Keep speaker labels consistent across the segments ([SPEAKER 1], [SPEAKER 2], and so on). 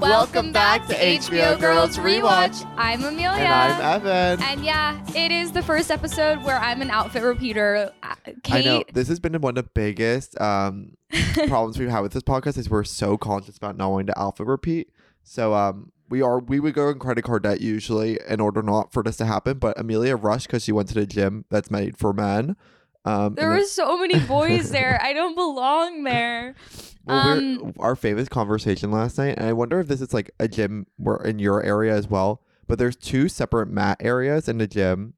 [SPEAKER 1] Welcome back to HBO Girls Rewatch.
[SPEAKER 2] I'm Amelia.
[SPEAKER 1] And I'm Evan.
[SPEAKER 2] And yeah, it is the first episode where I'm an outfit repeater. Uh,
[SPEAKER 1] I know
[SPEAKER 2] Kate,
[SPEAKER 1] this has been one of the biggest um, problems we've had with this podcast is we're so conscious about not wanting to alpha repeat. So um, we are we would go in credit card debt usually in order not for this to happen. But Amelia rushed because she went to the gym that's made for men. Um,
[SPEAKER 2] there
[SPEAKER 1] and
[SPEAKER 2] were so many boys there. I don't belong there.
[SPEAKER 1] Well, we're-
[SPEAKER 2] Um,
[SPEAKER 1] our famous conversation last night, and I wonder if this is like a gym where in your area as well. But there's two separate mat areas in the gym,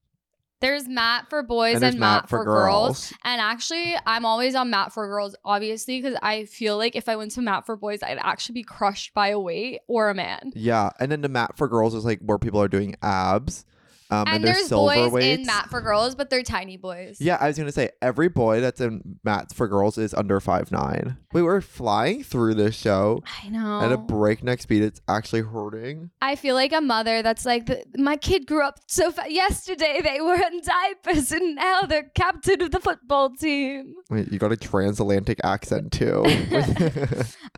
[SPEAKER 2] There's Matt for boys
[SPEAKER 1] and
[SPEAKER 2] and,
[SPEAKER 1] there's
[SPEAKER 2] Matt, for, girls.
[SPEAKER 1] girls.
[SPEAKER 2] And actually, I'm always on Matt for girls, obviously, because I feel like if I went to Matt for boys, I'd actually be crushed by a weight or a man.
[SPEAKER 1] Yeah, and then the mat for girls is like where people are doing abs, um, and,
[SPEAKER 2] and
[SPEAKER 1] there's,
[SPEAKER 2] there's
[SPEAKER 1] silver
[SPEAKER 2] boys
[SPEAKER 1] weights.
[SPEAKER 2] in Matt for girls, but they're tiny boys.
[SPEAKER 1] Yeah, I was gonna say every boy that's in mats for girls is under five nine. We were flying through this show
[SPEAKER 2] I know.
[SPEAKER 1] at a breakneck speed. It's actually hurting.
[SPEAKER 2] I feel like a mother that's like, "The- my kid grew up so fast. Yesterday they were in diapers and now they're captain of the football team.
[SPEAKER 1] Wait, you got a transatlantic accent too.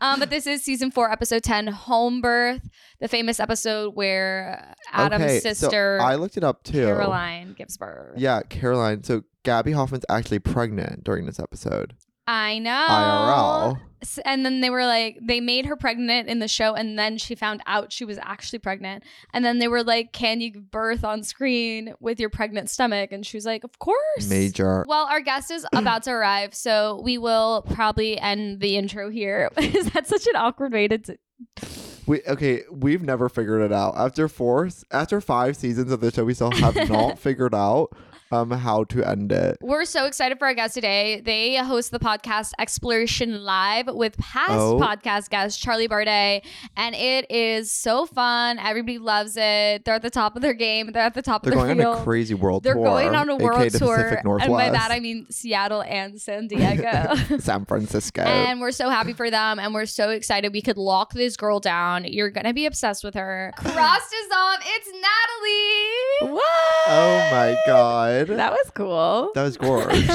[SPEAKER 2] Um, but this is season four, episode 10, Home Birth, the famous episode where uh, Adam's
[SPEAKER 1] Okay, so
[SPEAKER 2] sister,
[SPEAKER 1] I looked it up too.
[SPEAKER 2] Caroline, gives birth.
[SPEAKER 1] Yeah, Caroline. So Gabby Hoffman's actually pregnant during this episode.
[SPEAKER 2] I know.
[SPEAKER 1] IRL.
[SPEAKER 2] S- And then they were like, they made her pregnant in the show, and then she found out she was actually pregnant. And then they were like, can you give birth on screen with your pregnant stomach? And she was like, of course.
[SPEAKER 1] Major.
[SPEAKER 2] Well, our guest is about to arrive, so we will probably end the intro here. is that such an awkward way to? do
[SPEAKER 1] We okay, we've never figured it out. After four s- after five seasons of the show, we still have not figured out um how to end it.
[SPEAKER 2] We're so excited for our guest today. They host the podcast Exploration Live with past
[SPEAKER 1] Oh.
[SPEAKER 2] podcast guest Charlie Bardet, and it is so fun. Everybody loves it. They're at the top of their game. They're at the top
[SPEAKER 1] They're
[SPEAKER 2] of their
[SPEAKER 1] going
[SPEAKER 2] field.
[SPEAKER 1] on a crazy world
[SPEAKER 2] They're
[SPEAKER 1] tour.
[SPEAKER 2] going on a
[SPEAKER 1] aka
[SPEAKER 2] world
[SPEAKER 1] the
[SPEAKER 2] tour,
[SPEAKER 1] Pacific Northwest,
[SPEAKER 2] and by that I mean Seattle and San Diego.
[SPEAKER 1] San Francisco.
[SPEAKER 3] Uh,
[SPEAKER 2] And we're so happy for them. And we're so excited we could lock this girl down. You're going to be obsessed with her. Cross us off. It's Natalie.
[SPEAKER 3] What?
[SPEAKER 1] oh my god.
[SPEAKER 3] That was cool.
[SPEAKER 1] That was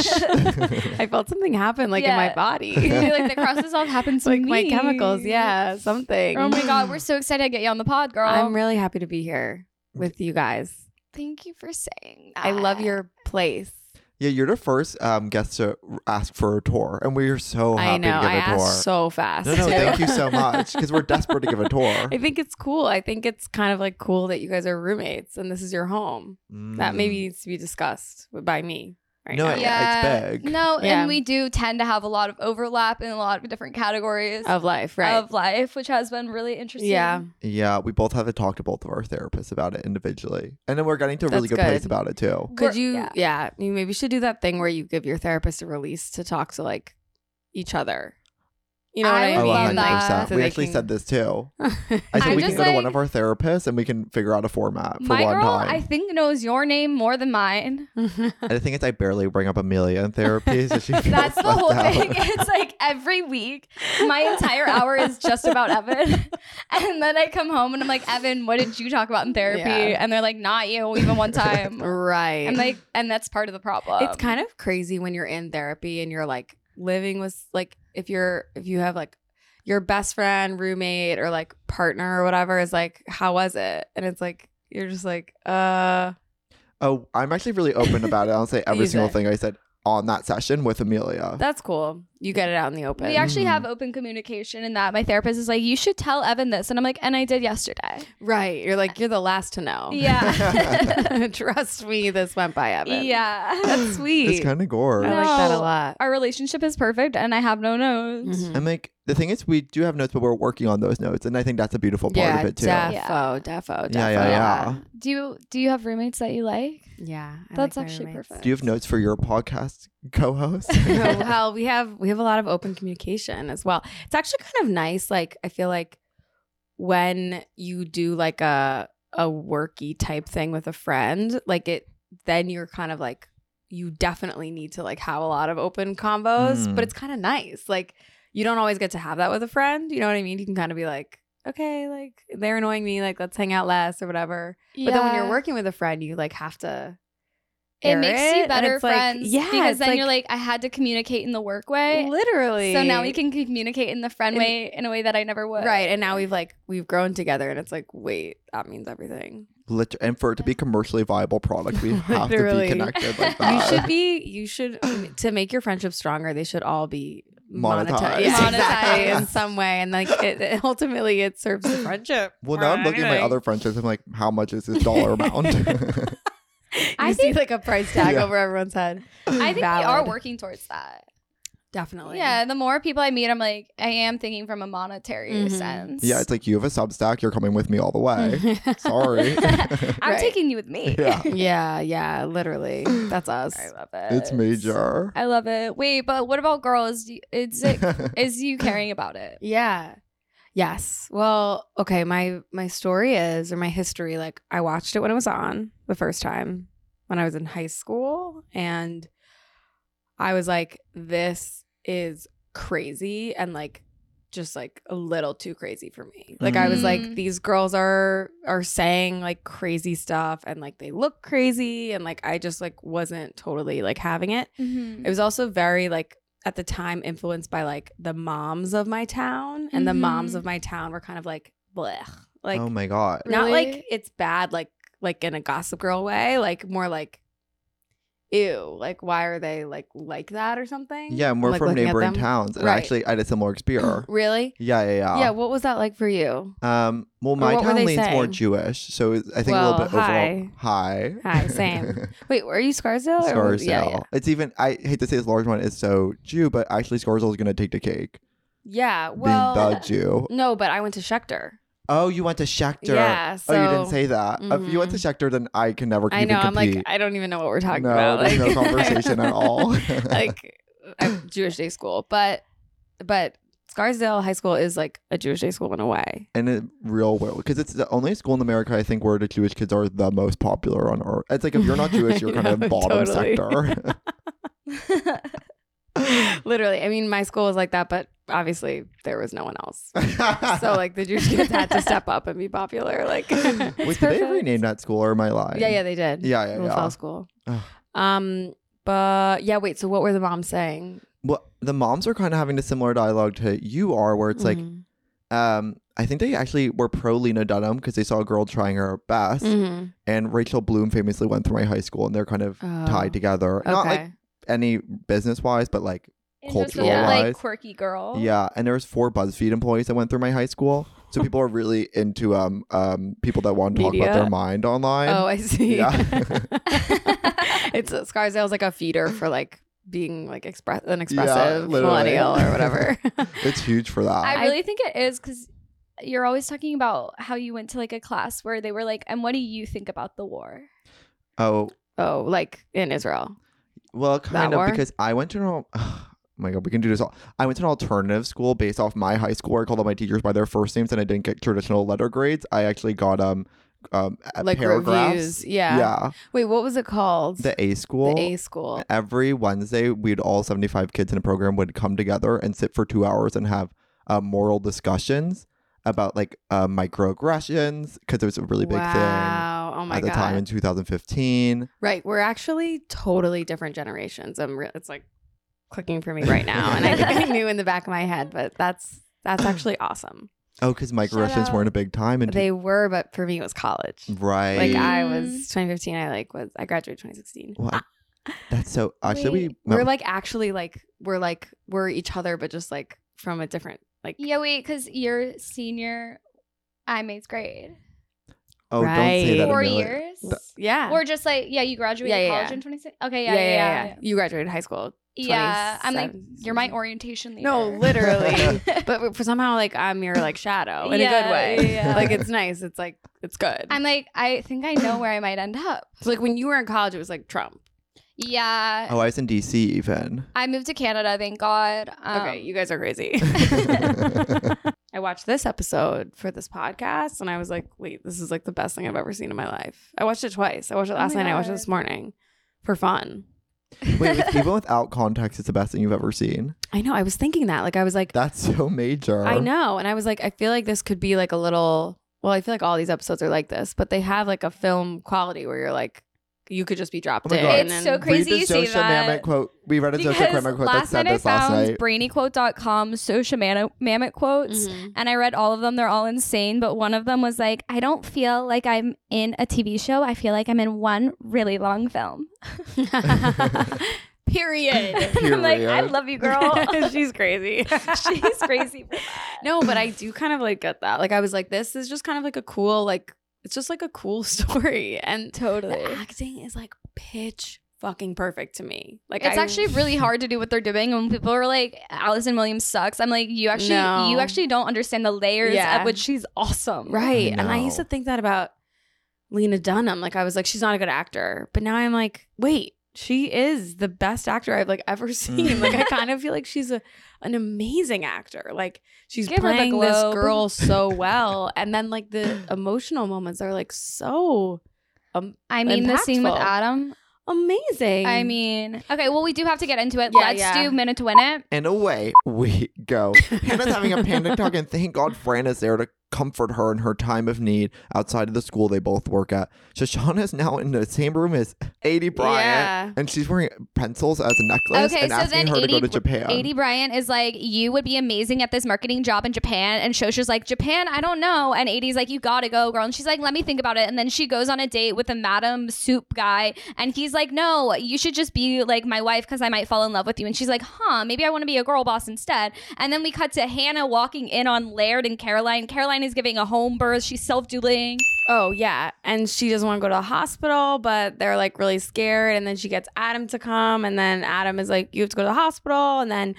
[SPEAKER 1] gorgeous.
[SPEAKER 3] I felt something happen like in
[SPEAKER 2] Yeah.
[SPEAKER 3] my body.
[SPEAKER 2] like the cross us off happens to
[SPEAKER 3] like
[SPEAKER 2] me.
[SPEAKER 3] my chemicals, yeah, something.
[SPEAKER 2] Oh my God. We're so excited to get you on the pod, girl.
[SPEAKER 3] I'm really happy to be here with you guys.
[SPEAKER 2] Thank you for saying that.
[SPEAKER 3] I love your place.
[SPEAKER 1] yeah, you're the first um, guest to ask for a tour, and we are so happy
[SPEAKER 3] I know.
[SPEAKER 1] to give
[SPEAKER 3] I
[SPEAKER 1] a tour.
[SPEAKER 3] asked so fast.
[SPEAKER 1] no, no,
[SPEAKER 3] too.
[SPEAKER 1] thank you so much because we're desperate to give a tour.
[SPEAKER 3] I think it's cool. I think it's kind of like cool that you guys are roommates and this is your home. That
[SPEAKER 1] Mm.
[SPEAKER 3] maybe needs to be discussed by me right
[SPEAKER 1] No,
[SPEAKER 3] now.
[SPEAKER 1] yeah. it's big.
[SPEAKER 2] No,
[SPEAKER 3] Yeah.
[SPEAKER 2] and we do tend to have a lot of overlap in a lot of different categories
[SPEAKER 3] Of life, Oh, right?
[SPEAKER 2] of life, which has been really interesting.
[SPEAKER 3] yeah.
[SPEAKER 1] Yeah, we both have to talk to both of our therapists about it individually, and then we're getting to a really
[SPEAKER 3] That's
[SPEAKER 1] good, place
[SPEAKER 3] good.
[SPEAKER 1] about it too.
[SPEAKER 3] Could
[SPEAKER 2] We're-
[SPEAKER 3] you?
[SPEAKER 2] yeah.
[SPEAKER 3] Yeah. you maybe should do that thing where you give your therapist a release to talk to like each other. You know
[SPEAKER 2] I
[SPEAKER 3] what I
[SPEAKER 2] would
[SPEAKER 3] mean?
[SPEAKER 2] love
[SPEAKER 3] Like,
[SPEAKER 2] that.
[SPEAKER 3] so
[SPEAKER 1] we
[SPEAKER 3] they
[SPEAKER 1] actually
[SPEAKER 3] can-
[SPEAKER 1] said this too. I said
[SPEAKER 2] I
[SPEAKER 1] we can
[SPEAKER 2] just,
[SPEAKER 1] go to one
[SPEAKER 2] like-
[SPEAKER 1] of our therapists and we can figure out a format for
[SPEAKER 2] My
[SPEAKER 1] one
[SPEAKER 2] girl,
[SPEAKER 1] time.
[SPEAKER 2] I think, knows your name more than mine.
[SPEAKER 1] And the thing is, I barely bring up Amelia in therapy, so she feels
[SPEAKER 2] That's the
[SPEAKER 1] left
[SPEAKER 2] whole
[SPEAKER 1] out.
[SPEAKER 2] thing. It's like every week, my entire hour is just about Evan. And then I come home and I'm like, Evan, what did you talk about in therapy?
[SPEAKER 3] Yeah.
[SPEAKER 2] And they're like, not you, even one time.
[SPEAKER 3] right. Um,
[SPEAKER 2] I'm like, and that's part of the problem.
[SPEAKER 3] it's kind of crazy when you're in therapy and you're like living with like if you're if you have like your best friend, roommate, or like partner or whatever is like, how was it? And it's like you're just like, uh,
[SPEAKER 1] Oh, I'm actually really open about it. I'll say every
[SPEAKER 3] You
[SPEAKER 1] single
[SPEAKER 3] say.
[SPEAKER 1] thing I said on that session with Amelia.
[SPEAKER 3] that's cool. You get it out in the open.
[SPEAKER 2] we actually have open communication in that. My therapist is like, you should tell Evan this. And I'm like, and I did yesterday.
[SPEAKER 3] right. You're like, you're the last to know.
[SPEAKER 2] Yeah.
[SPEAKER 3] Trust me, this went by Evan.
[SPEAKER 2] yeah.
[SPEAKER 3] That's sweet.
[SPEAKER 1] it's kind of gore.
[SPEAKER 3] I like that
[SPEAKER 2] No.
[SPEAKER 3] a lot.
[SPEAKER 2] Our relationship is perfect and I have no notes.
[SPEAKER 3] Mhm.
[SPEAKER 1] I'm like, the thing is, we do have notes, but we're working on those notes, and I think that's a beautiful part
[SPEAKER 3] yeah,
[SPEAKER 1] of it too.
[SPEAKER 3] defo,
[SPEAKER 2] Yeah.
[SPEAKER 3] defo, defo.
[SPEAKER 1] Yeah, yeah, yeah.
[SPEAKER 2] uh, Do you do you have roommates that you like?
[SPEAKER 3] Yeah, I
[SPEAKER 2] That's
[SPEAKER 3] like my
[SPEAKER 2] actually
[SPEAKER 3] roommates.
[SPEAKER 2] perfect.
[SPEAKER 1] Do you have notes for your podcast co-host?
[SPEAKER 3] well, we have we have a lot of open communication as well. It's actually kind of nice. Like I feel like when you do like a a worky type thing with a friend, like it, then you're kind of like you definitely need to like have a lot of open combos.
[SPEAKER 1] Mm.
[SPEAKER 3] But it's kind of nice. Like you don't always get to have that with a friend. You know what I mean? You can kind of be like, okay, like they're annoying me. Like let's hang out less or whatever. But then when you're working with a friend, you like have to
[SPEAKER 2] It
[SPEAKER 3] air
[SPEAKER 2] makes you
[SPEAKER 3] and
[SPEAKER 2] better
[SPEAKER 3] it's like-
[SPEAKER 2] friends.
[SPEAKER 3] yeah,
[SPEAKER 2] Because
[SPEAKER 3] it's
[SPEAKER 2] then you're like, I had to communicate in the work way.
[SPEAKER 3] literally.
[SPEAKER 2] So now we can communicate in the friend
[SPEAKER 3] And-
[SPEAKER 2] way in a way that I never would.
[SPEAKER 3] right, and now we've like we've grown together, and it's like wait, that means everything.
[SPEAKER 1] Lit- and for it to be commercially viable product, we have to be
[SPEAKER 3] Literally.
[SPEAKER 1] connected like
[SPEAKER 2] You
[SPEAKER 3] You
[SPEAKER 1] that.
[SPEAKER 3] should be. You should to make your friendship stronger. They should all be monetized,
[SPEAKER 1] Monetized.
[SPEAKER 3] Yeah,
[SPEAKER 2] Monetized.
[SPEAKER 3] exactly in some way, and like it, it- ultimately it serves the friendship.
[SPEAKER 1] Well,
[SPEAKER 3] more
[SPEAKER 1] now I'm
[SPEAKER 3] than
[SPEAKER 1] looking at my
[SPEAKER 3] anything.
[SPEAKER 1] other friendships. I'm like, how much is this dollar amount?
[SPEAKER 3] You
[SPEAKER 2] I
[SPEAKER 3] I see
[SPEAKER 2] think-
[SPEAKER 3] like a price tag
[SPEAKER 1] Yeah.
[SPEAKER 3] over everyone's head.
[SPEAKER 2] I think
[SPEAKER 3] Valid.
[SPEAKER 2] we are working towards that.
[SPEAKER 3] Definitely.
[SPEAKER 2] Yeah. The more people I meet, I'm like, I am thinking from a monetary
[SPEAKER 3] Mhm.
[SPEAKER 2] sense.
[SPEAKER 1] yeah, it's like you have a Substack. You're coming with me all the way.
[SPEAKER 3] Mm-hmm.
[SPEAKER 1] Sorry,
[SPEAKER 2] I'm
[SPEAKER 3] Right.
[SPEAKER 2] taking you with me.
[SPEAKER 1] Yeah.
[SPEAKER 3] yeah, yeah, literally. That's us.
[SPEAKER 2] I love it.
[SPEAKER 1] it's major.
[SPEAKER 2] I love it. Wait, but what about girls? Do- Is it is you caring about it?
[SPEAKER 3] Yeah. Yes. Well, okay, my my story is or my history like I watched it when it was on the first time when I was in high school and I was like this is crazy and like just like a little too crazy for me. Like I was
[SPEAKER 2] Mm.
[SPEAKER 3] like these girls are are saying like crazy stuff and like they look crazy and like I just like wasn't totally like having it.
[SPEAKER 2] Mm-hmm.
[SPEAKER 3] It was also very like at the time influenced by like the moms of my town, and the moms
[SPEAKER 2] Mhm.
[SPEAKER 3] of my town were kind of like blech, like
[SPEAKER 1] Mm-hmm. oh my god.
[SPEAKER 3] not
[SPEAKER 2] Really?
[SPEAKER 3] like it's bad, like like in a Gossip Girl way, like more like ew, like why are they like like that or something?
[SPEAKER 1] Yeah, and we're
[SPEAKER 3] Like,
[SPEAKER 1] from
[SPEAKER 3] looking at
[SPEAKER 1] neighboring
[SPEAKER 3] them.
[SPEAKER 1] towns, and
[SPEAKER 3] Right.
[SPEAKER 1] actually, I had a similar experience.
[SPEAKER 3] Really?
[SPEAKER 1] yeah, yeah, yeah.
[SPEAKER 3] yeah. What was that like for you?
[SPEAKER 1] Um, well, my
[SPEAKER 3] what were
[SPEAKER 1] town
[SPEAKER 3] they
[SPEAKER 1] leans more
[SPEAKER 3] saying?
[SPEAKER 1] Jewish, so it's- I think a
[SPEAKER 3] Well,
[SPEAKER 1] little bit overall. Hi.
[SPEAKER 3] Hi, same. Wait, were you Scarsdale? or-
[SPEAKER 1] Scarsdale.
[SPEAKER 3] Yeah, yeah.
[SPEAKER 1] It's even. I hate to say this large one is so Jew, but actually Scarsdale is gonna take the cake.
[SPEAKER 3] Yeah.
[SPEAKER 1] being
[SPEAKER 3] Well,
[SPEAKER 1] the Jew.
[SPEAKER 3] no, but I went to Schecter.
[SPEAKER 1] Oh, you went to Schecter.
[SPEAKER 3] Yeah. So
[SPEAKER 1] oh, you didn't say that. If you went to
[SPEAKER 3] Mhm.
[SPEAKER 1] Schecter, then I can never.
[SPEAKER 3] I
[SPEAKER 1] even
[SPEAKER 3] know. I'm
[SPEAKER 1] compete.
[SPEAKER 3] like, I don't even know what we're talking
[SPEAKER 1] no,
[SPEAKER 3] about.
[SPEAKER 1] there's
[SPEAKER 3] like,
[SPEAKER 1] no conversation at all.
[SPEAKER 3] like I'm Jewish day school, but but Scarsdale High School is like a Jewish day school in a way.
[SPEAKER 1] in a real world, because it's the only school in America I think where the Jewish kids are the most popular on earth. It's like if you're not Jewish, you're
[SPEAKER 3] I
[SPEAKER 1] kind
[SPEAKER 3] know,
[SPEAKER 1] of bottom
[SPEAKER 3] totally.
[SPEAKER 1] sector.
[SPEAKER 3] Literally, I mean, my school was like that, but obviously there was no one else, so like the Jewish kids had to step up and be popular. Like, yeah,
[SPEAKER 1] Wait, did they
[SPEAKER 2] perfect.
[SPEAKER 1] rename that school or am I lying?
[SPEAKER 3] yeah, they did.
[SPEAKER 1] Yeah, yeah,
[SPEAKER 3] Little
[SPEAKER 1] yeah.
[SPEAKER 3] Fell School.
[SPEAKER 1] Ugh.
[SPEAKER 3] Um, but yeah, wait. So what were the moms saying?
[SPEAKER 1] Well, the moms are kind of having a similar dialogue to you are, where it's
[SPEAKER 3] Mhm.
[SPEAKER 1] like, um, I think they actually were pro Lena Dunham because they saw a girl trying her best,
[SPEAKER 3] Mhm.
[SPEAKER 1] and Rachel Bloom famously went through my high school, and they're kind of
[SPEAKER 3] Oh,
[SPEAKER 1] tied together. Not like
[SPEAKER 3] okay.
[SPEAKER 1] any business wise, but like
[SPEAKER 2] Cultural,
[SPEAKER 3] Cultural
[SPEAKER 2] like
[SPEAKER 1] wise.
[SPEAKER 2] quirky
[SPEAKER 3] Oh.
[SPEAKER 2] girl.
[SPEAKER 1] yeah. And there was four BuzzFeed employees that went through my high school, so people are really into um um people that want to talk about
[SPEAKER 3] Media.
[SPEAKER 1] their mind online.
[SPEAKER 3] Oh, I see.
[SPEAKER 1] Yeah.
[SPEAKER 3] it's Scarsdale's like a feeder for like being like express an
[SPEAKER 1] Yeah,
[SPEAKER 3] expressive
[SPEAKER 1] literally.
[SPEAKER 3] millennial or whatever.
[SPEAKER 1] It's huge for that.
[SPEAKER 2] I
[SPEAKER 3] I-
[SPEAKER 2] really think it is because you're always talking about how you went to like a class where they were like, and what do you think about the war?
[SPEAKER 1] oh,
[SPEAKER 3] oh, like in Israel.
[SPEAKER 1] Well, kind of
[SPEAKER 3] war?
[SPEAKER 1] because I went to an al- oh my god, we can do this all. I went to an alternative school based off my high school. Where I called all my teachers by their first names, and I didn't get traditional letter grades. I actually got um um a-
[SPEAKER 3] Like
[SPEAKER 1] paragraphs.
[SPEAKER 3] reviews. Yeah.
[SPEAKER 1] yeah.
[SPEAKER 3] Wait, what was it called?
[SPEAKER 1] The A school.
[SPEAKER 3] The A school.
[SPEAKER 1] Every Wednesday, we'd all seventy-five kids in a program would come together and sit for two hours and have uh, moral discussions about like uh, microaggressions because it was a really big thing
[SPEAKER 3] wow. Oh my
[SPEAKER 1] at the
[SPEAKER 3] god.
[SPEAKER 1] time in 2015.
[SPEAKER 3] Right. We're actually totally different generations. I'm re- it's like clicking for me right now. And I think I knew in the back of my head, but that's that's actually awesome.
[SPEAKER 1] Oh, because microaggressions
[SPEAKER 2] out.
[SPEAKER 1] weren't a big time and
[SPEAKER 3] They were, but for me it was college.
[SPEAKER 1] right.
[SPEAKER 3] Like
[SPEAKER 2] I-
[SPEAKER 3] I was 2015, I like was I graduated 2016.
[SPEAKER 1] Well, I- that's so. Actually, we
[SPEAKER 2] Wait,
[SPEAKER 1] met
[SPEAKER 3] we're like actually like we're like we're each other but just like from a different like
[SPEAKER 2] Yeah, wait, because you're senior, I'm eighth grade.
[SPEAKER 1] Oh, don't say that.
[SPEAKER 3] Right.
[SPEAKER 2] Four
[SPEAKER 1] Amelia.
[SPEAKER 2] years.
[SPEAKER 3] yeah
[SPEAKER 2] Or just like, yeah, you graduated
[SPEAKER 3] Yeah, yeah,
[SPEAKER 2] college
[SPEAKER 3] yeah.
[SPEAKER 2] in 26. Okay, yeah, yeah, yeah. Yeah,
[SPEAKER 3] you graduated high school
[SPEAKER 2] I'm like,
[SPEAKER 3] 27.
[SPEAKER 2] you're my orientation leader.
[SPEAKER 3] no literally but for somehow like i'm your like shadow in a
[SPEAKER 2] Yeah,
[SPEAKER 3] good way
[SPEAKER 2] yeah, yeah.
[SPEAKER 3] like it's nice it's like it's good
[SPEAKER 2] I'm like, I think I know where I might end up.
[SPEAKER 3] so like when you were in college it was like trump
[SPEAKER 2] Yeah.
[SPEAKER 1] Oh, I was in DC even.
[SPEAKER 2] I moved to Canada, thank God. Um,
[SPEAKER 3] okay you guys are crazy i watched this episode for this podcast and i was like wait this is like the best thing i've ever seen in my life i watched it twice i watched it
[SPEAKER 2] Oh
[SPEAKER 3] last
[SPEAKER 2] my
[SPEAKER 3] night i watched it
[SPEAKER 2] God.
[SPEAKER 3] this morning for fun
[SPEAKER 1] Wait, with- even without context, it's the best thing you've ever seen.
[SPEAKER 3] i know i was thinking that like i was like
[SPEAKER 1] That's so major.
[SPEAKER 3] I know. And I was like, I feel like this could be like a little. Well, I feel like all these episodes are like this, but they have like a film quality where you're like, you could just be dropped
[SPEAKER 1] Oh my
[SPEAKER 3] in.
[SPEAKER 1] God.
[SPEAKER 2] It's so
[SPEAKER 3] and-
[SPEAKER 2] crazy
[SPEAKER 1] Read
[SPEAKER 2] you
[SPEAKER 1] the
[SPEAKER 2] say
[SPEAKER 1] Zoe
[SPEAKER 2] that.
[SPEAKER 1] Shamamic quote. We read a Zoe
[SPEAKER 2] Because
[SPEAKER 1] Shamamic quote that
[SPEAKER 2] last
[SPEAKER 1] said
[SPEAKER 2] night I
[SPEAKER 1] this last
[SPEAKER 2] found
[SPEAKER 1] night.
[SPEAKER 2] brainyquote.com, social man- mammoth quotes,
[SPEAKER 3] Mhm.
[SPEAKER 2] and I read all of them. They're all insane, but one of them was like, I don't feel like I'm in a TV show. I feel like I'm in one really long film.
[SPEAKER 3] Mm-hmm. Period.
[SPEAKER 2] And I'm like, I
[SPEAKER 1] Period.
[SPEAKER 2] love you, girl.
[SPEAKER 3] She's crazy.
[SPEAKER 2] She's crazy.
[SPEAKER 3] No, but I do kind of like get that. Like I was like, this is just kind of like a cool, like it's just like a cool story. And
[SPEAKER 2] Totally.
[SPEAKER 3] the acting is like pitch fucking perfect to me. Like
[SPEAKER 2] it's
[SPEAKER 3] I-
[SPEAKER 2] actually really hard to do what they're doing. And when people are like, Allison Williams sucks, I'm like, you actually,
[SPEAKER 3] No.
[SPEAKER 2] you actually don't understand the layers
[SPEAKER 3] Yeah.
[SPEAKER 2] at which she's awesome.
[SPEAKER 3] right. And I
[SPEAKER 1] No.
[SPEAKER 3] used to think that about Lena Dunham. Like I was like, she's not a good actor. But now I'm like, wait, she is the best actor I've like ever seen.
[SPEAKER 1] Mhm.
[SPEAKER 3] Like I kind of feel like she's a an amazing actor. Like she's
[SPEAKER 2] Give her the
[SPEAKER 3] playing this
[SPEAKER 2] Globe.
[SPEAKER 3] girl so well. And then like the emotional moments are like so
[SPEAKER 2] I mean, the scene with
[SPEAKER 3] Impactful.
[SPEAKER 2] Adam.
[SPEAKER 3] amazing.
[SPEAKER 2] I mean, okay, well, we do have to get into it.
[SPEAKER 3] Yeah,
[SPEAKER 2] Let's
[SPEAKER 3] yeah.
[SPEAKER 2] do minute to win it.
[SPEAKER 1] And away we go. Hannah's having a panic attack, and thank God Fran is there to comfort her in her time of need outside of the school they both work at. Shoshana is now in the same room as 80 Bryant,
[SPEAKER 3] Yeah.
[SPEAKER 1] and she's wearing pencils as a necklace
[SPEAKER 2] Okay,
[SPEAKER 1] and
[SPEAKER 2] so then
[SPEAKER 1] asking her to go
[SPEAKER 2] 80
[SPEAKER 1] to Japan.
[SPEAKER 2] 80 Bryant is like, you would be amazing at this marketing job in Japan. And Shosha's like, Japan, I don't know. And 80's like, you gotta go, girl. And she's like, let me think about it. And then she goes on a date with a madam soup guy. And he's like, no, you should just be like my wife because I might fall in love with you. And she's like, huh, maybe I wanna be a girl boss instead. And then we cut to Hannah walking in on Laird and Caroline. Caroline is giving a home birth. She's self dueling.
[SPEAKER 3] Oh yeah, and she doesn't want to go to the hospital, but they're like really scared. And then she gets Adam to come, and then Adam is like, "You have to go to the hospital." And then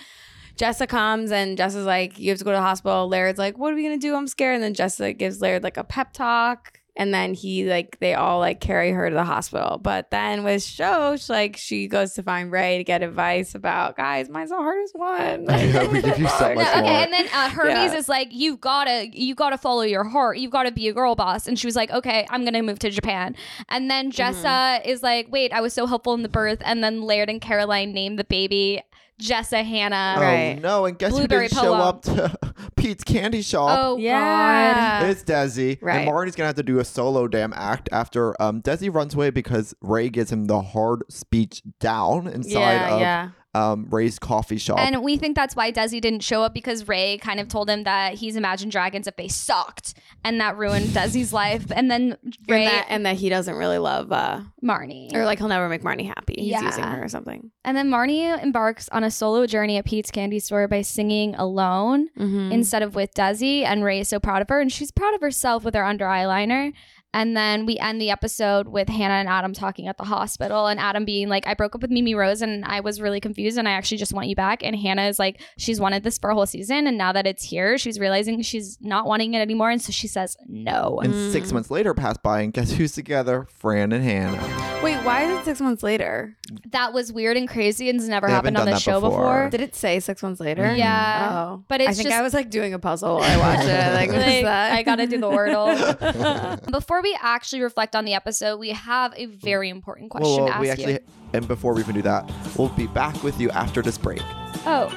[SPEAKER 3] Jessa comes, and Jessa's like, "You have to go to the hospital." Laird's like, "What are we gonna do? I'm scared." And then Jessa gives Laird like a pep talk, and then he like they all like carry her to the hospital. But then with Shosh, like she goes to find Ray to get advice about guys. Mine's the hardest one.
[SPEAKER 1] Yeah, we give you so
[SPEAKER 2] No,
[SPEAKER 1] much
[SPEAKER 2] okay,
[SPEAKER 1] more.
[SPEAKER 2] and then uh, Hermes
[SPEAKER 3] Yeah.
[SPEAKER 2] is like, you gotta, you gotta follow your heart. You gotta be a girl boss. And she was like, okay, I'm gonna move to Japan. And then
[SPEAKER 1] Mm-hmm.
[SPEAKER 2] Jessa is like, wait, I was so helpful in the birth. And then Laird and Caroline named the baby Jessa
[SPEAKER 1] oh
[SPEAKER 2] Hannah.
[SPEAKER 3] Right.
[SPEAKER 1] no, and guess
[SPEAKER 2] Blueberry
[SPEAKER 1] who didn't show
[SPEAKER 2] Polo.
[SPEAKER 1] up to Pete's candy shop?
[SPEAKER 2] Oh, God.
[SPEAKER 3] Yeah.
[SPEAKER 1] It's Desi.
[SPEAKER 3] Uh, Right.
[SPEAKER 1] And Marty's gonna have to do a solo damn act after um, Desi runs away because Ray gives him the hard speech down inside
[SPEAKER 3] yeah,
[SPEAKER 1] of
[SPEAKER 3] yeah.
[SPEAKER 1] um, Ray's coffee shop.
[SPEAKER 2] And we think that's why Desi didn't show up because Ray kind of told him that he's Imagine Dragons if they sucked, and that ruined Desi's life. And then Ray
[SPEAKER 3] And that, and that he doesn't really love uh,
[SPEAKER 2] Marnie.
[SPEAKER 3] or like he'll never make Marnie happy. He's
[SPEAKER 2] Yeah.
[SPEAKER 3] using her or something.
[SPEAKER 2] And then Marnie embarks on a solo journey at Pete's Candy Store by singing alone
[SPEAKER 3] Mm-hmm.
[SPEAKER 2] instead of with Desi. And Ray is so proud of her, and she's proud of herself with her under eyeliner. And then we end the episode with Hannah and Adam talking at the hospital, and Adam being like, "I broke up with Mimi Rose, and I was really confused, and I actually just want you back." And Hannah is like, "She's wanted this for a whole season, and now that it's here, she's realizing she's not wanting it anymore, and so she says no."
[SPEAKER 1] And six
[SPEAKER 3] Mm.
[SPEAKER 1] months later pass by, and guess who's together? Fran and Hannah.
[SPEAKER 3] Wait, why is it six months later?
[SPEAKER 2] that was weird and crazy, and has never
[SPEAKER 1] They haven't
[SPEAKER 2] happened on
[SPEAKER 1] done
[SPEAKER 2] the
[SPEAKER 1] that
[SPEAKER 2] show
[SPEAKER 1] before.
[SPEAKER 2] before.
[SPEAKER 3] Did it say six months later?
[SPEAKER 2] Yeah.
[SPEAKER 3] Oh,
[SPEAKER 2] But
[SPEAKER 3] but
[SPEAKER 2] it's
[SPEAKER 3] I think
[SPEAKER 2] just-
[SPEAKER 3] I was like doing a puzzle while I watched it. Like, what is
[SPEAKER 2] Like,
[SPEAKER 3] that?
[SPEAKER 2] I gotta do the Wordle. Before we actually reflect on the episode, we have a very important question
[SPEAKER 1] Well,
[SPEAKER 2] to ask
[SPEAKER 1] we actually,
[SPEAKER 2] you.
[SPEAKER 1] and before we even do that, we'll be back with you after this break.
[SPEAKER 2] Oh.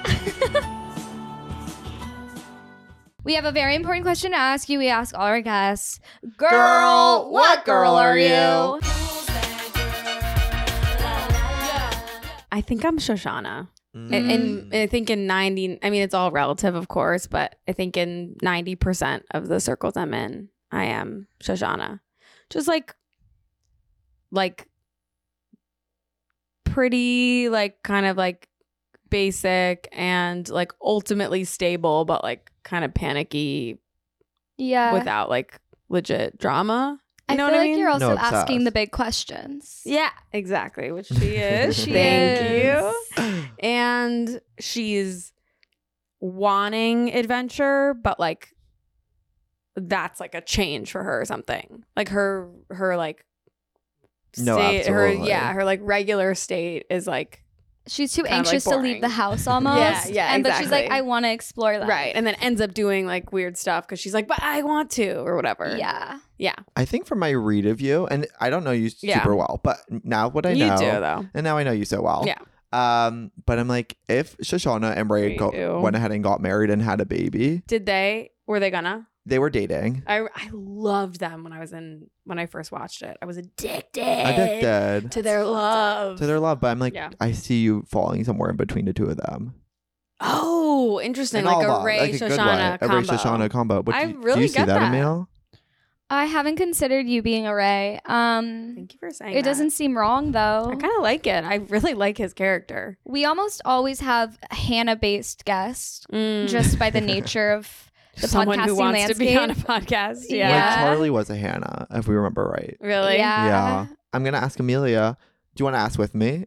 [SPEAKER 2] we have a very important question to ask you. We ask all our guests, Girl, what girl are you?
[SPEAKER 3] I think I'm Shoshana. And And
[SPEAKER 2] Mm.
[SPEAKER 3] I think in 90, I mean, it's all relative, of course, but I think in 90% of the circles I'm in, I am Shoshana. Just like, like, pretty, like, kind of like basic and like ultimately stable, but like kind of panicky
[SPEAKER 2] Yeah.
[SPEAKER 3] without like legit drama.
[SPEAKER 2] Uh,
[SPEAKER 3] You
[SPEAKER 2] I
[SPEAKER 3] know
[SPEAKER 2] feel
[SPEAKER 3] what
[SPEAKER 2] like
[SPEAKER 3] I mean?
[SPEAKER 2] you're also
[SPEAKER 1] No, obsessed.
[SPEAKER 2] asking the big questions.
[SPEAKER 3] yeah, exactly. Which she is.
[SPEAKER 1] She
[SPEAKER 3] Thank
[SPEAKER 2] is.
[SPEAKER 3] you and she's wanting adventure but like that's like a change for her or something like her her like
[SPEAKER 1] No,
[SPEAKER 3] state her
[SPEAKER 1] absolutely.
[SPEAKER 3] yeah her like regular state is like
[SPEAKER 2] She's too
[SPEAKER 3] Kinda, like,
[SPEAKER 2] anxious to leave
[SPEAKER 3] boring.
[SPEAKER 2] the house almost.
[SPEAKER 3] yeah,
[SPEAKER 2] And but she's like,
[SPEAKER 3] exactly.
[SPEAKER 2] I want to explore that.
[SPEAKER 3] right and then ends up doing like weird stuff because she's like but i want to or whatever
[SPEAKER 2] Yeah.
[SPEAKER 3] yeah
[SPEAKER 1] I think from my read of you, and I don't know you super
[SPEAKER 3] Yeah.
[SPEAKER 1] well, but now what I
[SPEAKER 3] you
[SPEAKER 1] know,
[SPEAKER 3] do though
[SPEAKER 1] and now I know you so well.
[SPEAKER 3] Yeah.
[SPEAKER 1] Um, but I'm like, if Shoshana and Ray
[SPEAKER 3] Me
[SPEAKER 1] got,
[SPEAKER 3] too.
[SPEAKER 1] went ahead and got married and had a baby,
[SPEAKER 3] did they were they gonna
[SPEAKER 1] They were dating.
[SPEAKER 3] I I loved them when I was in when I first watched it. I was addicted,
[SPEAKER 1] Addicted
[SPEAKER 3] to their love.
[SPEAKER 1] to their love, but I'm like,
[SPEAKER 3] Yeah.
[SPEAKER 1] I see you falling somewhere in between the two of them.
[SPEAKER 3] oh, interesting.
[SPEAKER 1] In all
[SPEAKER 3] Like a
[SPEAKER 1] love,
[SPEAKER 3] Ray
[SPEAKER 1] like good
[SPEAKER 3] Shoshana
[SPEAKER 1] way.
[SPEAKER 3] combo.
[SPEAKER 1] A Ray Shoshana combo. What,
[SPEAKER 3] I
[SPEAKER 1] do, you- do
[SPEAKER 3] really
[SPEAKER 1] you see
[SPEAKER 3] get
[SPEAKER 1] that,
[SPEAKER 3] that.
[SPEAKER 1] Emil?
[SPEAKER 2] I haven't considered you being a Ray. Um,
[SPEAKER 3] Thank you for saying
[SPEAKER 2] it
[SPEAKER 3] that.
[SPEAKER 2] doesn't seem wrong
[SPEAKER 3] I
[SPEAKER 2] though.
[SPEAKER 3] kind of like it. I really like his character.
[SPEAKER 2] We almost always have Hannah-based guests just by the nature of the
[SPEAKER 3] Mm. someone who
[SPEAKER 2] podcasting
[SPEAKER 3] wants to be
[SPEAKER 2] landscape.
[SPEAKER 3] on a podcast.
[SPEAKER 2] Yeah.
[SPEAKER 3] Yeah,
[SPEAKER 1] Like Charlie was a Hannah, if we remember right.
[SPEAKER 3] really.
[SPEAKER 2] Yeah.
[SPEAKER 1] yeah. I'm gonna ask Amelia. Do you want to ask with me?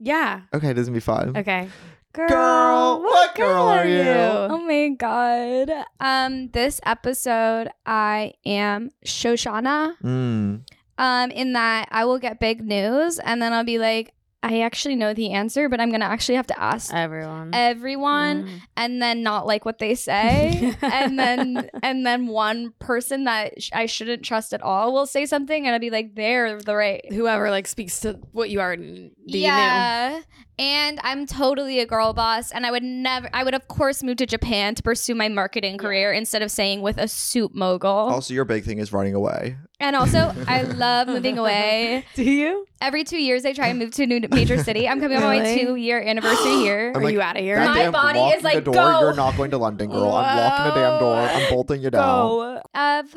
[SPEAKER 3] yeah.
[SPEAKER 1] Okay, this is gonna be fun.
[SPEAKER 3] Okay.
[SPEAKER 2] Girl,
[SPEAKER 1] what girl are you?
[SPEAKER 2] Oh my god. Um, this episode I am Shoshana.
[SPEAKER 1] Mm.
[SPEAKER 2] Um, in that I will get big news and then I'll be like, I actually know the answer, but I'm gonna actually have to
[SPEAKER 3] Um,
[SPEAKER 2] ask
[SPEAKER 3] Everyone. mm.
[SPEAKER 2] everyone and then not like what they say and then and then one person that sh- I shouldn't trust at all will say something and I'll be like they're the right
[SPEAKER 3] whoever like speaks to what you already yeah.
[SPEAKER 2] yeah and I'm totally a girl boss and I would never I would of course move to Japan to pursue my marketing career instead of saying with a soup mogul
[SPEAKER 3] Oh.
[SPEAKER 1] Also, your big thing is running away.
[SPEAKER 2] and also I love moving away
[SPEAKER 3] Do you?
[SPEAKER 2] every two years I try and move to a new major city I'm coming up on my
[SPEAKER 3] Really?
[SPEAKER 2] two year anniversary here
[SPEAKER 1] I'm
[SPEAKER 3] Are
[SPEAKER 1] like,
[SPEAKER 3] you out of here?
[SPEAKER 1] That
[SPEAKER 2] My
[SPEAKER 1] day I'm
[SPEAKER 2] body
[SPEAKER 1] locking
[SPEAKER 2] is like,
[SPEAKER 1] the door.
[SPEAKER 2] "Go."
[SPEAKER 1] You're not going to London, girl. I'm locking the damn door. I'm bolting you down.
[SPEAKER 2] of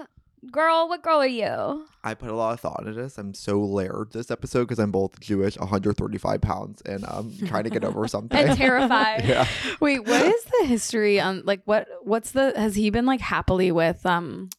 [SPEAKER 2] girl what girl are you
[SPEAKER 1] I put a lot of thought into this. I'm so layered this episode because I'm both Jewish, 135 pounds, and I'm trying to get over
[SPEAKER 2] and
[SPEAKER 1] something.
[SPEAKER 2] terrified
[SPEAKER 1] yeah.
[SPEAKER 3] Wait, what is the history on like what what's the has he been like happily with um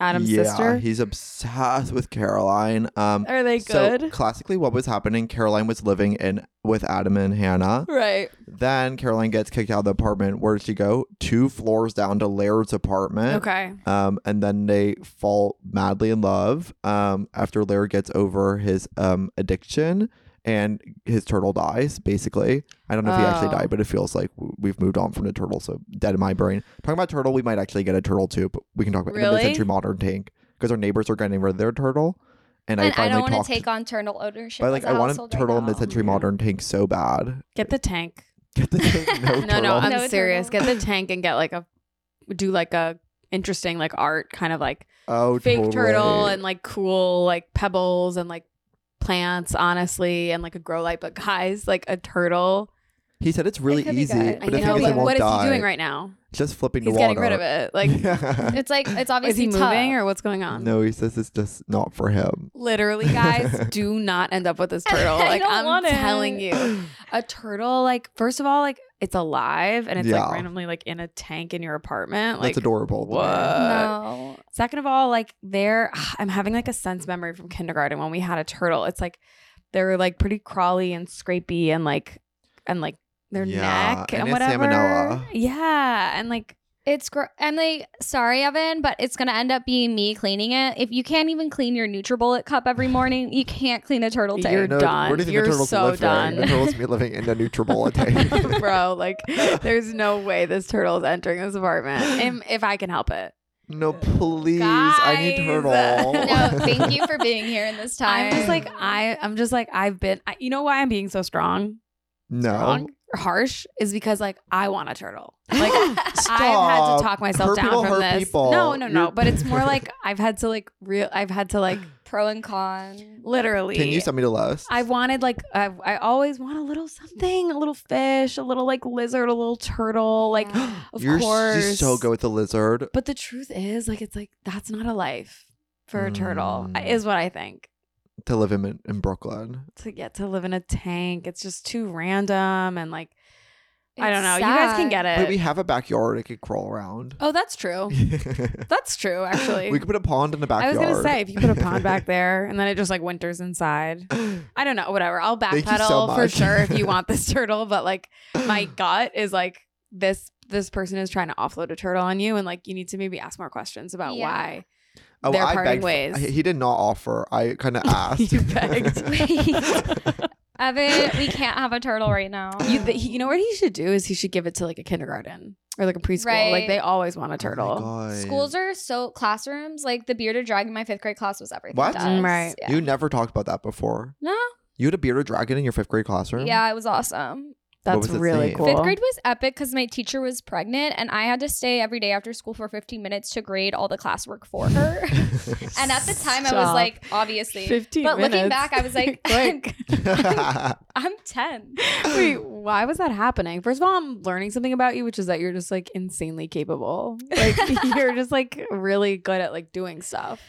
[SPEAKER 3] Adam's
[SPEAKER 1] yeah,
[SPEAKER 3] sister?
[SPEAKER 1] he's obsessed with Caroline. Um,
[SPEAKER 3] Are they
[SPEAKER 1] so
[SPEAKER 3] good?
[SPEAKER 1] classically, what was happening? Caroline was living in with Adam and Hannah.
[SPEAKER 3] right.
[SPEAKER 1] Then Caroline gets kicked out of the apartment. Where did she go? Two floors down to Laird's apartment.
[SPEAKER 3] Okay.
[SPEAKER 1] Um, and then they fall madly in love. Um, after Laird gets over his um addiction and his turtle dies, basically. I don't know if he actually
[SPEAKER 3] Oh.
[SPEAKER 1] died, but it feels like w- we've moved on from the turtle, so dead in my brain. Talking about turtle, we might actually get a turtle too, but we can talk about in the
[SPEAKER 3] Really?
[SPEAKER 1] century modern tank because our neighbors are getting rid of their turtle, and,
[SPEAKER 2] and
[SPEAKER 1] I
[SPEAKER 2] I
[SPEAKER 1] finally
[SPEAKER 2] don't want
[SPEAKER 1] talked.
[SPEAKER 2] to take on turtle ownership
[SPEAKER 1] but like,
[SPEAKER 2] as a
[SPEAKER 1] I want a
[SPEAKER 2] household right
[SPEAKER 1] turtle in
[SPEAKER 2] now.
[SPEAKER 1] the century
[SPEAKER 3] Yeah.
[SPEAKER 1] modern tank so bad.
[SPEAKER 3] Get the tank.
[SPEAKER 1] Get the tank, no,
[SPEAKER 3] No,
[SPEAKER 1] turtle.
[SPEAKER 3] no, I'm
[SPEAKER 2] No
[SPEAKER 3] serious.
[SPEAKER 2] turtle.
[SPEAKER 3] Get the tank and get like a do like a interesting like art kind of like
[SPEAKER 1] oh,
[SPEAKER 3] fake
[SPEAKER 1] totally.
[SPEAKER 3] turtle and like cool like pebbles and like plants honestly and like a grow light but guys like a turtle
[SPEAKER 1] he said it's really
[SPEAKER 2] could be
[SPEAKER 1] easy,
[SPEAKER 2] good.
[SPEAKER 1] but
[SPEAKER 2] I
[SPEAKER 1] the
[SPEAKER 2] know,
[SPEAKER 1] thing is,
[SPEAKER 2] but
[SPEAKER 1] it won't
[SPEAKER 3] what is
[SPEAKER 1] die.
[SPEAKER 3] he doing right now
[SPEAKER 1] Just flipping
[SPEAKER 3] he's
[SPEAKER 1] the water.
[SPEAKER 3] getting rid of it like
[SPEAKER 1] Yeah.
[SPEAKER 2] It's like it's
[SPEAKER 3] is
[SPEAKER 2] obviously
[SPEAKER 3] he moving
[SPEAKER 2] tough.
[SPEAKER 3] or what's going on
[SPEAKER 1] No, he says it's just not for him.
[SPEAKER 3] literally guys do not end up with this turtle
[SPEAKER 2] I
[SPEAKER 3] like
[SPEAKER 2] don't
[SPEAKER 3] i'm
[SPEAKER 2] want it.
[SPEAKER 3] telling you a turtle like first of all like it's alive and it's
[SPEAKER 1] Yeah.
[SPEAKER 3] like randomly like in a tank in your apartment like
[SPEAKER 1] That's adorable. to me.
[SPEAKER 3] what?
[SPEAKER 2] no.
[SPEAKER 3] Second of all, like there, I'm having like a sense memory from kindergarten when we had a turtle. It's like they were like pretty crawly and scrapey and like and like their
[SPEAKER 1] Yeah,
[SPEAKER 3] neck
[SPEAKER 1] and
[SPEAKER 3] and,
[SPEAKER 1] it's
[SPEAKER 3] whatever.
[SPEAKER 1] salmonella.
[SPEAKER 3] Yeah, and like
[SPEAKER 2] It's gr- I'm like sorry, Evan, but it's gonna end up being me cleaning it. If you can't even clean your NutriBullet cup every morning, you can't clean a turtle tank.
[SPEAKER 3] You're
[SPEAKER 1] No,
[SPEAKER 3] done.
[SPEAKER 1] Where do you think
[SPEAKER 3] You're
[SPEAKER 1] the turtles
[SPEAKER 3] so
[SPEAKER 1] live? Ryan? The
[SPEAKER 3] done.
[SPEAKER 1] turtles be living in a Nutribullet tank.
[SPEAKER 3] bro, like there's no way this turtle is entering this apartment Im- if I can help it.
[SPEAKER 1] no, please. I need
[SPEAKER 3] Guys.
[SPEAKER 1] turtle.
[SPEAKER 2] no, thank you for being here in this time.
[SPEAKER 3] I'm just like I, I'm just like I've been. I, you know why I'm being so strong,
[SPEAKER 1] no.
[SPEAKER 3] strong, harsh is because like I want a turtle. Like I've had
[SPEAKER 1] Stop.
[SPEAKER 3] to talk myself
[SPEAKER 1] Hurt
[SPEAKER 3] down
[SPEAKER 1] people
[SPEAKER 3] from
[SPEAKER 1] hurt
[SPEAKER 3] this.
[SPEAKER 1] people.
[SPEAKER 3] No, no, no.
[SPEAKER 1] You're-
[SPEAKER 3] But it's more like I've had to like real. I've had to like
[SPEAKER 2] pro and con.
[SPEAKER 3] literally.
[SPEAKER 1] Can you send me the list?
[SPEAKER 3] I wanted like I, I always want a little something, a little fish, a little like lizard, a little turtle, like
[SPEAKER 2] Yeah.
[SPEAKER 3] of
[SPEAKER 1] You're,
[SPEAKER 3] course.
[SPEAKER 1] She's so good with the lizard.
[SPEAKER 3] But the truth is, like, it's like that's not a life for a turtle,
[SPEAKER 1] Mm.
[SPEAKER 3] is what I think.
[SPEAKER 1] To live him in, in Brooklyn.
[SPEAKER 3] To get to live in a tank, it's just too random and like I don't
[SPEAKER 2] It's
[SPEAKER 3] know. You guys
[SPEAKER 2] sad.
[SPEAKER 3] can get it.
[SPEAKER 1] Wait, we have a backyard. It could crawl around.
[SPEAKER 3] oh, that's true. That's true, actually.
[SPEAKER 1] we could put a pond in the
[SPEAKER 3] I
[SPEAKER 1] backyard.
[SPEAKER 3] was gonna say if you put a pond back there and then it just like winters inside. I don't know, whatever. I'll
[SPEAKER 1] you so
[SPEAKER 3] backpedal for
[SPEAKER 1] much.
[SPEAKER 3] sure if you want this turtle, but like my gut is like this this person is trying to offload a turtle on you and like you need to maybe ask more questions about
[SPEAKER 2] Yeah.
[SPEAKER 3] why
[SPEAKER 1] Oh,
[SPEAKER 3] they're
[SPEAKER 1] I
[SPEAKER 3] parting
[SPEAKER 1] begged-
[SPEAKER 3] ways.
[SPEAKER 1] He did not offer. I kind of asked. Oh
[SPEAKER 3] You begged.
[SPEAKER 2] Evan, we can't have a turtle right now.
[SPEAKER 3] you, th- he- you know what he should do is he should give it to like a kindergarten or like a preschool.
[SPEAKER 2] Right.
[SPEAKER 3] Like they always want a turtle.
[SPEAKER 1] Oh my God.
[SPEAKER 2] Schools are so classrooms. Like the bearded dragon in my fifth grade class was everything.
[SPEAKER 1] What?
[SPEAKER 2] to us.
[SPEAKER 3] Mm, right.
[SPEAKER 2] Yeah.
[SPEAKER 1] You never talked about that before.
[SPEAKER 2] no.
[SPEAKER 1] You had a bearded dragon in your fifth grade classroom.
[SPEAKER 2] Yeah, it was awesome.
[SPEAKER 3] That's
[SPEAKER 1] was its
[SPEAKER 3] really
[SPEAKER 1] name?
[SPEAKER 3] cool.
[SPEAKER 2] Fifth grade was epic because my teacher was pregnant and I had to stay every day after school for 15 minutes to grade all the classwork for her. and at the time, I was
[SPEAKER 3] Stop.
[SPEAKER 2] like, obviously.
[SPEAKER 3] 15
[SPEAKER 2] but looking
[SPEAKER 3] minutes.
[SPEAKER 2] back, I was like,
[SPEAKER 3] Quick.
[SPEAKER 2] I'm 10.
[SPEAKER 3] Wait, why was that happening? First of all, I'm learning something about you, which is that you're just like insanely capable. Like you're just like really good at like doing stuff.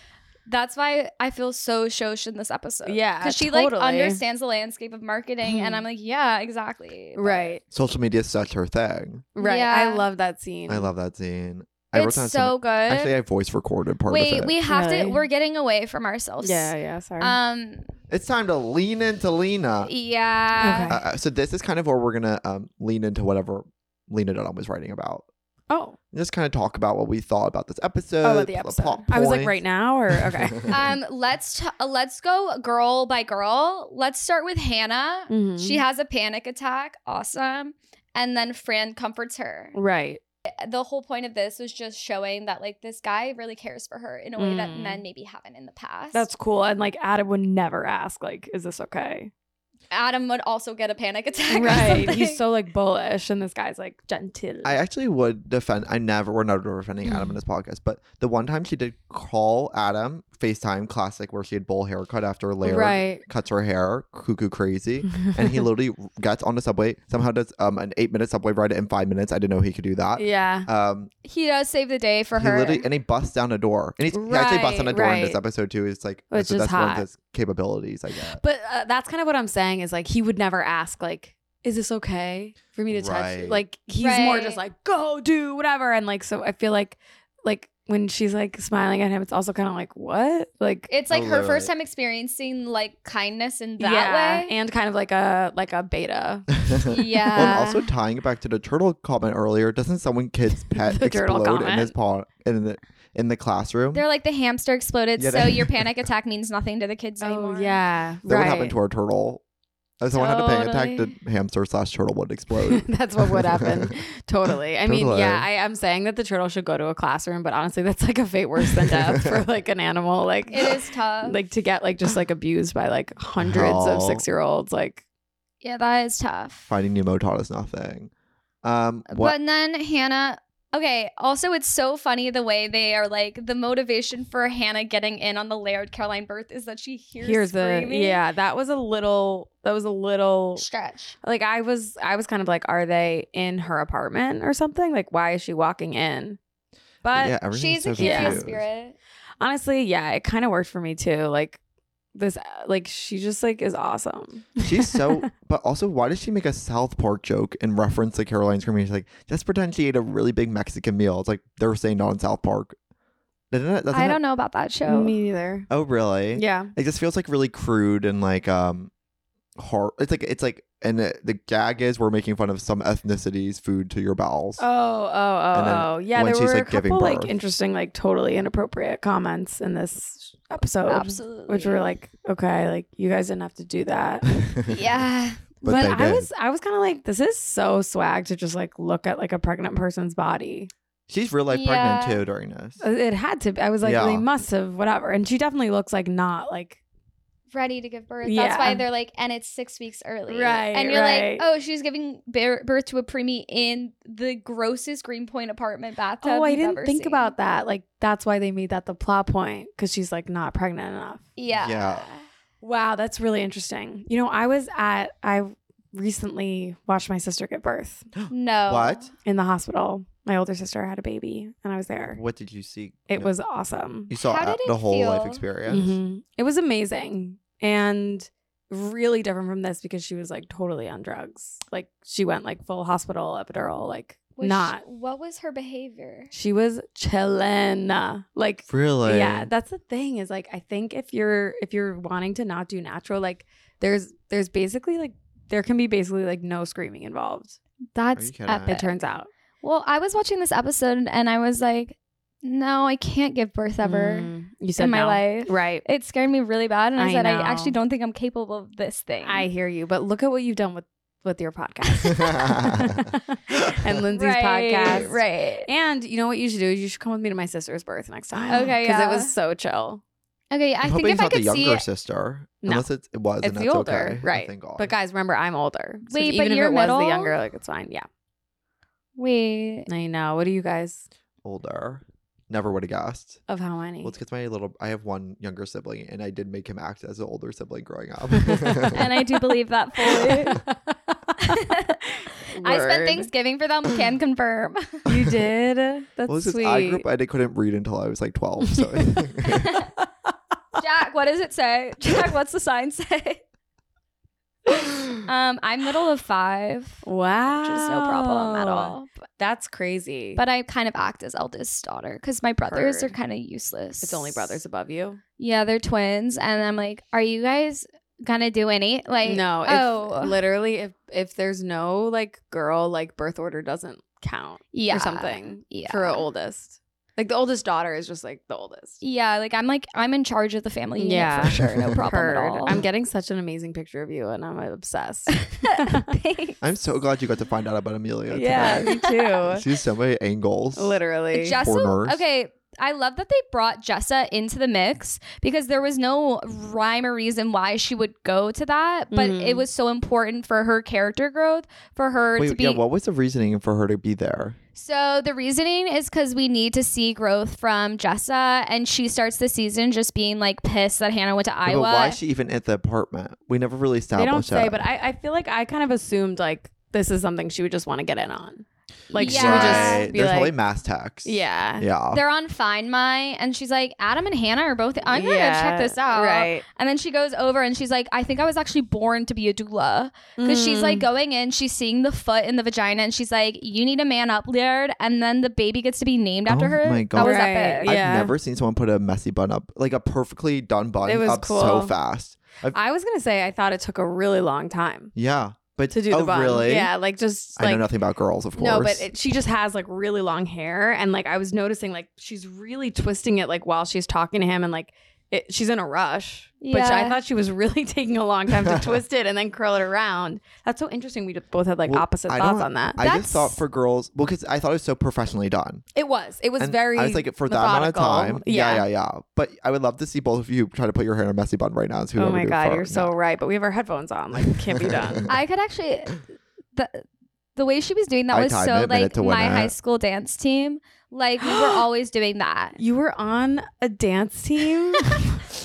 [SPEAKER 2] That's why I feel so shosh in this episode.
[SPEAKER 3] Yeah,
[SPEAKER 2] Because she like
[SPEAKER 3] totally.
[SPEAKER 2] understands the landscape of marketing. and I'm like, yeah, exactly. But
[SPEAKER 3] Right.
[SPEAKER 1] Social media is such her thing.
[SPEAKER 3] Right.
[SPEAKER 2] Yeah.
[SPEAKER 3] I love that scene.
[SPEAKER 1] I love that scene. I wrote
[SPEAKER 2] It's
[SPEAKER 1] down
[SPEAKER 2] so
[SPEAKER 1] some-
[SPEAKER 2] good.
[SPEAKER 1] Actually, I voice recorded part of
[SPEAKER 2] Wait,
[SPEAKER 1] it.
[SPEAKER 2] we have to,
[SPEAKER 3] Really?
[SPEAKER 2] we're getting away from ourselves.
[SPEAKER 3] Yeah, yeah, sorry.
[SPEAKER 2] Um,
[SPEAKER 1] it's time to lean into Lena.
[SPEAKER 2] yeah.
[SPEAKER 1] Uh, uh, so this is kind of where we're gonna um, lean into whatever Lena Dunham was writing about.
[SPEAKER 3] oh.
[SPEAKER 1] And just kind of talk about what we thought about this episode.
[SPEAKER 3] Oh, the
[SPEAKER 1] pl-
[SPEAKER 3] episode.
[SPEAKER 1] Uh, plot
[SPEAKER 3] I was like,
[SPEAKER 1] points.
[SPEAKER 3] right now or okay.
[SPEAKER 2] um let's t- uh, let's go girl by girl let's start with hannah
[SPEAKER 3] Mhm.
[SPEAKER 2] she has a panic attack awesome and then fran comforts her
[SPEAKER 3] right.
[SPEAKER 2] the whole point of this was just showing that like this guy really cares for her in a way that
[SPEAKER 3] Mm.
[SPEAKER 2] men maybe haven't in the past
[SPEAKER 3] That's cool. And like Adam would never ask, like, is this okay?
[SPEAKER 2] adam would also get a panic attack or
[SPEAKER 3] Right.
[SPEAKER 2] something.
[SPEAKER 3] He's so like bullish and this guy's like gentle.
[SPEAKER 1] I actually would defend. I never, we're never defending
[SPEAKER 3] Mm.
[SPEAKER 1] Adam in this podcast, but the one time she did call Adam FaceTime classic where she had bowl haircut after Larry
[SPEAKER 3] right.
[SPEAKER 1] cuts her hair, cuckoo crazy, and he literally gets on the subway. Somehow does um an eight minute subway ride in five minutes. I didn't know he could do that.
[SPEAKER 3] yeah.
[SPEAKER 1] Um,
[SPEAKER 2] he does save the day for
[SPEAKER 1] he
[SPEAKER 2] her
[SPEAKER 1] literally and he busts down a door, and he's, he actually busts down a
[SPEAKER 3] Right,
[SPEAKER 1] door in this
[SPEAKER 3] right.
[SPEAKER 1] episode too. It's like
[SPEAKER 3] Which
[SPEAKER 1] so
[SPEAKER 3] is
[SPEAKER 1] that's one of
[SPEAKER 3] hot.
[SPEAKER 1] his capabilities, I guess.
[SPEAKER 3] But uh, that's kind of what I'm saying is like he would never ask like is this okay for me to touch?
[SPEAKER 1] Right.
[SPEAKER 3] you?" Like he's more just
[SPEAKER 2] Right.
[SPEAKER 3] like go do whatever and like so I feel like like when she's like smiling at him it's also kind of like what? Like
[SPEAKER 2] it's like
[SPEAKER 1] Oh,
[SPEAKER 2] her
[SPEAKER 1] right,
[SPEAKER 2] first
[SPEAKER 1] right.
[SPEAKER 2] time experiencing like kindness in that
[SPEAKER 3] yeah,
[SPEAKER 2] way
[SPEAKER 3] and kind of like a like a beta.
[SPEAKER 2] yeah
[SPEAKER 1] Well,
[SPEAKER 3] Uh,
[SPEAKER 1] and also tying it back to the turtle comment earlier, doesn't someone kid's pet
[SPEAKER 3] The turtle
[SPEAKER 1] explode in his
[SPEAKER 3] comment.
[SPEAKER 1] paw in the in the classroom?
[SPEAKER 2] they're like the hamster exploded
[SPEAKER 1] Yeah,
[SPEAKER 2] so
[SPEAKER 1] they-
[SPEAKER 2] your panic attack means nothing to the kids anymore
[SPEAKER 3] Oh, yeah,
[SPEAKER 1] That
[SPEAKER 3] right.
[SPEAKER 1] would happen to our turtle. If someone had a panic attack,
[SPEAKER 2] Totally.
[SPEAKER 1] the hamster slash turtle would explode.
[SPEAKER 3] that's what would happen. totally. I mean,
[SPEAKER 1] Totally.
[SPEAKER 3] yeah, I, I'm saying that the turtle should go to a classroom, but honestly, that's like a fate worse than death for like an animal. Like
[SPEAKER 2] It is tough.
[SPEAKER 3] like to get like just like abused by like hundreds of
[SPEAKER 1] No.
[SPEAKER 3] six year olds like
[SPEAKER 2] yeah, that is tough.
[SPEAKER 1] Finding Nemo taught us nothing. Um,
[SPEAKER 3] Uh,
[SPEAKER 1] what?
[SPEAKER 2] But then Hannah, okay, also it's so funny the way they are like the motivation for Hannah getting in on the Laird Caroline birth is that she hears,
[SPEAKER 3] here's the
[SPEAKER 2] screaming.
[SPEAKER 3] yeah that was a little that was a little
[SPEAKER 2] Stretch.
[SPEAKER 3] like i was i was kind of like are they in her apartment or something like why is she walking in but
[SPEAKER 1] yeah, everything's
[SPEAKER 2] She's
[SPEAKER 1] so
[SPEAKER 2] a curious
[SPEAKER 1] confused.
[SPEAKER 2] spirit.
[SPEAKER 3] honestly yeah it kind of worked for me too like this uh, like she just like is awesome
[SPEAKER 1] She's so. But also, why does she make a South Park joke in reference to Caroline screaming? She's like, just pretend she ate a really big Mexican meal. It's like they were saying not in South Park. Doesn't it? Doesn't
[SPEAKER 2] I
[SPEAKER 1] it-
[SPEAKER 2] don't know about that show.
[SPEAKER 3] neither
[SPEAKER 1] Oh, really?
[SPEAKER 3] yeah
[SPEAKER 1] It just feels like really crude and like um hard. It's like it's like and the, the gag is we're making fun of some ethnicity's food to your bowels.
[SPEAKER 3] Oh, oh,
[SPEAKER 1] And then
[SPEAKER 3] oh, oh. Yeah,
[SPEAKER 1] when
[SPEAKER 3] there
[SPEAKER 1] she's,
[SPEAKER 3] were
[SPEAKER 1] like,
[SPEAKER 3] a
[SPEAKER 1] giving
[SPEAKER 3] couple like
[SPEAKER 1] birth.
[SPEAKER 3] interesting, like totally inappropriate comments in this episode.
[SPEAKER 2] Absolutely.
[SPEAKER 3] Which were like, okay, like you guys didn't have to do that.
[SPEAKER 2] Yeah.
[SPEAKER 1] But they
[SPEAKER 3] I
[SPEAKER 1] did.
[SPEAKER 3] was I was kinda like, this is so swag to just like look at like a pregnant person's body.
[SPEAKER 1] She's real life
[SPEAKER 2] Yeah.
[SPEAKER 1] pregnant too during this.
[SPEAKER 3] Uh, It had to be. I was like,
[SPEAKER 1] Yeah.
[SPEAKER 3] they must have whatever. And she definitely looks like not like
[SPEAKER 2] Ready to give birth. That's
[SPEAKER 3] Yeah.
[SPEAKER 2] why they're like, and it's six weeks early.
[SPEAKER 3] Right,
[SPEAKER 2] And you're like,
[SPEAKER 3] right.
[SPEAKER 2] oh, she's giving bear- birth to a preemie in the grossest Greenpoint apartment bathtub.
[SPEAKER 3] Oh, I
[SPEAKER 2] you've
[SPEAKER 3] didn't
[SPEAKER 2] ever
[SPEAKER 3] think
[SPEAKER 2] seen.
[SPEAKER 3] about that. Like that's why they made that the plot point, because she's like not pregnant enough.
[SPEAKER 2] Yeah.
[SPEAKER 1] Yeah.
[SPEAKER 3] Wow, that's really interesting. You know, I was at I recently watched my sister give birth
[SPEAKER 2] No.
[SPEAKER 1] What?
[SPEAKER 3] in the hospital. My older sister had a baby, and I was there.
[SPEAKER 1] What did you see?
[SPEAKER 3] It
[SPEAKER 1] No.
[SPEAKER 3] was awesome.
[SPEAKER 1] you saw
[SPEAKER 2] How did
[SPEAKER 1] the
[SPEAKER 2] it
[SPEAKER 1] whole life
[SPEAKER 2] feel?
[SPEAKER 1] experience.
[SPEAKER 3] Mhm. It was amazing and really different from this because she was like totally on drugs. Like she went like full hospital epidural, like
[SPEAKER 2] Was she-
[SPEAKER 3] not.
[SPEAKER 2] what was her behavior?
[SPEAKER 3] She was chilling. Like
[SPEAKER 1] Really?
[SPEAKER 3] yeah that's the thing is like i think if you're if you're wanting to not do natural like there's there's basically like there can be basically like no screaming involved
[SPEAKER 2] That's
[SPEAKER 1] kidding me?
[SPEAKER 2] epic.
[SPEAKER 3] it turns out
[SPEAKER 2] Well, I was watching this episode and I was like, no, I can't give birth ever
[SPEAKER 3] Mm, you said
[SPEAKER 2] in my
[SPEAKER 3] no.
[SPEAKER 2] life.
[SPEAKER 3] right
[SPEAKER 2] It scared me really bad. And I,
[SPEAKER 3] I
[SPEAKER 2] said,
[SPEAKER 3] know.
[SPEAKER 2] I actually don't think I'm capable of this thing.
[SPEAKER 3] i hear you but look at what you've done with with your podcast and lindsay's
[SPEAKER 2] Right,
[SPEAKER 3] podcast
[SPEAKER 2] Right.
[SPEAKER 3] and you know what you should do is you should come with me to my sister's birth next time
[SPEAKER 2] Okay,
[SPEAKER 3] because
[SPEAKER 2] yeah.
[SPEAKER 3] it was so chill
[SPEAKER 2] Okay, I
[SPEAKER 1] I'm
[SPEAKER 2] think
[SPEAKER 1] hoping
[SPEAKER 2] if
[SPEAKER 1] it's
[SPEAKER 2] I
[SPEAKER 1] not
[SPEAKER 2] could
[SPEAKER 1] the
[SPEAKER 2] see
[SPEAKER 1] younger sister,
[SPEAKER 3] No.
[SPEAKER 1] unless it's, it was,
[SPEAKER 3] It's
[SPEAKER 1] and that's
[SPEAKER 3] the older,
[SPEAKER 1] okay.
[SPEAKER 3] right?
[SPEAKER 1] Thank God.
[SPEAKER 3] But guys, remember I'm older. So
[SPEAKER 2] Wait, but
[SPEAKER 3] even if
[SPEAKER 2] you're
[SPEAKER 3] it was
[SPEAKER 2] middle?
[SPEAKER 3] the younger, like it's fine. Yeah,
[SPEAKER 2] wait,
[SPEAKER 3] I know. What do you guys
[SPEAKER 1] older, never would have guessed.
[SPEAKER 3] of how many?
[SPEAKER 1] Well, it's because my little, I have one younger sibling, and I did make him act as an older sibling growing up.
[SPEAKER 2] and I do believe that fully. I spent
[SPEAKER 3] Word.
[SPEAKER 2] Thanksgiving for them. Can confirm.
[SPEAKER 3] You did. That's
[SPEAKER 1] well, it's
[SPEAKER 3] sweet.
[SPEAKER 1] just I grew up and I couldn't read until I was like 12. So
[SPEAKER 2] Jack, what does it say? Jack, what's the sign say? Um, I'm middle of five,
[SPEAKER 3] wow,
[SPEAKER 2] which is no problem at all. But,
[SPEAKER 3] That's crazy.
[SPEAKER 2] Oh, but I kind of act as eldest daughter because my brothers
[SPEAKER 3] Heard.
[SPEAKER 2] are kind of useless.
[SPEAKER 3] it's only brothers above you.
[SPEAKER 2] Yeah, they're twins, and I'm like, are you guys gonna do any like?
[SPEAKER 3] no, if,
[SPEAKER 2] oh
[SPEAKER 3] literally, if if there's no like girl, like birth order doesn't count
[SPEAKER 2] yeah
[SPEAKER 3] or something
[SPEAKER 2] yeah.
[SPEAKER 3] for a oldest. Like the oldest daughter is just like the oldest.
[SPEAKER 2] Yeah, like I'm like I'm in charge of the family unit yeah. for sure. No problem at
[SPEAKER 3] Heard.
[SPEAKER 2] all.
[SPEAKER 3] I'm getting such an amazing picture of you, and I'm uh, obsessed.
[SPEAKER 2] Thanks.
[SPEAKER 1] I'm so glad you got to find out about Amelia.
[SPEAKER 3] yeah,
[SPEAKER 1] Today.
[SPEAKER 3] me too.
[SPEAKER 1] She's so many angles.
[SPEAKER 3] Literally,
[SPEAKER 2] Jessa,
[SPEAKER 1] nurse.
[SPEAKER 2] okay. I love that they brought Jessa into the mix because there was no rhyme or reason why she would go to that, but
[SPEAKER 3] Mhm.
[SPEAKER 2] it was so important for her character growth, for her to
[SPEAKER 1] Wait,
[SPEAKER 2] be.
[SPEAKER 1] yeah, what was the reasoning for her to be there?
[SPEAKER 2] so the reasoning is because we need to see growth from Jessa, and she starts the season just being like pissed that Hannah went to
[SPEAKER 1] Yeah,
[SPEAKER 2] Iowa.
[SPEAKER 1] but why is she even at the apartment? We never really
[SPEAKER 3] they
[SPEAKER 1] established
[SPEAKER 3] don't say,
[SPEAKER 1] that.
[SPEAKER 3] but I, I feel like I kind of assumed like this is something she would just want to get in on. Like she would
[SPEAKER 2] Yeah.
[SPEAKER 3] just
[SPEAKER 1] Right.
[SPEAKER 3] be
[SPEAKER 1] There's
[SPEAKER 3] like,
[SPEAKER 1] probably mass tax.
[SPEAKER 3] yeah,
[SPEAKER 1] Yeah.
[SPEAKER 2] They're on Find My, and she's like, Adam and Hannah are both. I'm gonna
[SPEAKER 3] Yeah,
[SPEAKER 2] check this out.
[SPEAKER 3] Right?
[SPEAKER 2] And then she goes over and she's like, I think I was actually born to be a doula. Because she's
[SPEAKER 3] Mm.
[SPEAKER 2] like going in, she's seeing the foot in the vagina, and she's like, You need a man up, Laird. And then the baby gets to be named after
[SPEAKER 1] Oh
[SPEAKER 2] her.
[SPEAKER 1] my
[SPEAKER 2] That
[SPEAKER 1] God.
[SPEAKER 2] was
[SPEAKER 3] Right.
[SPEAKER 2] epic.
[SPEAKER 1] I've
[SPEAKER 3] yeah.
[SPEAKER 1] never seen someone put a messy bun up, like a perfectly done bun
[SPEAKER 3] It was
[SPEAKER 1] up so
[SPEAKER 3] cool.
[SPEAKER 1] fast.
[SPEAKER 3] I was gonna say I thought it took a really long time
[SPEAKER 1] Yeah. But
[SPEAKER 3] to do
[SPEAKER 1] oh,
[SPEAKER 3] the bun.
[SPEAKER 1] really?
[SPEAKER 3] Yeah, like just
[SPEAKER 1] I
[SPEAKER 3] like
[SPEAKER 1] know nothing about girls, of course.
[SPEAKER 3] no, but it, she just has like really long hair, and like I was noticing like she's really twisting it like while she's talking to him, and like it, she's in a rush. But
[SPEAKER 2] Yeah.
[SPEAKER 3] I thought she was really taking a long time to twist it and then curl it around. That's so interesting. We both had like
[SPEAKER 1] Well,
[SPEAKER 3] opposite
[SPEAKER 1] I
[SPEAKER 3] thoughts
[SPEAKER 1] don't-
[SPEAKER 3] on that.
[SPEAKER 1] I just thought
[SPEAKER 2] that's-
[SPEAKER 1] for girls, well, because I thought it was so professionally done.
[SPEAKER 3] It was. It was
[SPEAKER 1] And
[SPEAKER 3] very.
[SPEAKER 1] I was like, for that amount of
[SPEAKER 3] methodical.
[SPEAKER 1] time. Yeah. yeah, yeah, But I would love to see both of you try to put your hair in a messy bun right now. And see who
[SPEAKER 3] Oh
[SPEAKER 1] would
[SPEAKER 3] my
[SPEAKER 1] do it
[SPEAKER 3] god,
[SPEAKER 1] first.
[SPEAKER 3] you're so right. But we have our headphones on. Like, it can't be done.
[SPEAKER 2] I could actually. The, the way she was doing that
[SPEAKER 1] I
[SPEAKER 2] was
[SPEAKER 1] timed
[SPEAKER 2] so
[SPEAKER 1] it, minute
[SPEAKER 2] like
[SPEAKER 1] to
[SPEAKER 2] my
[SPEAKER 1] win it.
[SPEAKER 2] high school dance team. Like, we were always doing that.
[SPEAKER 3] you were on a dance team.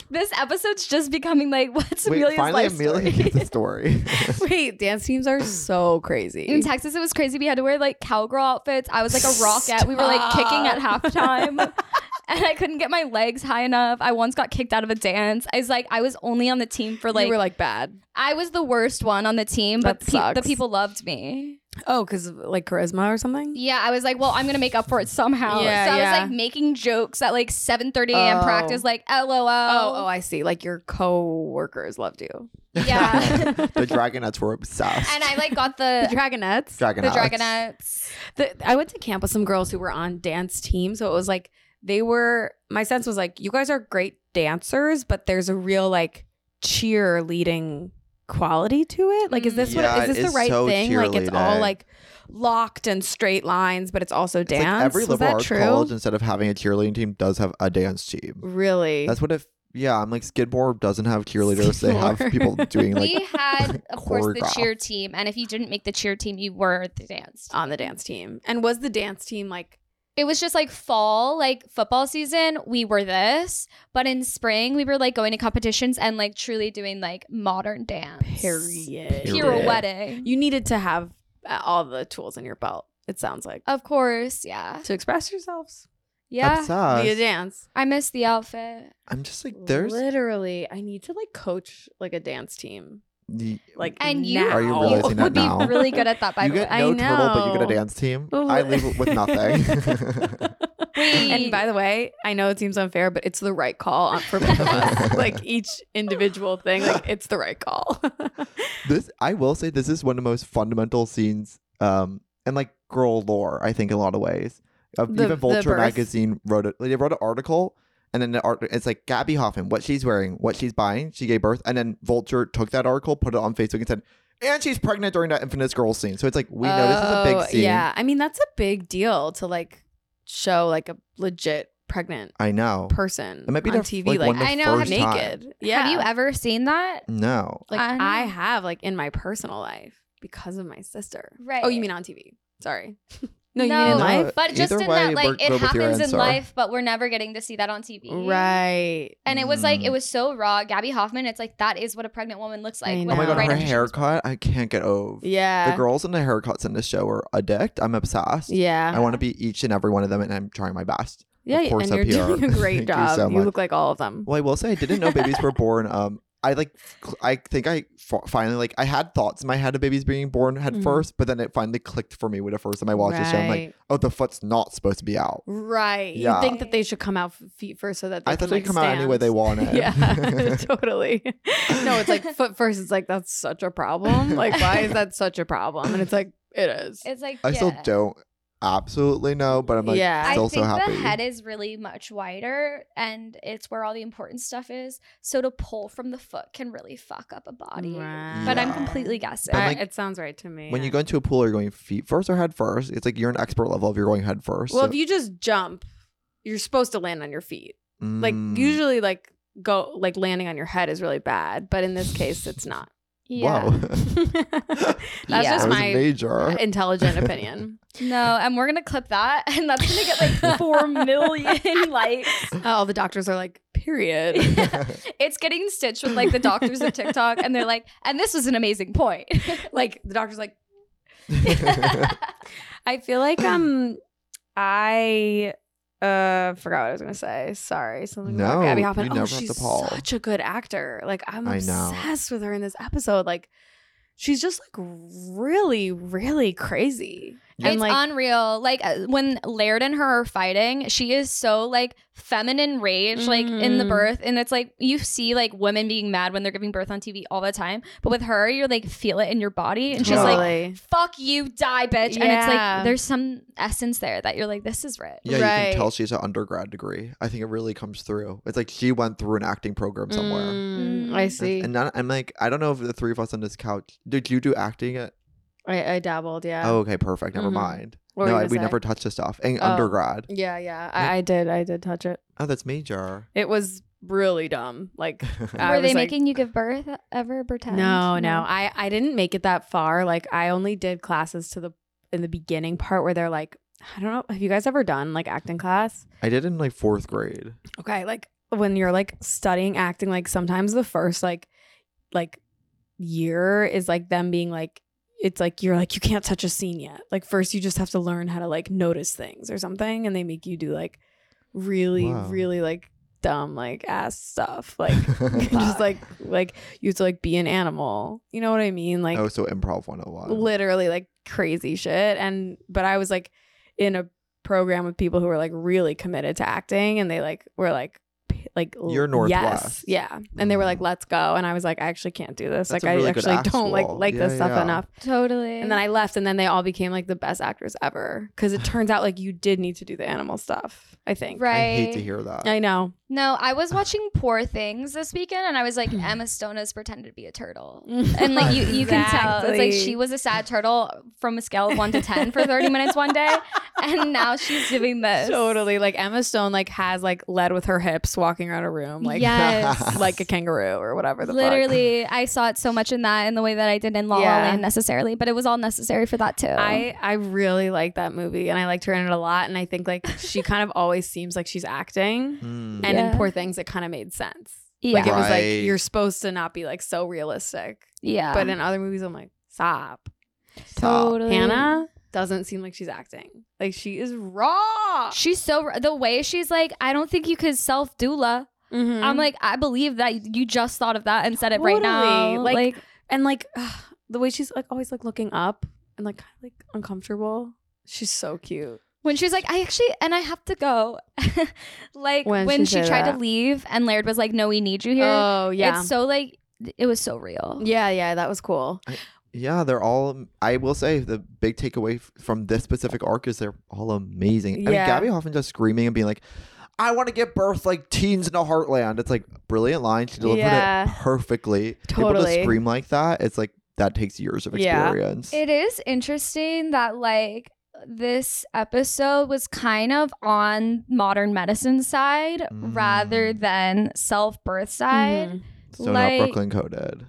[SPEAKER 2] This episode's just becoming like, What's
[SPEAKER 1] Wait,
[SPEAKER 2] Amelia's
[SPEAKER 1] finally,
[SPEAKER 2] life
[SPEAKER 1] Amelia
[SPEAKER 2] story?
[SPEAKER 1] gets a story.
[SPEAKER 3] Wait, dance teams are so crazy.
[SPEAKER 2] In Texas, it was crazy. We had to wear like cowgirl outfits. I was like a rocket. We were like kicking at halftime. And I couldn't get my legs high enough. I once got kicked out of a dance. I was like, I was only on the team for like,
[SPEAKER 3] you were like bad.
[SPEAKER 2] I was the worst one on the team, but
[SPEAKER 3] That
[SPEAKER 2] pe- the
[SPEAKER 3] sucks.
[SPEAKER 2] people loved me.
[SPEAKER 3] Oh, because like charisma or something.
[SPEAKER 2] Yeah, I was like, well, I'm gonna make up for it somehow.
[SPEAKER 3] Yeah,
[SPEAKER 2] so I
[SPEAKER 3] yeah.
[SPEAKER 2] was like making jokes at like 7:30 a.m.
[SPEAKER 3] Oh.
[SPEAKER 2] practice, like LOL.
[SPEAKER 3] Oh, oh, I see. Like your co-workers loved you.
[SPEAKER 2] yeah.
[SPEAKER 1] the Dragonettes were obsessed.
[SPEAKER 2] and I like got
[SPEAKER 3] The
[SPEAKER 2] the
[SPEAKER 3] Dragonettes.
[SPEAKER 2] the
[SPEAKER 1] Dragonettes.
[SPEAKER 2] Dragonettes.
[SPEAKER 3] The- I went to camp with some girls who were on dance team, so it was like they were. My sense was like, you guys are great dancers, but there's a real like cheerleading quality to it. Like, is this
[SPEAKER 1] Mm. Yeah,
[SPEAKER 3] what is
[SPEAKER 1] it
[SPEAKER 3] this
[SPEAKER 1] is
[SPEAKER 3] the right
[SPEAKER 1] so
[SPEAKER 3] thing? Like, it's all
[SPEAKER 1] cheerleading.
[SPEAKER 3] like locked and straight lines, but it's also
[SPEAKER 1] It's
[SPEAKER 3] dance.
[SPEAKER 1] Like every
[SPEAKER 3] was
[SPEAKER 1] liberal
[SPEAKER 3] that
[SPEAKER 1] arts
[SPEAKER 3] true?
[SPEAKER 1] college, instead of having a cheerleading team, does have a dance team.
[SPEAKER 3] really?
[SPEAKER 1] That's what if. Yeah, I'm like Skidmore doesn't have cheerleaders. They
[SPEAKER 3] Skidmore.
[SPEAKER 1] have people doing like.
[SPEAKER 2] we had, of course, the
[SPEAKER 1] choreographed.
[SPEAKER 2] cheer team, and if you didn't make the cheer team, you were the dance. team.
[SPEAKER 3] on the dance team, and was the dance team like?
[SPEAKER 2] It was just like fall, like football season. We were this, but in spring, we were like going to competitions and like truly doing like modern dance,
[SPEAKER 3] Period.
[SPEAKER 2] pirouetting.
[SPEAKER 3] You needed to have uh, all the tools in your belt. It sounds like
[SPEAKER 2] Of course, yeah,
[SPEAKER 3] to express yourselves
[SPEAKER 2] yeah.
[SPEAKER 3] via
[SPEAKER 1] Obsessed.
[SPEAKER 3] dance.
[SPEAKER 2] I miss the outfit.
[SPEAKER 1] I'm just like Uh, there's
[SPEAKER 3] literally, I need to like coach like a dance team.
[SPEAKER 1] the-
[SPEAKER 3] Like,
[SPEAKER 2] And you,
[SPEAKER 3] now.
[SPEAKER 1] Are you realizing that
[SPEAKER 2] would be
[SPEAKER 1] now?
[SPEAKER 2] really good at that. By
[SPEAKER 1] you
[SPEAKER 2] the
[SPEAKER 1] get
[SPEAKER 2] way,
[SPEAKER 3] I
[SPEAKER 1] no turtle, but you get
[SPEAKER 3] know.
[SPEAKER 1] a dance team. I leave it with nothing.
[SPEAKER 2] Wait.
[SPEAKER 3] and by the way, I know it seems unfair, but it's the right call on- for both of us. like each individual thing, like it's the right call.
[SPEAKER 1] this I will say this is one of the most fundamental scenes um and like girl lore I think in a lot of ways. Uh,
[SPEAKER 3] The- the
[SPEAKER 1] even Vulture
[SPEAKER 3] birth.
[SPEAKER 1] magazine wrote it. Like, they wrote an article and then the art it's like Gabby Hoffman what she's wearing what she's buying she gave birth and then Vulture took that article put it on Facebook and said and she's pregnant during that infamous girl scene so it's like we know this is a
[SPEAKER 3] Oh,
[SPEAKER 1] big scene
[SPEAKER 3] Yeah, I mean that's a big deal to like show like a legit pregnant
[SPEAKER 1] I know.
[SPEAKER 3] person
[SPEAKER 1] That might be
[SPEAKER 3] on
[SPEAKER 1] the f-
[SPEAKER 3] TV,
[SPEAKER 1] like,
[SPEAKER 3] like,
[SPEAKER 1] one of the
[SPEAKER 2] I know, have
[SPEAKER 1] first
[SPEAKER 2] you-
[SPEAKER 1] time.
[SPEAKER 3] naked. Yeah.
[SPEAKER 2] Have you ever seen that?
[SPEAKER 1] No.
[SPEAKER 3] like
[SPEAKER 2] I know.
[SPEAKER 3] I have like in my personal life because of my sister.
[SPEAKER 2] Right.
[SPEAKER 3] Oh, you mean on TV? Sorry. no, you mean
[SPEAKER 2] No.
[SPEAKER 3] in life?
[SPEAKER 2] But just
[SPEAKER 1] Either
[SPEAKER 2] in
[SPEAKER 1] way,
[SPEAKER 2] that,
[SPEAKER 1] we're
[SPEAKER 2] like,
[SPEAKER 1] good
[SPEAKER 2] it
[SPEAKER 1] with your
[SPEAKER 2] happens in
[SPEAKER 1] answer.
[SPEAKER 2] life, but we're never getting to see that on TV.
[SPEAKER 3] Right.
[SPEAKER 2] And it was like,
[SPEAKER 1] Mm.
[SPEAKER 2] it was so raw. Gabby Hoffman, it's like, that is what a pregnant woman looks like.
[SPEAKER 3] I
[SPEAKER 2] when-
[SPEAKER 1] Oh my god,
[SPEAKER 3] Right
[SPEAKER 1] her
[SPEAKER 2] after she was born.
[SPEAKER 1] haircut, I can't get over.
[SPEAKER 3] Yeah.
[SPEAKER 1] The girls in the haircuts in the show are addict. I'm obsessed.
[SPEAKER 3] Yeah.
[SPEAKER 1] I want to be each and every one of them, and I'm trying my best.
[SPEAKER 3] yeah.
[SPEAKER 1] of course
[SPEAKER 3] and
[SPEAKER 1] up
[SPEAKER 3] you're
[SPEAKER 1] here.
[SPEAKER 3] doing a
[SPEAKER 1] Thank
[SPEAKER 3] great
[SPEAKER 1] you
[SPEAKER 3] job.
[SPEAKER 1] so
[SPEAKER 3] You,
[SPEAKER 1] much.
[SPEAKER 3] look like all of them.
[SPEAKER 1] Well, I will say I didn't know babies were born. Um, I like, cl- I think I f- finally like I had thoughts in my head of babies being born head
[SPEAKER 3] Mhm.
[SPEAKER 1] first, but then it finally clicked for me when the first time I watched the show. I'm like, oh, the foot's not supposed to be out.
[SPEAKER 3] Right.
[SPEAKER 1] Yeah.
[SPEAKER 3] You think that they should come out f- feet first so that they
[SPEAKER 1] I thought
[SPEAKER 3] can,
[SPEAKER 1] they'd
[SPEAKER 3] like,
[SPEAKER 1] come out any
[SPEAKER 3] stand.
[SPEAKER 1] way they wanted.
[SPEAKER 3] yeah, totally. No, it's like foot first. It's like that's such a problem. Like, why is that such a problem? And it's like it is.
[SPEAKER 2] It's like,
[SPEAKER 1] I still
[SPEAKER 2] yeah.
[SPEAKER 1] don't absolutely know, but I'm like,
[SPEAKER 3] Yeah.
[SPEAKER 2] I
[SPEAKER 1] still
[SPEAKER 2] think
[SPEAKER 1] so happy.
[SPEAKER 2] the head is really much wider, and it's where all the important stuff is. So to pull from the foot can really fuck up a body. But I'm
[SPEAKER 1] Yeah.
[SPEAKER 2] completely guessing.
[SPEAKER 1] But,
[SPEAKER 3] I-
[SPEAKER 1] like,
[SPEAKER 3] it sounds right to me.
[SPEAKER 1] when
[SPEAKER 3] yeah.
[SPEAKER 1] you go into a pool, are you going feet first or head first? It's like you're an expert level if you're going head first.
[SPEAKER 3] well,
[SPEAKER 1] so-
[SPEAKER 3] if you just jump, you're supposed to land on your feet. Like
[SPEAKER 1] Mm.
[SPEAKER 3] usually, like go like landing on your head is really bad, but in this case, it's not.
[SPEAKER 2] yeah.
[SPEAKER 1] Wow.
[SPEAKER 3] That's
[SPEAKER 2] Yeah.
[SPEAKER 1] That
[SPEAKER 3] just
[SPEAKER 1] was
[SPEAKER 3] my
[SPEAKER 1] major.
[SPEAKER 3] intelligent opinion.
[SPEAKER 2] No, and we're gonna clip that, and that's gonna get like four million likes.
[SPEAKER 3] Uh, All the doctors are like, period.
[SPEAKER 2] it's getting stitched with like the doctors of TikTok, and they're like, and this was an amazing point.
[SPEAKER 3] like the doctor's like, I feel like um I uh forgot what I was gonna say. Sorry, something
[SPEAKER 1] No,
[SPEAKER 3] about Abby Hoffman.
[SPEAKER 1] you
[SPEAKER 3] oh,
[SPEAKER 1] never have to
[SPEAKER 3] she's
[SPEAKER 1] pause.
[SPEAKER 3] such a good actor. Like I'm
[SPEAKER 1] I know.
[SPEAKER 3] obsessed with her in this episode. Like she's just like really, really crazy.
[SPEAKER 2] it's unreal. Like uh, when Laird and her are fighting, she is so like feminine rage, like in the
[SPEAKER 3] Mhm.
[SPEAKER 2] birth, and it's like you see like women being mad when they're giving birth on TV all the time, but with her, you're like feel it in your body, and she's like.
[SPEAKER 3] Totally.
[SPEAKER 2] Fuck you, die, bitch. And it's like
[SPEAKER 3] Yeah.
[SPEAKER 2] there's some essence there that you're like, this is rich.
[SPEAKER 1] Yeah, you
[SPEAKER 3] Right.
[SPEAKER 1] can tell she's an undergrad degree. I think it really comes through. It's like she went through an acting program somewhere.
[SPEAKER 3] Mm, I
[SPEAKER 2] Mm.
[SPEAKER 3] see.
[SPEAKER 1] And not, I'm like, I don't know if the three of us on this couch. Did you do acting? At,
[SPEAKER 3] I, I dabbled. Yeah.
[SPEAKER 1] Oh, okay, perfect. Never
[SPEAKER 3] Mhm.
[SPEAKER 1] mind.
[SPEAKER 3] What were
[SPEAKER 1] no,
[SPEAKER 3] you
[SPEAKER 1] I,
[SPEAKER 3] gonna
[SPEAKER 1] we
[SPEAKER 3] say?
[SPEAKER 1] never touched this stuff. And
[SPEAKER 3] Oh.
[SPEAKER 1] undergrad.
[SPEAKER 3] Yeah, yeah. I, I did. I did touch it.
[SPEAKER 1] Oh, that's major.
[SPEAKER 3] It was really dumb. Like I
[SPEAKER 2] Were they
[SPEAKER 3] was like-
[SPEAKER 2] making you give birth ever? Pretend?
[SPEAKER 3] No, no. I I didn't make it that far. Like I only did classes to the in the beginning part where they're like, I don't know, have you guys ever done like acting class?
[SPEAKER 1] I did it in like fourth grade.
[SPEAKER 3] Okay, like when you're like studying acting like sometimes the first like like year is like them being like it's like you're like you can't touch a scene yet. Like first you just have to learn how to like notice things or something and they make you do like really
[SPEAKER 1] Wow.
[SPEAKER 3] really like dumb like ass stuff like just like like you have to like be an animal. You know what I mean? Like
[SPEAKER 1] oh, so improv 101.
[SPEAKER 3] literally like crazy shit. And but I was like in a program with people who were like really committed to acting, and they like were like p- like l-
[SPEAKER 1] You're Northwest. Mm.
[SPEAKER 3] yes, yeah. And they were like, "Let's go," and I was like, "I actually can't do this.
[SPEAKER 1] That's a
[SPEAKER 3] like
[SPEAKER 1] really
[SPEAKER 3] I
[SPEAKER 1] good
[SPEAKER 3] actually
[SPEAKER 1] act
[SPEAKER 3] don't like
[SPEAKER 1] school.
[SPEAKER 3] like this
[SPEAKER 1] Yeah,
[SPEAKER 3] stuff
[SPEAKER 1] yeah.
[SPEAKER 3] enough."
[SPEAKER 2] Totally.
[SPEAKER 3] And then I left, and then they all became like the best actors ever because it turns out like you did need to do the animal stuff. I think.
[SPEAKER 2] right.
[SPEAKER 1] I hate to hear that.
[SPEAKER 3] I know.
[SPEAKER 2] No, I was watching Poor Things this weekend, and I was like, Emma Stone has pretended to be a turtle, and like you, you can tell it's like
[SPEAKER 3] Exactly.
[SPEAKER 2] she was a sad turtle from a scale of one to ten for thirty minutes one day, and now she's doing this.
[SPEAKER 3] Totally. Like Emma Stone like has like led with her hips walking around a room like
[SPEAKER 2] yes.
[SPEAKER 3] like a kangaroo or whatever the fuck.
[SPEAKER 2] Literally, I saw it so much in that, in the way that I did in La La
[SPEAKER 3] Yeah.
[SPEAKER 2] Land necessarily, but it was all necessary for that too.
[SPEAKER 3] I I really like that movie and I liked her in it a lot and I think like she kind of always seems like she's acting
[SPEAKER 1] Mm.
[SPEAKER 3] and
[SPEAKER 2] Yeah.
[SPEAKER 3] in Poor Things it kind of made sense.
[SPEAKER 2] yeah,
[SPEAKER 3] Like it was like
[SPEAKER 1] Right.
[SPEAKER 3] you're supposed to not be like so realistic,
[SPEAKER 2] yeah,
[SPEAKER 3] but in other movies I'm like stop.
[SPEAKER 1] Stop.
[SPEAKER 2] totally.
[SPEAKER 3] Hannah doesn't seem like she's acting. Like she is raw.
[SPEAKER 2] She's so the way she's like, I don't think you could self doula.
[SPEAKER 3] Mhm.
[SPEAKER 2] I'm like, I believe that you just thought of that and said it right
[SPEAKER 3] Totally.
[SPEAKER 2] now. Like,
[SPEAKER 3] Like- and like the way she's like always like looking up and like kind of like uncomfortable. She's so cute.
[SPEAKER 2] when she was like, I actually and I have to go. like when,
[SPEAKER 3] When she
[SPEAKER 2] she,
[SPEAKER 3] said
[SPEAKER 2] tried to
[SPEAKER 3] that.
[SPEAKER 2] leave and Laird was like, No, we need you here.
[SPEAKER 3] Oh yeah.
[SPEAKER 2] It's so like it was so real.
[SPEAKER 3] yeah, yeah, that was cool.
[SPEAKER 1] Yeah, they're all. I will say the big takeaway f- from this specific arc is they're all amazing. I mean,
[SPEAKER 3] Yeah.
[SPEAKER 1] Gabby Hoffman just screaming and being like, "I want to give birth like teens in a heartland." It's like brilliant line. She delivered
[SPEAKER 3] Yeah.
[SPEAKER 1] it perfectly. People to
[SPEAKER 3] Totally.
[SPEAKER 1] scream like that, it's like that takes years of
[SPEAKER 3] Yeah.
[SPEAKER 1] experience.
[SPEAKER 2] It is interesting that like this episode was kind of on modern medicine side
[SPEAKER 1] Mm.
[SPEAKER 2] rather than self birth side.
[SPEAKER 3] Mhm.
[SPEAKER 1] So
[SPEAKER 2] Like-
[SPEAKER 1] not Brooklyn coded.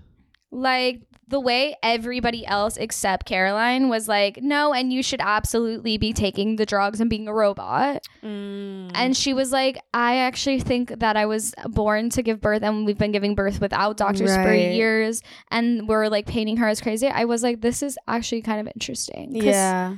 [SPEAKER 2] Like the way everybody else except Caroline was like, no, and you should absolutely be taking the drugs and being a robot. And she was like, I actually think that I was born to give birth and we've been giving birth without doctors for
[SPEAKER 3] Right.
[SPEAKER 2] years and we're like painting her as crazy. I was like, this is actually kind of interesting. 'cause
[SPEAKER 3] yeah,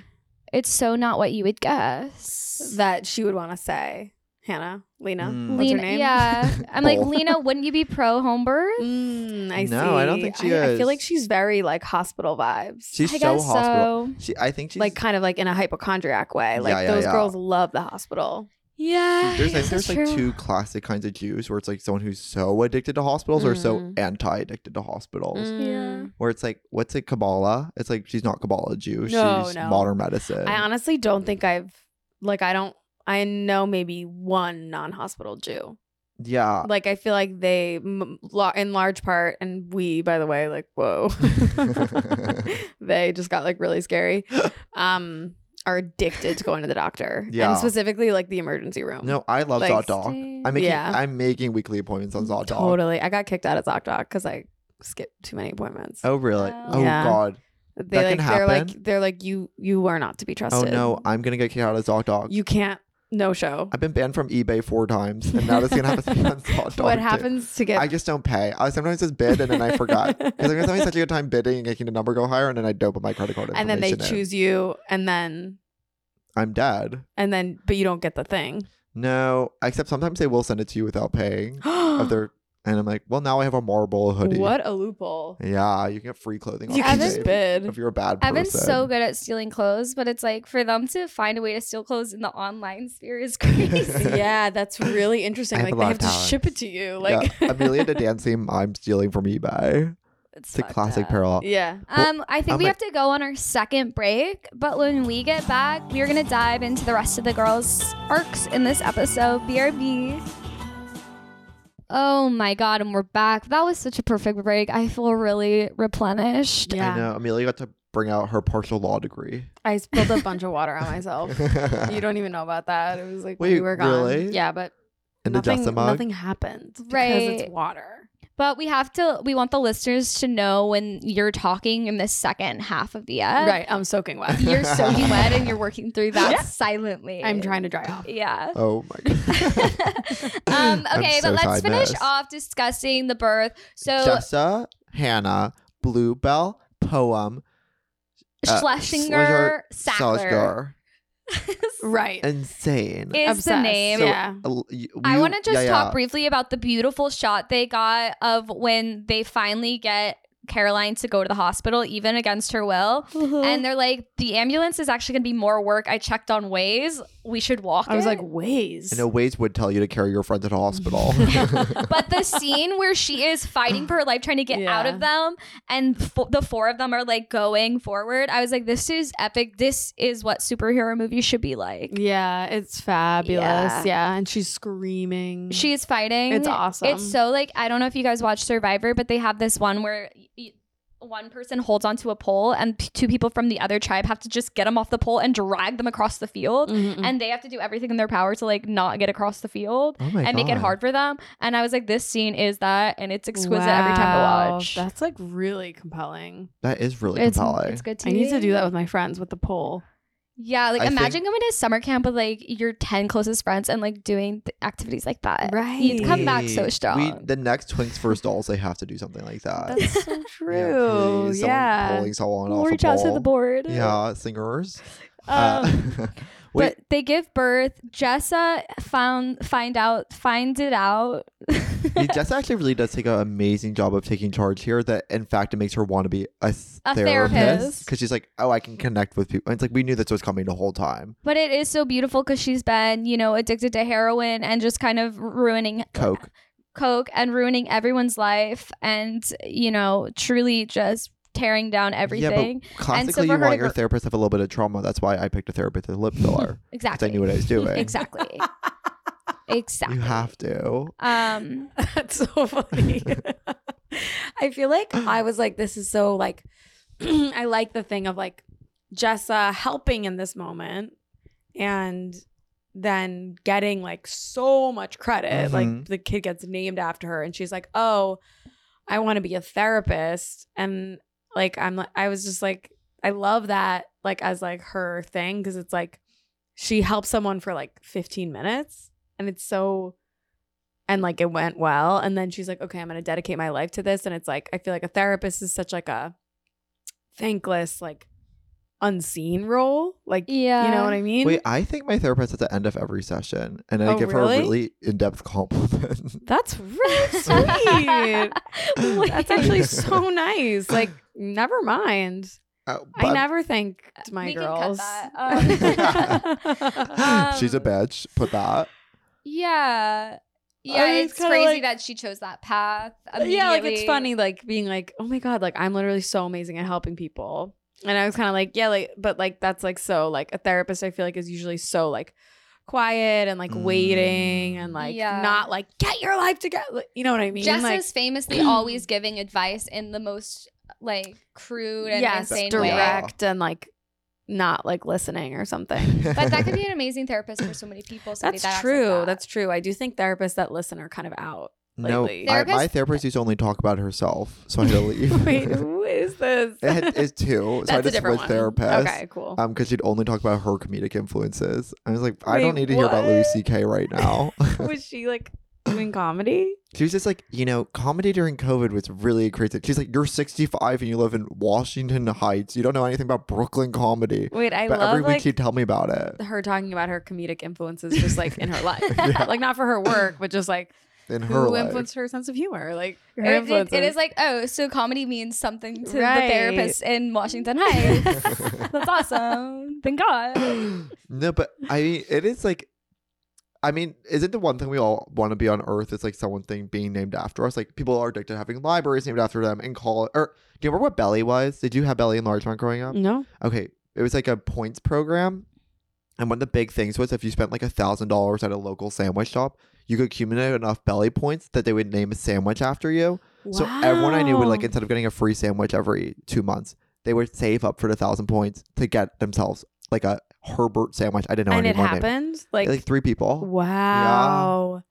[SPEAKER 2] It's so not what you would guess.
[SPEAKER 3] that she would want to say, Hannah, Lena,
[SPEAKER 1] Mm.
[SPEAKER 3] what's her
[SPEAKER 2] Lena,
[SPEAKER 3] name?
[SPEAKER 2] yeah. I'm like,
[SPEAKER 1] Bull.
[SPEAKER 2] Lena, wouldn't you be pro home birth?
[SPEAKER 3] Mm, I see.
[SPEAKER 1] No, I don't think she
[SPEAKER 3] I, I
[SPEAKER 1] is.
[SPEAKER 3] feel like she's very like hospital vibes.
[SPEAKER 1] She's
[SPEAKER 2] I
[SPEAKER 1] so
[SPEAKER 2] guess
[SPEAKER 1] hospital.
[SPEAKER 2] so.
[SPEAKER 1] She, I think she's
[SPEAKER 3] like kind of like in a hypochondriac way. Like
[SPEAKER 1] Yeah, yeah,
[SPEAKER 3] those
[SPEAKER 1] yeah.
[SPEAKER 3] girls love the hospital.
[SPEAKER 2] Yeah.
[SPEAKER 1] There's, I
[SPEAKER 2] this
[SPEAKER 1] think there's
[SPEAKER 2] is
[SPEAKER 1] like
[SPEAKER 2] true.
[SPEAKER 1] two classic kinds of Jews where it's like someone who's so addicted to hospitals or so
[SPEAKER 3] Mm.
[SPEAKER 1] anti addicted to hospitals.
[SPEAKER 3] Mm.
[SPEAKER 1] Where it's like, what's it, Kabbalah? It's like she's not Kabbalah Jew.
[SPEAKER 3] No,
[SPEAKER 1] she's
[SPEAKER 3] no.
[SPEAKER 1] modern medicine.
[SPEAKER 3] I honestly don't think I've like I don't I know maybe one non-hospital Jew.
[SPEAKER 1] yeah.
[SPEAKER 3] Like I feel like they m- la- in large part and we by the way like whoa. they just got like really scary. Um are addicted to going to the doctor.
[SPEAKER 1] Yeah.
[SPEAKER 3] And specifically like the emergency room.
[SPEAKER 1] No, I love
[SPEAKER 3] Like,
[SPEAKER 1] Zod Dog. I'm making
[SPEAKER 3] Yeah.
[SPEAKER 1] I'm making weekly appointments on Zod Dog.
[SPEAKER 3] Totally. I got kicked out of ZocDoc because I skipped too many appointments.
[SPEAKER 1] Oh really?
[SPEAKER 2] Wow.
[SPEAKER 1] Oh
[SPEAKER 3] Yeah.
[SPEAKER 1] god.
[SPEAKER 3] they
[SPEAKER 1] that
[SPEAKER 3] like
[SPEAKER 1] can
[SPEAKER 3] they're
[SPEAKER 1] happen.
[SPEAKER 3] like they're like you you are not to be
[SPEAKER 1] Oh
[SPEAKER 3] trusted.
[SPEAKER 1] no, I'm gonna get kicked out of Zod Dog.
[SPEAKER 3] You can't no show.
[SPEAKER 1] I've been banned from eBay four times, and now this is gonna happen to me on Zod Dog.
[SPEAKER 3] what
[SPEAKER 1] too.
[SPEAKER 3] happens to get
[SPEAKER 1] I just don't pay. I sometimes just bid and then I forgot because I'm having such a good time bidding and making the number go higher, and then I don't put my credit card
[SPEAKER 3] and then they
[SPEAKER 1] information in.
[SPEAKER 3] choose you and then
[SPEAKER 1] I'm dead.
[SPEAKER 3] and then but you don't get the thing.
[SPEAKER 1] No, except sometimes they will send it to you without paying. of their, and I'm like, well, now I have a marble hoodie.
[SPEAKER 3] What a loophole.
[SPEAKER 1] Yeah, you can get free clothing.
[SPEAKER 3] You
[SPEAKER 1] off
[SPEAKER 3] can
[SPEAKER 2] Evan-
[SPEAKER 1] eBay
[SPEAKER 3] just bid.
[SPEAKER 1] if you're a bad person.
[SPEAKER 2] Evan's so good at stealing clothes, but it's like for them to find a way to steal clothes in the online sphere is crazy.
[SPEAKER 3] yeah, that's really interesting.
[SPEAKER 1] I have
[SPEAKER 3] Like
[SPEAKER 1] a
[SPEAKER 3] they
[SPEAKER 1] lot
[SPEAKER 3] have
[SPEAKER 1] of
[SPEAKER 3] to ship it
[SPEAKER 1] talents.
[SPEAKER 3] to you. Like
[SPEAKER 1] yeah, Amelia to dancing. I'm stealing from eBay.
[SPEAKER 2] it's
[SPEAKER 1] It's a
[SPEAKER 2] fucked
[SPEAKER 1] classic
[SPEAKER 2] up.
[SPEAKER 1] parallel.
[SPEAKER 3] Yeah.
[SPEAKER 2] Um, I think
[SPEAKER 1] I'm
[SPEAKER 2] we
[SPEAKER 1] like-
[SPEAKER 2] have to go on our second break, but when we get back, we're gonna dive into the rest of the girls' arcs in this episode. BRB. Oh my god, and we're back. That was such a perfect break. I feel really replenished.
[SPEAKER 3] Yeah.
[SPEAKER 1] I know Amelia got to bring out her partial law degree.
[SPEAKER 3] I spilled a bunch of water on
[SPEAKER 2] Oh,
[SPEAKER 3] myself. You don't even know about that. It was like we
[SPEAKER 1] Wait,
[SPEAKER 3] were gone.
[SPEAKER 1] really?
[SPEAKER 3] Yeah, but
[SPEAKER 1] in the
[SPEAKER 3] nothing,
[SPEAKER 1] Jessa mug.
[SPEAKER 3] nothing happened because
[SPEAKER 2] Right.
[SPEAKER 3] it's water.
[SPEAKER 2] But we have to we want the listeners to know when you're talking in the second half of the ad.
[SPEAKER 3] right. I'm soaking wet.
[SPEAKER 2] You're soaking wet and you're working through that
[SPEAKER 3] Yeah.
[SPEAKER 2] silently.
[SPEAKER 3] I'm trying to dry off.
[SPEAKER 2] Yeah.
[SPEAKER 1] Oh my god.
[SPEAKER 2] um,
[SPEAKER 1] I'm
[SPEAKER 2] okay,
[SPEAKER 1] so
[SPEAKER 2] but let's
[SPEAKER 1] tired,
[SPEAKER 2] finish
[SPEAKER 1] Ness.
[SPEAKER 2] off discussing the birth. So
[SPEAKER 1] Jessa, Hannah, Bluebell, Poem, uh,
[SPEAKER 2] Schlesinger Sackler
[SPEAKER 1] Salzgar.
[SPEAKER 3] Right.
[SPEAKER 1] Insane.
[SPEAKER 2] is the
[SPEAKER 3] Obsessed.
[SPEAKER 2] name.
[SPEAKER 1] So-
[SPEAKER 3] yeah.
[SPEAKER 1] L- you-
[SPEAKER 2] I
[SPEAKER 1] you-
[SPEAKER 2] want to just
[SPEAKER 1] yeah,
[SPEAKER 2] talk
[SPEAKER 1] yeah.
[SPEAKER 2] briefly about the beautiful shot they got of when they finally get Caroline to go to the hospital, even against her will.
[SPEAKER 3] Mm-hmm.
[SPEAKER 2] And they're like, the ambulance is actually going to be more work. I checked on Waze. We should walk.
[SPEAKER 3] I was
[SPEAKER 2] it."
[SPEAKER 3] like, ways.
[SPEAKER 1] I know Waze would tell you to carry your friend to the hospital.
[SPEAKER 2] but the scene where she is fighting for her life, trying to get out
[SPEAKER 3] Yeah.
[SPEAKER 2] of them, and fo- the four of them are like going forward. I was like, this is epic. This is what superhero movies should be like.
[SPEAKER 3] Yeah, it's fabulous.
[SPEAKER 2] Yeah.
[SPEAKER 3] Yeah. and she's screaming.
[SPEAKER 2] She is fighting.
[SPEAKER 3] it's awesome.
[SPEAKER 2] It's so like I don't know if you guys watch Survivor, but they have this one where. y- one person holds onto a pole, and p- two people from the other tribe have to just get them off the pole and drag them across the field.
[SPEAKER 3] Mhm.
[SPEAKER 2] And they have to do everything in their power to like not get across the field.
[SPEAKER 1] oh my
[SPEAKER 2] and make it
[SPEAKER 1] God.
[SPEAKER 2] hard for them. And I was like, this scene is that, and it's exquisite every time I
[SPEAKER 3] Wow,
[SPEAKER 2] watch.
[SPEAKER 3] That's like really compelling.
[SPEAKER 1] That is really
[SPEAKER 2] it's,
[SPEAKER 1] compelling.
[SPEAKER 2] it's good TV.
[SPEAKER 3] I need to do that with my friends with the pole.
[SPEAKER 2] Yeah, like
[SPEAKER 1] I
[SPEAKER 2] imagine
[SPEAKER 1] think-
[SPEAKER 2] going to summer camp with like your ten closest friends and like doing th- activities like that.
[SPEAKER 3] Right.
[SPEAKER 2] You'd come back
[SPEAKER 1] We-
[SPEAKER 2] so strong.
[SPEAKER 1] the next Twinks for Dolls, they have to do something like that.
[SPEAKER 3] That's so true.
[SPEAKER 1] Uh, Yeah,
[SPEAKER 3] Yeah.
[SPEAKER 1] please, someone Pulling someone off
[SPEAKER 2] Reach
[SPEAKER 1] a
[SPEAKER 2] out to
[SPEAKER 1] pole.
[SPEAKER 2] the board.
[SPEAKER 1] Yeah, singers.
[SPEAKER 2] Um,
[SPEAKER 1] uh, wait,
[SPEAKER 2] but they give birth. Jessa found find out finds it out.
[SPEAKER 1] Yeah, Jess actually really does take an amazing job of taking charge here. That in fact it makes her want to be a, s-
[SPEAKER 2] A
[SPEAKER 1] therapist
[SPEAKER 2] therapist.
[SPEAKER 1] because she's like, oh, I can connect with people. And it's like we knew this was coming the whole time.
[SPEAKER 2] but it is so beautiful because she's been you know addicted to heroin and just kind of ruining
[SPEAKER 1] Coke.
[SPEAKER 2] coke and ruining everyone's life and you know truly just tearing down everything
[SPEAKER 1] Yeah, but classically,
[SPEAKER 2] for
[SPEAKER 1] you
[SPEAKER 2] her
[SPEAKER 1] want
[SPEAKER 2] to
[SPEAKER 1] your
[SPEAKER 2] gr-
[SPEAKER 1] therapist to have a little bit of trauma. That's why I picked a therapist with a lip filler because
[SPEAKER 2] exactly
[SPEAKER 1] I knew what I was doing.
[SPEAKER 2] exactly exactly
[SPEAKER 1] You have to.
[SPEAKER 2] um
[SPEAKER 3] That's so funny. I feel like I was like, this is so like, I like the thing of like Jessa helping in this moment and then getting like so much credit. Like
[SPEAKER 1] Mhm.
[SPEAKER 3] the kid gets named after her and she's like, "Oh, I want to be a therapist." And like I'm li- I was just like I love that like as like her thing cuz it's like she helped someone for like 15 minutes and it's so and like it went well and then she's like, "Okay, I'm going to dedicate my life to this." And it's like I feel like a therapist is such like a thankless like unseen role. Like
[SPEAKER 2] Yeah.
[SPEAKER 3] you know what I mean?
[SPEAKER 1] Wait, I think my therapist at the end of every session, and I
[SPEAKER 3] Oh,
[SPEAKER 1] give
[SPEAKER 3] really?
[SPEAKER 1] her a really in-depth compliment.
[SPEAKER 3] That's really sweet.
[SPEAKER 2] Wait.
[SPEAKER 3] Oh That's actually so nice. Like, never mind.
[SPEAKER 1] Uh,
[SPEAKER 3] I
[SPEAKER 1] but-
[SPEAKER 3] never thanked my
[SPEAKER 2] We can cut
[SPEAKER 3] girls.
[SPEAKER 2] that.
[SPEAKER 1] She's a
[SPEAKER 2] Um,
[SPEAKER 1] bitch. Put that.
[SPEAKER 2] Yeah. Yeah,
[SPEAKER 3] I was
[SPEAKER 2] it's
[SPEAKER 3] kinda
[SPEAKER 2] crazy
[SPEAKER 3] like- Uh,
[SPEAKER 2] that she chose that path.
[SPEAKER 3] yeah, like it's
[SPEAKER 2] immediately.
[SPEAKER 3] funny, like being like, oh my god, like I'm literally so amazing at helping people. And I was kind of like, yeah, like, but like that's like so like a therapist. I feel like is usually so like quiet and like waiting and like
[SPEAKER 2] Mm, Yeah.
[SPEAKER 3] not like get your life together. like, You know what I mean?
[SPEAKER 2] Jess
[SPEAKER 3] like,
[SPEAKER 2] is famously always giving advice in the most like crude and
[SPEAKER 3] yes,
[SPEAKER 2] insane way.
[SPEAKER 3] direct and like not like listening or something.
[SPEAKER 2] But that could be an amazing therapist for so many people. Somebody
[SPEAKER 3] That's
[SPEAKER 2] that acts like
[SPEAKER 3] true.
[SPEAKER 2] that.
[SPEAKER 3] That's true. I do think therapists that listen are kind of out.
[SPEAKER 1] no.
[SPEAKER 3] lately.
[SPEAKER 1] I, my
[SPEAKER 2] Therapist-
[SPEAKER 1] therapist used to only talk about herself, so I had to leave.
[SPEAKER 3] Wait, who is this?
[SPEAKER 1] it had, it's two. So I just switched therapists.
[SPEAKER 3] Okay, cool.
[SPEAKER 1] Um, because she'd only talk about her comedic influences. I was like, I don't
[SPEAKER 3] Wait,
[SPEAKER 1] need to hear about Louis
[SPEAKER 3] what?
[SPEAKER 1] C.K. right now.
[SPEAKER 3] was she like doing comedy?
[SPEAKER 1] she was just like, you know, comedy during COVID was really crazy. She's like, you're 65 and you live in Washington Heights. You don't know anything about Brooklyn comedy.
[SPEAKER 3] Wait, I
[SPEAKER 1] but every
[SPEAKER 3] love
[SPEAKER 1] week
[SPEAKER 3] like
[SPEAKER 1] she'd tell me about it
[SPEAKER 3] her talking about her comedic influences, just like in her life,
[SPEAKER 1] Yeah.
[SPEAKER 3] like not for her work, but just like
[SPEAKER 1] in her
[SPEAKER 3] who
[SPEAKER 1] life.
[SPEAKER 3] influenced her sense of humor, like her
[SPEAKER 2] It- it- it
[SPEAKER 3] influences.
[SPEAKER 2] is like, oh, so comedy means something to the
[SPEAKER 3] Right.
[SPEAKER 2] therapist in Washington Heights. That's awesome. Thank God.
[SPEAKER 1] no, but I mean, it is like, I mean, isn't the one thing we all want to be on Earth is like someone thing being named after us? Like people are addicted to having libraries named after them and call or do you remember what Belly was? Did you have Belly enlargement growing up?
[SPEAKER 3] no,
[SPEAKER 1] Okay, it was like a points program, and one of the big things was if you spent like a thousand dollars at a local sandwich shop, you could accumulate enough Belly points that they would name a sandwich after you. So everyone I knew would like
[SPEAKER 3] Wow.
[SPEAKER 1] instead of getting a free sandwich every two months, they would save up for the thousand points to get themselves like a Herbert sandwich. I didn't know
[SPEAKER 3] and it
[SPEAKER 1] anyone's name.
[SPEAKER 3] happened.
[SPEAKER 1] Like,
[SPEAKER 3] Like,
[SPEAKER 1] three people.
[SPEAKER 3] wow,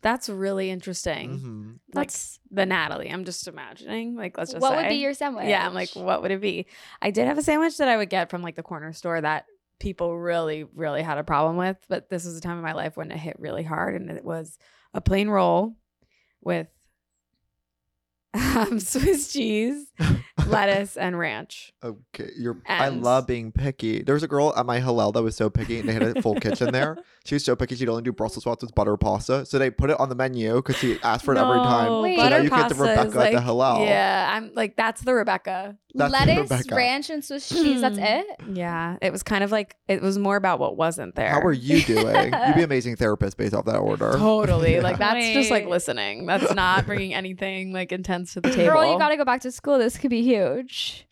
[SPEAKER 3] that's really interesting.
[SPEAKER 1] hmm
[SPEAKER 3] Like
[SPEAKER 2] That's
[SPEAKER 3] the Natalie, I'm just imagining. Like, let's just
[SPEAKER 2] what would
[SPEAKER 3] say.
[SPEAKER 2] be your sandwich?
[SPEAKER 3] Yeah, I'm like, what would it be? I did have a sandwich that I would get from like the corner store that people really, really had a problem with. But this was a time in my life when it hit really hard, and it was a plain roll with um, Swiss cheese, lettuce, and ranch.
[SPEAKER 1] Okay, you're. I
[SPEAKER 3] And-
[SPEAKER 1] love being picky. There was a girl at my Hillel that was so picky, and they had a full kitchen there. She was so picky; she'd only do Brussels sprouts with butter pasta. So they put it on the menu because she asked for it every time.
[SPEAKER 3] No,
[SPEAKER 2] Wait.
[SPEAKER 1] So now
[SPEAKER 3] butter
[SPEAKER 1] you get the
[SPEAKER 3] pasta is,
[SPEAKER 1] Rebecca at the
[SPEAKER 3] like-
[SPEAKER 1] Hillel.
[SPEAKER 3] Yeah, I'm like that's the Rebecca.
[SPEAKER 1] That's
[SPEAKER 2] lettuce,
[SPEAKER 1] Rebecca.
[SPEAKER 2] ranch, and Swiss cheese. That's it.
[SPEAKER 3] Yeah, it was kind of like it was more about what wasn't there.
[SPEAKER 1] How are you doing? You'd be amazing therapist based off that order.
[SPEAKER 3] Totally.
[SPEAKER 1] Yeah.
[SPEAKER 3] Like that's just like
[SPEAKER 2] Wait.
[SPEAKER 3] listening. That's not bringing anything like intense to the table.
[SPEAKER 2] Girl, you gotta go back to school. This could be huge.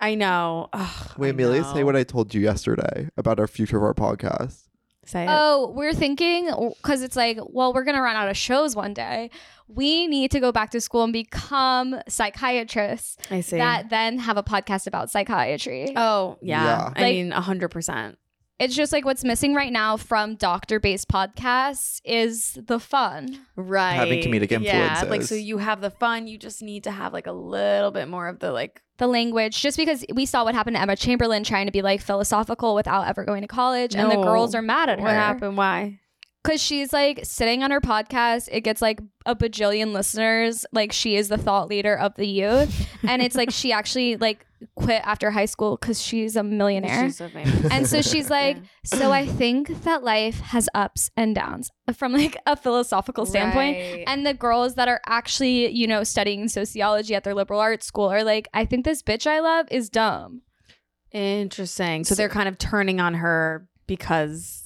[SPEAKER 3] I know. Ugh,
[SPEAKER 1] Wait,
[SPEAKER 3] I
[SPEAKER 1] Amelia,
[SPEAKER 3] know.
[SPEAKER 1] say what I told you yesterday about our future of our podcast.
[SPEAKER 3] say. It.
[SPEAKER 2] Oh, we're thinking because it's like, well, we're gonna run out of shows one day. We need to go back to school and become psychiatrists
[SPEAKER 3] I see.
[SPEAKER 2] that then have a podcast about psychiatry.
[SPEAKER 3] oh yeah.
[SPEAKER 1] Yeah.
[SPEAKER 3] I
[SPEAKER 2] Like-
[SPEAKER 3] mean, hundred percent.
[SPEAKER 2] It's just like what's missing right now from doctor based podcasts is the fun.
[SPEAKER 3] Right.
[SPEAKER 1] comedic
[SPEAKER 3] Yeah. Like so,
[SPEAKER 1] influences.
[SPEAKER 3] you have the fun. You just need to have like a little bit more of the like.
[SPEAKER 2] The language, just because we saw what happened to Emma Chamberlain trying to be like philosophical without ever going to college, and the
[SPEAKER 3] No.
[SPEAKER 2] girls are mad at
[SPEAKER 3] What
[SPEAKER 2] her.
[SPEAKER 3] happened? Why?
[SPEAKER 2] because she's like sitting on her podcast it gets like a bajillion listeners like she is the thought leader of the youth and it's like she actually like quit after high school because she's a millionaire
[SPEAKER 3] She's so famous.
[SPEAKER 2] and so she's like
[SPEAKER 3] Yeah.
[SPEAKER 2] so i think that life has ups and downs from like a philosophical standpoint
[SPEAKER 3] Right.
[SPEAKER 2] and the girls that are actually you know studying sociology at their liberal arts school are like i think this bitch i love is dumb
[SPEAKER 3] Interesting. So they're kind of turning on her because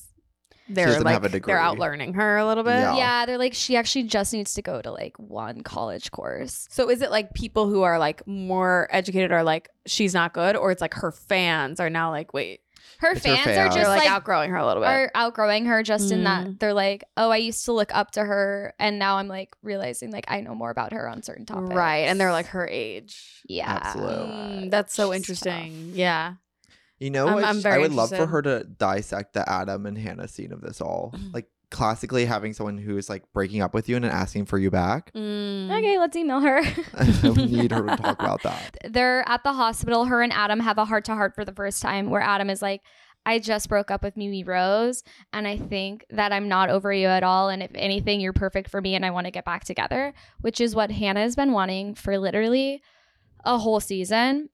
[SPEAKER 3] they're
[SPEAKER 1] doesn't
[SPEAKER 3] like
[SPEAKER 1] have a degree.
[SPEAKER 3] they're outlearning her a little bit.
[SPEAKER 1] Yeah. Oh.
[SPEAKER 2] yeah they're like she actually just needs to go to like one college course
[SPEAKER 3] So is it like people who are like more educated are like she's not good, or it's like her fans are now like wait
[SPEAKER 2] her,
[SPEAKER 1] It's her
[SPEAKER 2] fans,
[SPEAKER 1] fans.
[SPEAKER 2] are
[SPEAKER 3] they're
[SPEAKER 2] just
[SPEAKER 3] like,
[SPEAKER 2] like
[SPEAKER 3] outgrowing her a little bit.
[SPEAKER 2] are outgrowing her just in that
[SPEAKER 3] Mm.
[SPEAKER 2] they're like, oh, I used to look up to her, and now I'm like realizing like I know more about her on certain topics,
[SPEAKER 3] Right, and they're like her age.
[SPEAKER 2] yeah,
[SPEAKER 1] Absolute.
[SPEAKER 3] Mm, that's so
[SPEAKER 2] She's
[SPEAKER 3] interesting. Yeah,
[SPEAKER 1] You know,
[SPEAKER 3] I'm-
[SPEAKER 1] what?
[SPEAKER 3] I'm
[SPEAKER 1] Sh- I
[SPEAKER 3] very
[SPEAKER 1] would love for
[SPEAKER 3] interested. Mm-hmm.
[SPEAKER 1] her to dissect the Adam and Hannah scene of this all. like classically having someone who is like breaking up with you and then asking for you back.
[SPEAKER 3] Mm.
[SPEAKER 2] Okay, let's email her.
[SPEAKER 1] I would need her to talk about that.
[SPEAKER 2] They're at the hospital. Her and Adam have a heart to heart for the first time, where Adam is like, I just broke up with Mimi Rose, and I think that I'm not over you at all. And if anything, you're perfect for me, and I want to get back together, which is what Hannah's been wanting for literally a whole season.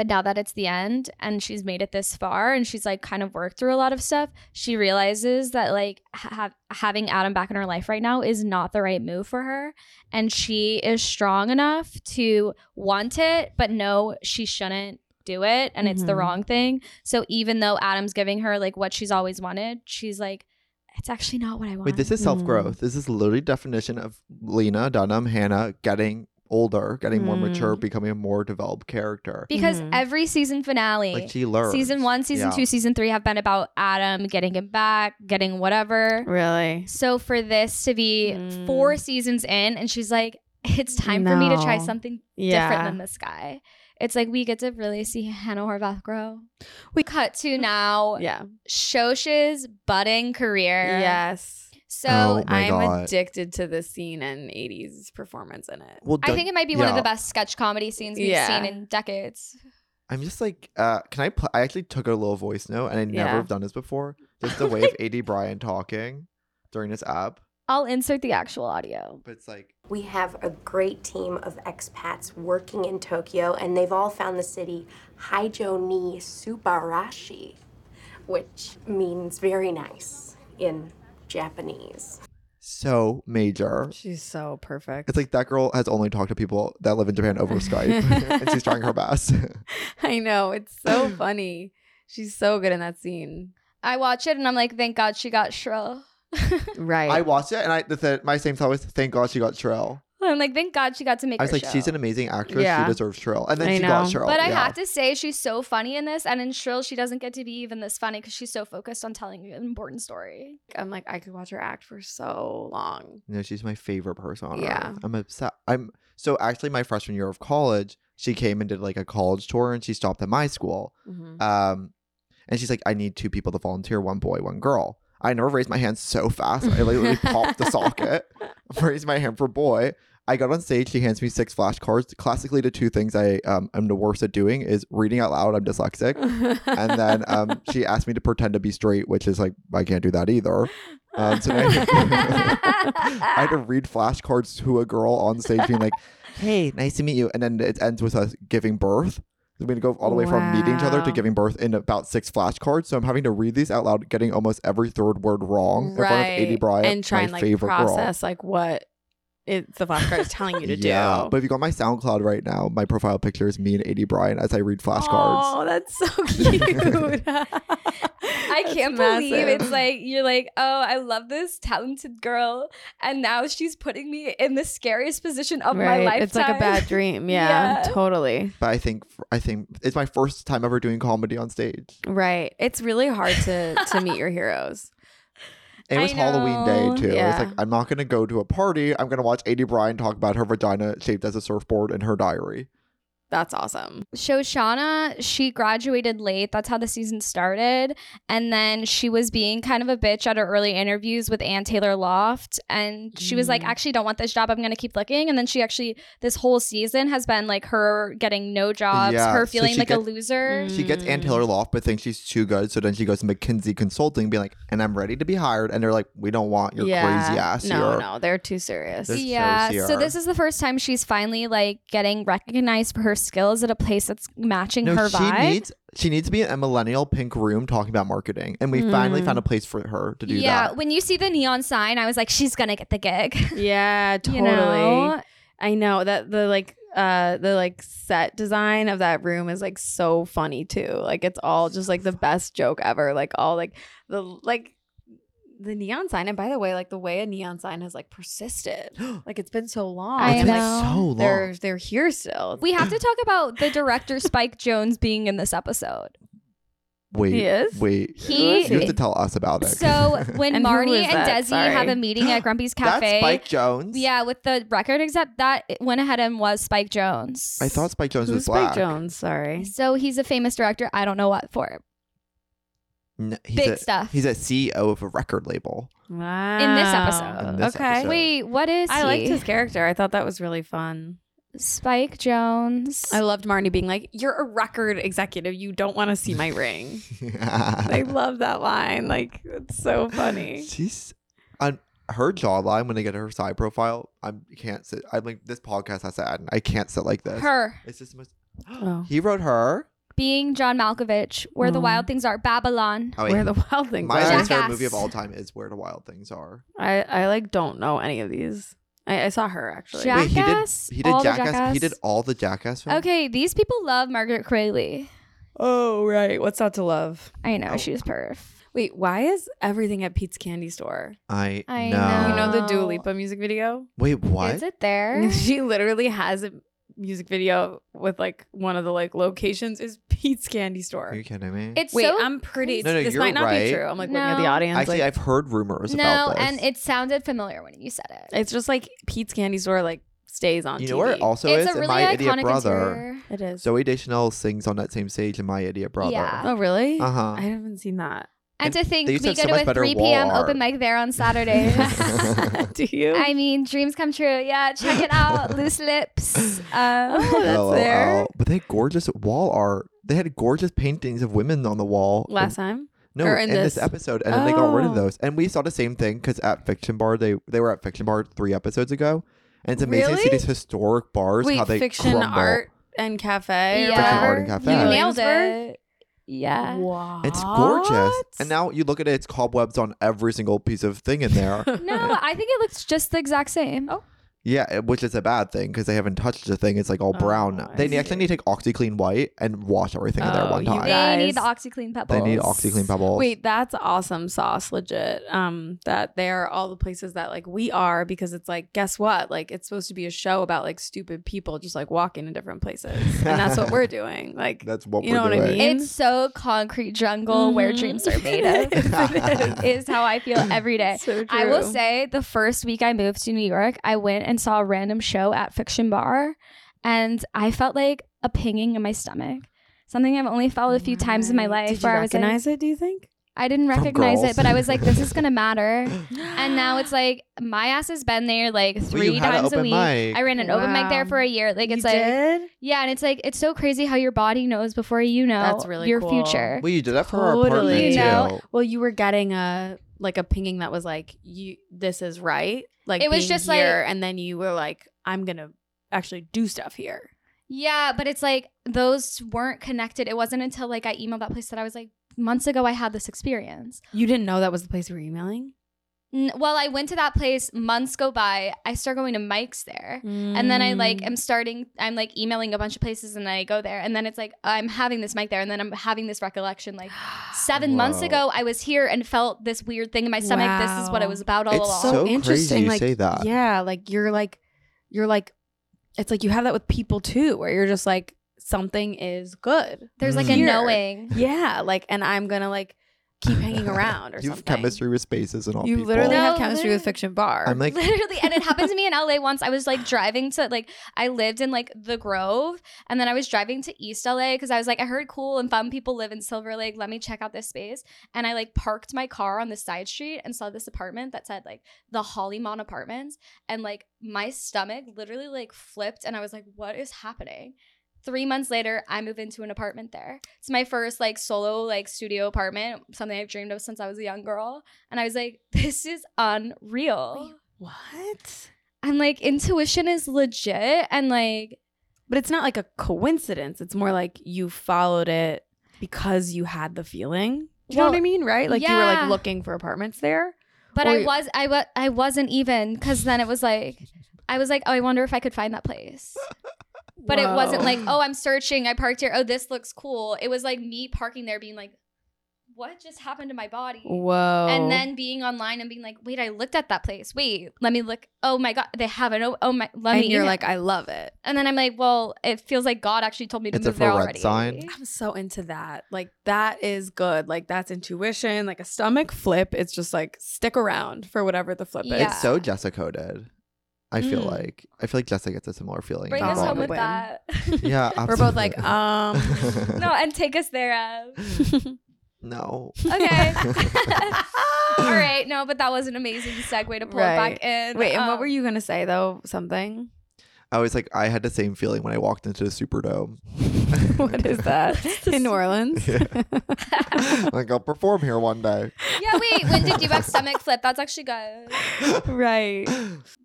[SPEAKER 2] But now that it's the end and she's made it this far and she's like kind of worked through a lot of stuff, she realizes that like ha- having Adam back in her life right now is not the right move for her. And she is strong enough to want it, but know she shouldn't do it and it's the
[SPEAKER 3] Mhm.
[SPEAKER 2] wrong thing. So even though Adam's giving her like what she's always wanted, she's like, it's actually not what I want.
[SPEAKER 1] Wait, this is self growth. This is literally definition of Lena Dunham, Hannah getting older, getting more
[SPEAKER 3] Mm.
[SPEAKER 1] mature, becoming a more developed character.
[SPEAKER 2] because
[SPEAKER 3] Mhm.
[SPEAKER 2] every season finale,
[SPEAKER 1] Like she learns.
[SPEAKER 2] Season one, season
[SPEAKER 1] Yeah.
[SPEAKER 2] two, season three have been about Adam getting him back, getting whatever.
[SPEAKER 3] Really?
[SPEAKER 2] So for this to be
[SPEAKER 3] Mm.
[SPEAKER 2] four seasons in, and she's like, it's time for me to try
[SPEAKER 3] No.
[SPEAKER 2] something
[SPEAKER 3] Yeah.
[SPEAKER 2] different than this guy. It's like we get to really see Hannah Horvath grow. We cut to now
[SPEAKER 3] yeah.
[SPEAKER 2] Shosh's budding career.
[SPEAKER 3] Yes.
[SPEAKER 2] So
[SPEAKER 1] Oh my
[SPEAKER 3] I'm
[SPEAKER 1] God.
[SPEAKER 3] addicted to this scene and 80s performance in it.
[SPEAKER 1] Well,
[SPEAKER 2] I
[SPEAKER 1] don't-
[SPEAKER 2] think it might be one of
[SPEAKER 1] Yeah.
[SPEAKER 2] the best sketch comedy scenes we've
[SPEAKER 3] Yeah.
[SPEAKER 2] seen in decades.
[SPEAKER 1] I'm just like, uh, can I? Pl- I actually took a little voice note, and I never
[SPEAKER 3] Yeah.
[SPEAKER 1] have done this before. Just the way of AD Brian talking during this app,
[SPEAKER 2] I'll insert the actual audio.
[SPEAKER 1] but it's like
[SPEAKER 4] We have a great team of expats working in Tokyo, and they've all found the city Haijo ni Subarashi, which means very nice in Japanese.
[SPEAKER 1] so major.
[SPEAKER 3] She's so perfect.
[SPEAKER 1] It's like that girl has only talked to people that live in Japan over Skype, and she's trying her best.
[SPEAKER 3] I know. It's so funny. She's so good in that scene.
[SPEAKER 2] I watch it and I'm like, thank God she got Shrill.
[SPEAKER 3] Right.
[SPEAKER 1] I watched it, and I the, th- my same thought was, "Thank God she got Trill."
[SPEAKER 2] I'm like, thank God she got to make
[SPEAKER 1] I was
[SPEAKER 2] her
[SPEAKER 1] like, "She's
[SPEAKER 2] show."
[SPEAKER 1] an amazing actress.
[SPEAKER 3] Yeah.
[SPEAKER 1] She deserves Trill." And then
[SPEAKER 3] I
[SPEAKER 1] she got
[SPEAKER 3] know.
[SPEAKER 1] Trill.
[SPEAKER 2] But I
[SPEAKER 1] yeah.
[SPEAKER 2] have to say, she's so funny in this, and in Shrill, she doesn't get to be even this funny because she's so focused on telling an important story.
[SPEAKER 3] I'm like, I could watch her act for so long.
[SPEAKER 1] No, she's my favorite person on
[SPEAKER 3] Yeah.
[SPEAKER 1] earth. I'm upset. I'm so actually my freshman year of college, she came and did like a college tour, and she stopped at my school.
[SPEAKER 3] Mm-hmm.
[SPEAKER 1] Um, and she's like, I need two people to volunteer, one boy, one girl. I never raised my hand so fast. I literally popped the socket, raised my hand for boy. I got on stage. She hands me six flashcards. Classically, the two things I um, am the worst at doing is reading out loud. I'm dyslexic. And then um, she asked me to pretend to be straight, which is like, I can't do that either. Um, so now I had to read flashcards to a girl on stage being like, hey, nice to meet you. And then it ends with us giving birth. We're going to go all the way from meeting each other to
[SPEAKER 3] Wow.
[SPEAKER 1] giving birth in about six flashcards. So I'm having to read these out loud, getting almost every third word wrong in front of AD Bryant,
[SPEAKER 3] and try
[SPEAKER 1] my
[SPEAKER 3] and like
[SPEAKER 1] favorite girl.
[SPEAKER 3] process like what it, the flashcard is telling you to
[SPEAKER 1] yeah,
[SPEAKER 3] do.
[SPEAKER 1] but if you go on my SoundCloud right now, my profile picture is me and AD Bryant as I read flashcards.
[SPEAKER 3] Oh, that's so cute.
[SPEAKER 2] I
[SPEAKER 3] I
[SPEAKER 2] can't believe it's like you're like, oh, I love this talented girl, and now she's putting me in the scariest position of my lifetime.
[SPEAKER 3] It's like a bad dream. Yeah,
[SPEAKER 2] Yeah.
[SPEAKER 3] totally.
[SPEAKER 1] But I think I think it's my first time ever doing comedy on stage.
[SPEAKER 3] Right. It's really hard to to meet your heroes.
[SPEAKER 1] And
[SPEAKER 2] I
[SPEAKER 1] it was Halloween
[SPEAKER 2] know.
[SPEAKER 1] day too.
[SPEAKER 3] Yeah.
[SPEAKER 1] It's like I'm not gonna go to a party. I'm gonna watch AD Bryant talk about her vagina shaped as a surfboard in her diary.
[SPEAKER 3] That's awesome.
[SPEAKER 2] Shoshana, she graduated late. That's how the season started. And then she was being kind of a bitch at her early interviews with Ann Taylor Loft. And she was like,
[SPEAKER 3] Mm.
[SPEAKER 2] actually don't want this job. I'm going to keep looking. And then she actually, this whole season has been like her getting no jobs,
[SPEAKER 1] Yeah,
[SPEAKER 2] her
[SPEAKER 1] so
[SPEAKER 2] feeling
[SPEAKER 1] she
[SPEAKER 2] like a
[SPEAKER 1] gets-
[SPEAKER 2] loser.
[SPEAKER 3] Mm.
[SPEAKER 1] She gets Ann Taylor Loft, but thinks she's too good. So then she goes to McKinsey Consulting, being like, "And I'm ready to be hired." And they're like, "We don't want your crazy ass
[SPEAKER 3] No,
[SPEAKER 1] here."
[SPEAKER 3] no, they're too serious.
[SPEAKER 1] There's-
[SPEAKER 2] yeah.
[SPEAKER 1] shows
[SPEAKER 2] So
[SPEAKER 1] here.
[SPEAKER 2] this is the first time she's finally like getting recognized for her skills at a place that's matching
[SPEAKER 1] No,
[SPEAKER 2] her
[SPEAKER 1] she
[SPEAKER 2] vibe.
[SPEAKER 1] needs she needs to be in a millennial pink room talking about marketing, and we finally
[SPEAKER 3] Mm.
[SPEAKER 1] found a place for her to do
[SPEAKER 2] yeah.
[SPEAKER 1] that.
[SPEAKER 2] When you see the neon sign, I was like, she's going to get the gig.
[SPEAKER 3] yeah, totally.
[SPEAKER 2] You know?
[SPEAKER 3] I know that the like uh the like set design of that room is like so funny too. Like it's all just like the best joke ever. Like all like the like the neon sign and by the way like the way a neon sign has like persisted. Like it's been so long.
[SPEAKER 2] I
[SPEAKER 1] it's
[SPEAKER 3] and,
[SPEAKER 1] been
[SPEAKER 3] like,
[SPEAKER 2] know.
[SPEAKER 1] so long.
[SPEAKER 3] they're they're here still.
[SPEAKER 2] We have to talk about the director Spike Jones being in this episode.
[SPEAKER 1] Wait,
[SPEAKER 3] He is?
[SPEAKER 1] wait.
[SPEAKER 2] He-
[SPEAKER 1] you have to tell us about it.
[SPEAKER 2] So when
[SPEAKER 3] And who
[SPEAKER 2] Marty
[SPEAKER 3] was
[SPEAKER 2] and
[SPEAKER 3] that?
[SPEAKER 2] Desi
[SPEAKER 3] Sorry.
[SPEAKER 2] have a meeting at Grumpy's
[SPEAKER 1] that's
[SPEAKER 2] Cafe,
[SPEAKER 1] Spike Jones.
[SPEAKER 2] yeah, with the record except that it went ahead and was Spike Jones.
[SPEAKER 1] I thought Spike Jones
[SPEAKER 3] Who's
[SPEAKER 1] was black.
[SPEAKER 3] Spike Jones? Sorry.
[SPEAKER 2] so. He's a famous director. I don't know what for.
[SPEAKER 1] No, he's
[SPEAKER 2] Big
[SPEAKER 1] a,
[SPEAKER 2] stuff.
[SPEAKER 1] He's a CEO of a record label.
[SPEAKER 3] Wow.
[SPEAKER 2] episode.
[SPEAKER 1] In this
[SPEAKER 3] okay.
[SPEAKER 1] episode.
[SPEAKER 2] Wait, what is
[SPEAKER 3] I
[SPEAKER 2] he?
[SPEAKER 3] liked his character. I thought that was really fun.
[SPEAKER 2] Spike Jones.
[SPEAKER 3] I loved Marnie being like, "You're a record executive. You don't want to see my ring." I love that line. Like, it's so funny.
[SPEAKER 1] She's on her jawline when I get her side profile. I can't sit. I'm like this podcast has to end. I can't sit like this.
[SPEAKER 2] her
[SPEAKER 1] It's just the most.
[SPEAKER 3] Oh.
[SPEAKER 1] He wrote her.
[SPEAKER 2] being John Malkovich, where the
[SPEAKER 3] Oh.
[SPEAKER 2] wild things are, Babylon.
[SPEAKER 1] Oh, wait.
[SPEAKER 3] Where the wild things
[SPEAKER 1] my
[SPEAKER 3] are.
[SPEAKER 2] Jackass.
[SPEAKER 1] favorite movie of all time is Where the Wild Things Are.
[SPEAKER 3] I, I like don't know any of these. I, I saw her actually.
[SPEAKER 2] Jack-
[SPEAKER 1] he did.
[SPEAKER 2] Jackass?
[SPEAKER 1] He did
[SPEAKER 2] All the
[SPEAKER 1] Jackass. He
[SPEAKER 2] Jackass?
[SPEAKER 1] did all the Jackass. Films.
[SPEAKER 2] Okay, these people love Margaret Crayley.
[SPEAKER 3] oh right. What's not to love?
[SPEAKER 2] I know
[SPEAKER 1] Oh.
[SPEAKER 2] she was perf.
[SPEAKER 3] Wait, why is everything at Pete's candy store?
[SPEAKER 1] I,
[SPEAKER 2] I
[SPEAKER 1] know.
[SPEAKER 3] You know the Dua
[SPEAKER 2] Oh.
[SPEAKER 3] Lipa music video?
[SPEAKER 1] Wait, what?
[SPEAKER 2] Is it there?
[SPEAKER 3] She literally has a music video with like one of the like locations is Pete's candy
[SPEAKER 1] Are
[SPEAKER 3] store.
[SPEAKER 1] you kidding me?
[SPEAKER 2] It's
[SPEAKER 3] Wait,
[SPEAKER 2] so
[SPEAKER 3] I'm pretty.
[SPEAKER 1] No, no,
[SPEAKER 3] this
[SPEAKER 1] you're
[SPEAKER 3] might not
[SPEAKER 1] right.
[SPEAKER 3] be true. I'm like looking at the
[SPEAKER 2] No.
[SPEAKER 3] audience.
[SPEAKER 1] Actually,
[SPEAKER 3] like,
[SPEAKER 1] I've heard rumors about
[SPEAKER 2] no,
[SPEAKER 1] this.
[SPEAKER 2] and it sounded familiar when you said it.
[SPEAKER 3] it's just like Pete's candy store like stays on.
[SPEAKER 1] you
[SPEAKER 3] TV.
[SPEAKER 1] know where it also is?
[SPEAKER 2] it's a
[SPEAKER 1] In
[SPEAKER 2] really
[SPEAKER 1] My
[SPEAKER 2] iconic
[SPEAKER 1] Idiot Brother.
[SPEAKER 2] interior.
[SPEAKER 3] it is.
[SPEAKER 1] Zoe Deschanel sings on that same stage in My Idiot Brother.
[SPEAKER 2] Yeah.
[SPEAKER 3] oh really?
[SPEAKER 1] Uh
[SPEAKER 3] I
[SPEAKER 1] huh.
[SPEAKER 3] haven't seen that.
[SPEAKER 2] And,
[SPEAKER 1] And
[SPEAKER 2] to think
[SPEAKER 1] they
[SPEAKER 2] we
[SPEAKER 1] used to
[SPEAKER 2] go
[SPEAKER 1] have so
[SPEAKER 2] to
[SPEAKER 1] much
[SPEAKER 2] a
[SPEAKER 1] better
[SPEAKER 2] 3 p.m.
[SPEAKER 1] wall
[SPEAKER 2] open
[SPEAKER 1] art.
[SPEAKER 2] mic there on Saturdays.
[SPEAKER 3] Do you?
[SPEAKER 2] I mean, dreams come true. Yeah, check it out. Loose lips.
[SPEAKER 3] Oh,
[SPEAKER 2] Um,
[SPEAKER 3] that's there.
[SPEAKER 1] But they had gorgeous wall art. They had gorgeous paintings of women on the wall.
[SPEAKER 3] Last
[SPEAKER 1] in,
[SPEAKER 3] time.
[SPEAKER 1] no,
[SPEAKER 3] or
[SPEAKER 1] in
[SPEAKER 3] in
[SPEAKER 1] this,
[SPEAKER 3] this?
[SPEAKER 1] episode, and then they got rid of
[SPEAKER 3] Oh.
[SPEAKER 1] those. And we saw the same thing because at Fiction Bar, they they were at Fiction Bar three episodes ago, and it's amazing to see
[SPEAKER 3] Really?
[SPEAKER 1] these historic bars how they
[SPEAKER 3] fiction
[SPEAKER 1] crumble.
[SPEAKER 3] art and cafe. or
[SPEAKER 2] Yeah. Fiction art
[SPEAKER 3] whatever?
[SPEAKER 1] and cafe.
[SPEAKER 2] you
[SPEAKER 1] Yeah.
[SPEAKER 2] nailed
[SPEAKER 3] Williamsburg?
[SPEAKER 2] it. Yeah.
[SPEAKER 3] What?
[SPEAKER 1] It's gorgeous. And now you look at it, it's cobwebs on every single piece of thing in there.
[SPEAKER 2] No, I think it looks just the exact same. Oh,
[SPEAKER 1] yeah, it- which is a bad thing because they haven't touched the thing. It's like all
[SPEAKER 3] Oh,
[SPEAKER 1] brown. now.
[SPEAKER 3] I
[SPEAKER 1] They
[SPEAKER 3] see.
[SPEAKER 1] actually need to take OxyClean White and wash everything in there
[SPEAKER 3] Oh,
[SPEAKER 1] one
[SPEAKER 3] you
[SPEAKER 1] time.
[SPEAKER 2] they
[SPEAKER 3] Guys.
[SPEAKER 2] need the OxyClean pebbles.
[SPEAKER 1] They need OxyClean Pebbles.
[SPEAKER 3] Wait, that's awesome sauce, legit. Um, that they are all the places that like we are because it's like, guess what? Like it's supposed to be a show about like stupid people just like walking to different places. And that's what we're doing. Like
[SPEAKER 1] That's what
[SPEAKER 3] You
[SPEAKER 1] we're
[SPEAKER 3] know what I
[SPEAKER 1] doing.
[SPEAKER 3] mean?
[SPEAKER 2] It's so concrete jungle where
[SPEAKER 3] Mhm.
[SPEAKER 2] dreams are made of. is how I feel every day.
[SPEAKER 3] So
[SPEAKER 2] I will
[SPEAKER 3] true.
[SPEAKER 2] say the first week I moved to New York, I went and saw a random show at Fiction Bar and I felt like a pinging in my stomach. Something I've only felt a few times in my
[SPEAKER 3] Right.
[SPEAKER 2] life
[SPEAKER 3] Did you
[SPEAKER 2] where I was like,
[SPEAKER 3] recognize it, do you think?
[SPEAKER 2] I didn't
[SPEAKER 1] From
[SPEAKER 2] recognize
[SPEAKER 1] Girls.
[SPEAKER 2] it, but I was like, this is gonna matter. And now it's like my ass has been there like
[SPEAKER 1] Well, you
[SPEAKER 2] three
[SPEAKER 1] had an
[SPEAKER 2] times a
[SPEAKER 1] open
[SPEAKER 2] week.
[SPEAKER 1] mic.
[SPEAKER 2] I ran an open mic there
[SPEAKER 3] Wow.
[SPEAKER 2] for a year. Like it's
[SPEAKER 3] You
[SPEAKER 2] like
[SPEAKER 3] did?
[SPEAKER 2] yeah, and it's like it's so crazy how your body knows before you know
[SPEAKER 3] That's really
[SPEAKER 2] your
[SPEAKER 3] cool.
[SPEAKER 2] future.
[SPEAKER 1] Well, you did that for our
[SPEAKER 3] Totally.
[SPEAKER 1] apartment
[SPEAKER 2] You know,
[SPEAKER 1] too.
[SPEAKER 3] Well, you were getting a like a pinging that was like, you this is right. Like
[SPEAKER 2] It was
[SPEAKER 3] being
[SPEAKER 2] just, like-
[SPEAKER 3] here, and then you were like, I'm gonna actually do stuff here.
[SPEAKER 2] Yeah, but it's like those weren't connected. It wasn't until like I emailed that place that I was like months ago I had this experience.
[SPEAKER 3] You didn't know that was the place we were emailing?
[SPEAKER 2] N- well, I went to that place. Months go by. I start going to Mike's there. And then I
[SPEAKER 3] Mm.
[SPEAKER 2] like am starting, I'm like emailing a bunch of places and then I go there. And then it's like, I'm having this mic there. And then I'm having this recollection like seven months
[SPEAKER 1] Wow.
[SPEAKER 2] ago, I was here and felt this weird thing in my stomach. This is what it
[SPEAKER 3] Wow.
[SPEAKER 2] was about all
[SPEAKER 1] It's
[SPEAKER 2] along.
[SPEAKER 1] so crazy you
[SPEAKER 3] like,
[SPEAKER 1] say that.
[SPEAKER 3] Yeah, like you're like you're like it's like you have that with people too, where you're just like something is good.
[SPEAKER 2] There's like
[SPEAKER 3] Here.
[SPEAKER 2] a knowing.
[SPEAKER 3] Yeah, like and I'm gonna like keep hanging around or
[SPEAKER 1] you have
[SPEAKER 3] something.
[SPEAKER 1] chemistry with spaces and all
[SPEAKER 3] You
[SPEAKER 1] people.
[SPEAKER 3] literally
[SPEAKER 2] No,
[SPEAKER 3] have chemistry
[SPEAKER 2] literally.
[SPEAKER 3] with fiction bar.
[SPEAKER 1] I'm like,
[SPEAKER 2] literally and it happened to me in LA once I was like driving to like I lived in like the Grove and then I was driving to East LA cuz I was like I heard cool and fun people live in Silver Lake let me check out this space and I like parked my car on the side street and saw this apartment that said like the Hollymon Apartments and like my stomach literally like flipped and I was like what is happening 3 months later I move into an apartment there it's my first like solo like studio apartment something I've dreamed of since I was a young girl and I was like this is unreal
[SPEAKER 3] what?
[SPEAKER 2] and like intuition is legit and like
[SPEAKER 3] But it's not like a coincidence. It's more like you followed it because you had the feeling. Do you know what I
[SPEAKER 2] Well,
[SPEAKER 3] mean? Right? Like you were
[SPEAKER 2] yeah.
[SPEAKER 3] like looking for apartments there.
[SPEAKER 2] but
[SPEAKER 3] Or
[SPEAKER 2] i
[SPEAKER 3] you-
[SPEAKER 2] was i was i wasn't even because then it was like i was like oh i wonder if i could find that place but it wasn't
[SPEAKER 3] Whoa.
[SPEAKER 2] like oh i'm searching i parked here oh this looks cool it was like me parking there being like what just happened to my body?
[SPEAKER 3] Whoa.
[SPEAKER 2] oh, And then being online and being like, wait, I looked at that place. Wait, let me look. Oh my God, they have it. Oh, oh my, let
[SPEAKER 3] and
[SPEAKER 2] me.
[SPEAKER 3] you're
[SPEAKER 2] in it.
[SPEAKER 3] like, I love it.
[SPEAKER 2] and then I'm like, well, it feels like God actually told me to
[SPEAKER 1] It's a
[SPEAKER 2] move there
[SPEAKER 1] for red
[SPEAKER 2] already.
[SPEAKER 1] sign.
[SPEAKER 3] I'm so into that. Like that is good. Like that's intuition. Like a stomach flip. It's just like stick around for whatever the flip
[SPEAKER 2] Yeah.
[SPEAKER 3] is.
[SPEAKER 1] It's so Jessica did. I feel
[SPEAKER 2] Mm.
[SPEAKER 1] like I feel like Jessica gets a similar feeling.
[SPEAKER 2] Bring
[SPEAKER 1] about
[SPEAKER 2] us home
[SPEAKER 1] it.
[SPEAKER 2] with
[SPEAKER 3] Probably.
[SPEAKER 2] that.
[SPEAKER 1] Yeah,
[SPEAKER 3] We're both like, um.
[SPEAKER 1] absolutely.
[SPEAKER 2] no, and take us there. Ab.
[SPEAKER 1] no.
[SPEAKER 2] Okay. All right. No, but that was an amazing segue to pull it
[SPEAKER 3] Right.
[SPEAKER 2] back in.
[SPEAKER 3] Wait, and
[SPEAKER 2] Um,
[SPEAKER 3] what were you gonna say though? Something.
[SPEAKER 1] I was like, I had the same feeling when I walked into the Superdome.
[SPEAKER 3] what is that in New Orleans?
[SPEAKER 1] Yeah. like I'll perform here one day.
[SPEAKER 2] Yeah, wait. When did you have stomach flip? That's actually good.
[SPEAKER 3] right.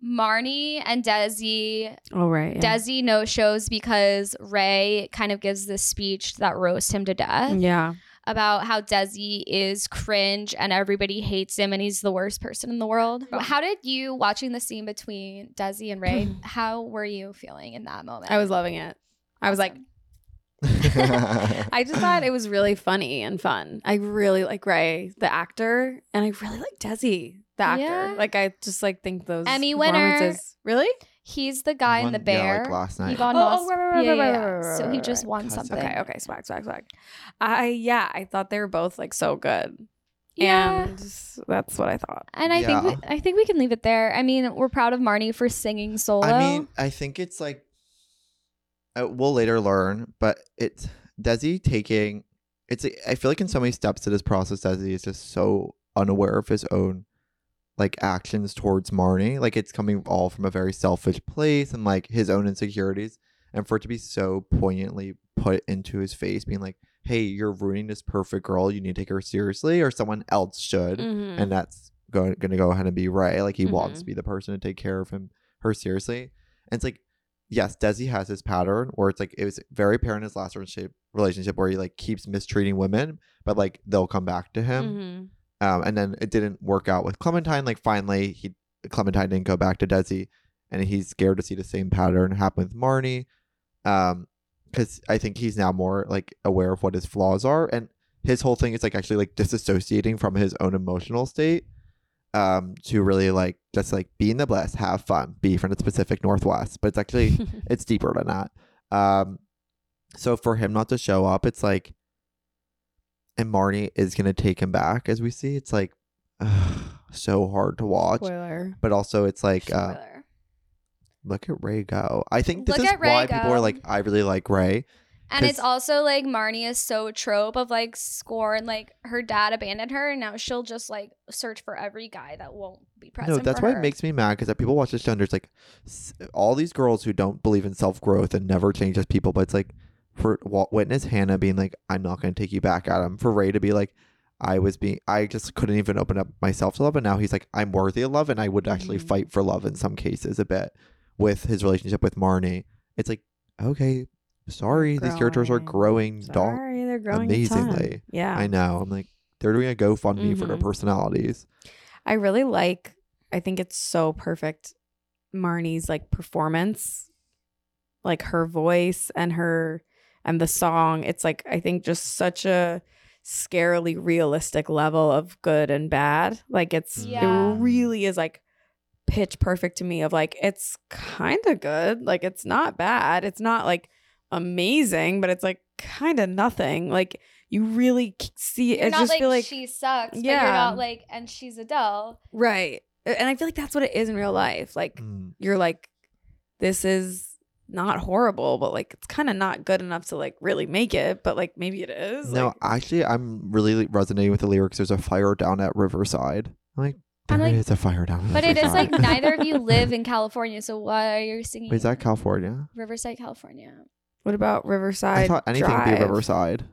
[SPEAKER 2] Marnie and Desi
[SPEAKER 3] Oh right. Yeah.
[SPEAKER 2] Desi no shows because Ray kind of gives this speech that roasts him to death
[SPEAKER 3] yeah.
[SPEAKER 2] about how Desi is cringe and everybody hates him and he's the worst person in the world. How did you watching the scene between Desi and Ray? how were you feeling in that moment?
[SPEAKER 3] I was loving it. I was like, I just thought it was really funny and fun. I really like Ray, the actor, and I really like Desi, the actor.
[SPEAKER 2] Yeah.
[SPEAKER 3] Like I just like think those
[SPEAKER 2] Emmy winner.
[SPEAKER 3] performances- Really?
[SPEAKER 2] He's the guy in
[SPEAKER 1] One-
[SPEAKER 2] the
[SPEAKER 1] yeah,
[SPEAKER 2] bear.
[SPEAKER 1] like last
[SPEAKER 2] He
[SPEAKER 1] night.
[SPEAKER 2] got
[SPEAKER 3] Oh,
[SPEAKER 2] lost.
[SPEAKER 3] oh, right, right, right,
[SPEAKER 2] yeah,
[SPEAKER 3] right,
[SPEAKER 2] yeah,
[SPEAKER 3] right,
[SPEAKER 2] yeah.
[SPEAKER 3] right, right,
[SPEAKER 2] So he
[SPEAKER 3] right,
[SPEAKER 2] just
[SPEAKER 3] right.
[SPEAKER 2] won
[SPEAKER 1] Cause-
[SPEAKER 2] something.
[SPEAKER 3] Okay. Okay. Swag. Swag. Swag. I yeah. I thought they were both like so good,
[SPEAKER 2] Yeah.
[SPEAKER 3] and that's what I thought.
[SPEAKER 2] And I think
[SPEAKER 1] Yeah.
[SPEAKER 2] we, I think we can leave it there. I mean, we're proud of Marnie for singing solo.
[SPEAKER 1] I mean, I think it's like uh, we'll later learn, but it's Desi taking. It's. a- I feel like in so many steps of this process, Desi is just so unaware of his own like actions towards Marnie. Like it's coming all from a very selfish place and like his own insecurities, and for it to be so poignantly put into his face, being like, "Hey, you're ruining this perfect girl. You need to take her seriously, or someone else should."
[SPEAKER 2] Mm-hmm.
[SPEAKER 3] Mm.
[SPEAKER 1] and that's going to go ahead and be Ray. Like he wants to be the person to take care of him, her seriously. And it's like, yes, Desi has his pattern where it's like it was very apparent in his last relationship, relationship where he like keeps mistreating women, but like they'll come back to him.
[SPEAKER 2] Mm-hmm.
[SPEAKER 1] Um, and then it didn't work out with Clementine. Like finally, he Clementine didn't go back to Desi, and he's scared to see the same pattern happen with Marnie. Um, because I think he's now more like aware of what his flaws are, and his whole thing is like actually like disassociating from his own emotional state um to really like just like be in the blast have fun be from the pacific northwest but it's actually it's deeper than that um so for him not to show up it's like and marnie is gonna take him back as we see it's like so hard to watch
[SPEAKER 3] Spoiler.
[SPEAKER 1] but also it's like uh
[SPEAKER 2] Spoiler.
[SPEAKER 1] look at ray go i think this
[SPEAKER 2] Look
[SPEAKER 1] is
[SPEAKER 2] at Ray
[SPEAKER 1] why people are
[SPEAKER 2] go.
[SPEAKER 1] like i really like ray
[SPEAKER 2] And it's
[SPEAKER 1] 'Cause-
[SPEAKER 2] also like Marnie is so trope of like scorn, like her dad abandoned her, and now she'll just like search for every guy that won't be present.
[SPEAKER 1] No, that's
[SPEAKER 2] for
[SPEAKER 1] why
[SPEAKER 2] her.
[SPEAKER 1] it makes me mad because people watch this show and there's like s- all these girls who don't believe in self growth and never change as people. But it's like for wa- witness Hannah being like, "I'm not going to take you back, Adam." For Ray to be like, "I was being, I just couldn't even open up myself to love," and now he's like, "I'm worthy of love," and I would actually
[SPEAKER 3] Mhm.
[SPEAKER 1] fight for love in some cases a bit with his relationship with Marnie. It's like, okay, sorry, these characters are growing. Dog,
[SPEAKER 3] Sorry, they're growing a ton.
[SPEAKER 1] amazingly.
[SPEAKER 3] Yeah.
[SPEAKER 1] I know. I'm like, they're doing a GoFundMe for their
[SPEAKER 3] Mhm.
[SPEAKER 1] personalities.
[SPEAKER 3] I really like I think it's so perfect Marnie's like performance like her voice and her and the song it's like I think just such a scarily realistic level of good and bad like it's
[SPEAKER 2] Yeah.
[SPEAKER 3] it really is like pitch perfect to me of like it's kind of good like it's not bad it's not like amazing but it's like kind of nothing like you really k- see
[SPEAKER 2] You're
[SPEAKER 3] I
[SPEAKER 2] not
[SPEAKER 3] just
[SPEAKER 2] like,
[SPEAKER 3] feel like
[SPEAKER 2] she sucks, but
[SPEAKER 3] Yeah.
[SPEAKER 2] you're not like, and she's Adele.
[SPEAKER 3] Right. A- And I feel like that's what it is in real life. Like
[SPEAKER 1] Mm.
[SPEAKER 3] you're like, this is not horrible, but like it's kind of not good enough to like really make it, but like maybe it is.
[SPEAKER 1] No,
[SPEAKER 3] like,
[SPEAKER 1] actually, I'm really resonating with the lyrics. There's a fire down at Riverside. I'm like,
[SPEAKER 2] I'm
[SPEAKER 1] there
[SPEAKER 2] like-
[SPEAKER 1] is a fire down. At
[SPEAKER 2] But it is like
[SPEAKER 1] Riverside."
[SPEAKER 2] neither of you live in California, so why are you singing?
[SPEAKER 1] Wait, is that California?
[SPEAKER 2] Riverside, California?
[SPEAKER 3] what about Riverside?
[SPEAKER 1] I, thought anything would
[SPEAKER 3] Drive?
[SPEAKER 1] be Riverside.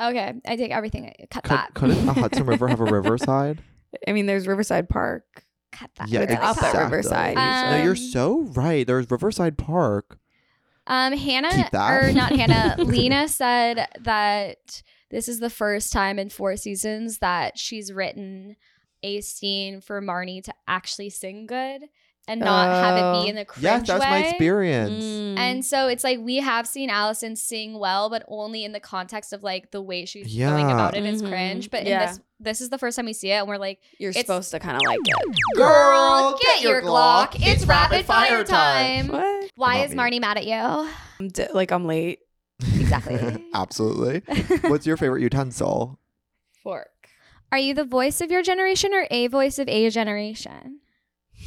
[SPEAKER 2] Okay, I take everything. Cut
[SPEAKER 1] Could,
[SPEAKER 2] that.
[SPEAKER 1] couldn't the Hudson River have a Riverside?
[SPEAKER 3] I mean, there's Riverside Park.
[SPEAKER 2] Cut that.
[SPEAKER 1] yeah,
[SPEAKER 3] It's
[SPEAKER 1] exactly.
[SPEAKER 3] up at Riverside
[SPEAKER 1] no, you're
[SPEAKER 2] Um,
[SPEAKER 1] so right. There's Riverside Park.
[SPEAKER 2] Um, Hannah
[SPEAKER 1] Keep that.
[SPEAKER 2] or not Hannah, Lena said that this is the first time in four seasons that she's written a scene for Marnie to actually sing good. and not have it
[SPEAKER 3] Oh.
[SPEAKER 2] be in the cringe
[SPEAKER 1] Yes, that was my
[SPEAKER 2] way. Mm.
[SPEAKER 1] experience.
[SPEAKER 2] And so it's like we have seen Allison sing well, but only in the context of like the way she's going
[SPEAKER 1] Yeah.
[SPEAKER 2] about it is
[SPEAKER 3] Mhm.
[SPEAKER 2] cringe. But
[SPEAKER 3] Yeah.
[SPEAKER 2] in this, this is the first time we see it, and we're like,
[SPEAKER 3] you're
[SPEAKER 2] it's-
[SPEAKER 3] supposed to kind of like it.
[SPEAKER 2] "Girl, get your Glock! It's rapid fire time."
[SPEAKER 3] What?
[SPEAKER 2] Why is
[SPEAKER 1] Mommy.
[SPEAKER 2] Marnie mad at you?
[SPEAKER 3] I'm d- like I'm late.
[SPEAKER 2] Exactly.
[SPEAKER 1] Absolutely. What's your favorite utensil?
[SPEAKER 3] Fork.
[SPEAKER 2] Are you the voice of your generation or a voice of a generation?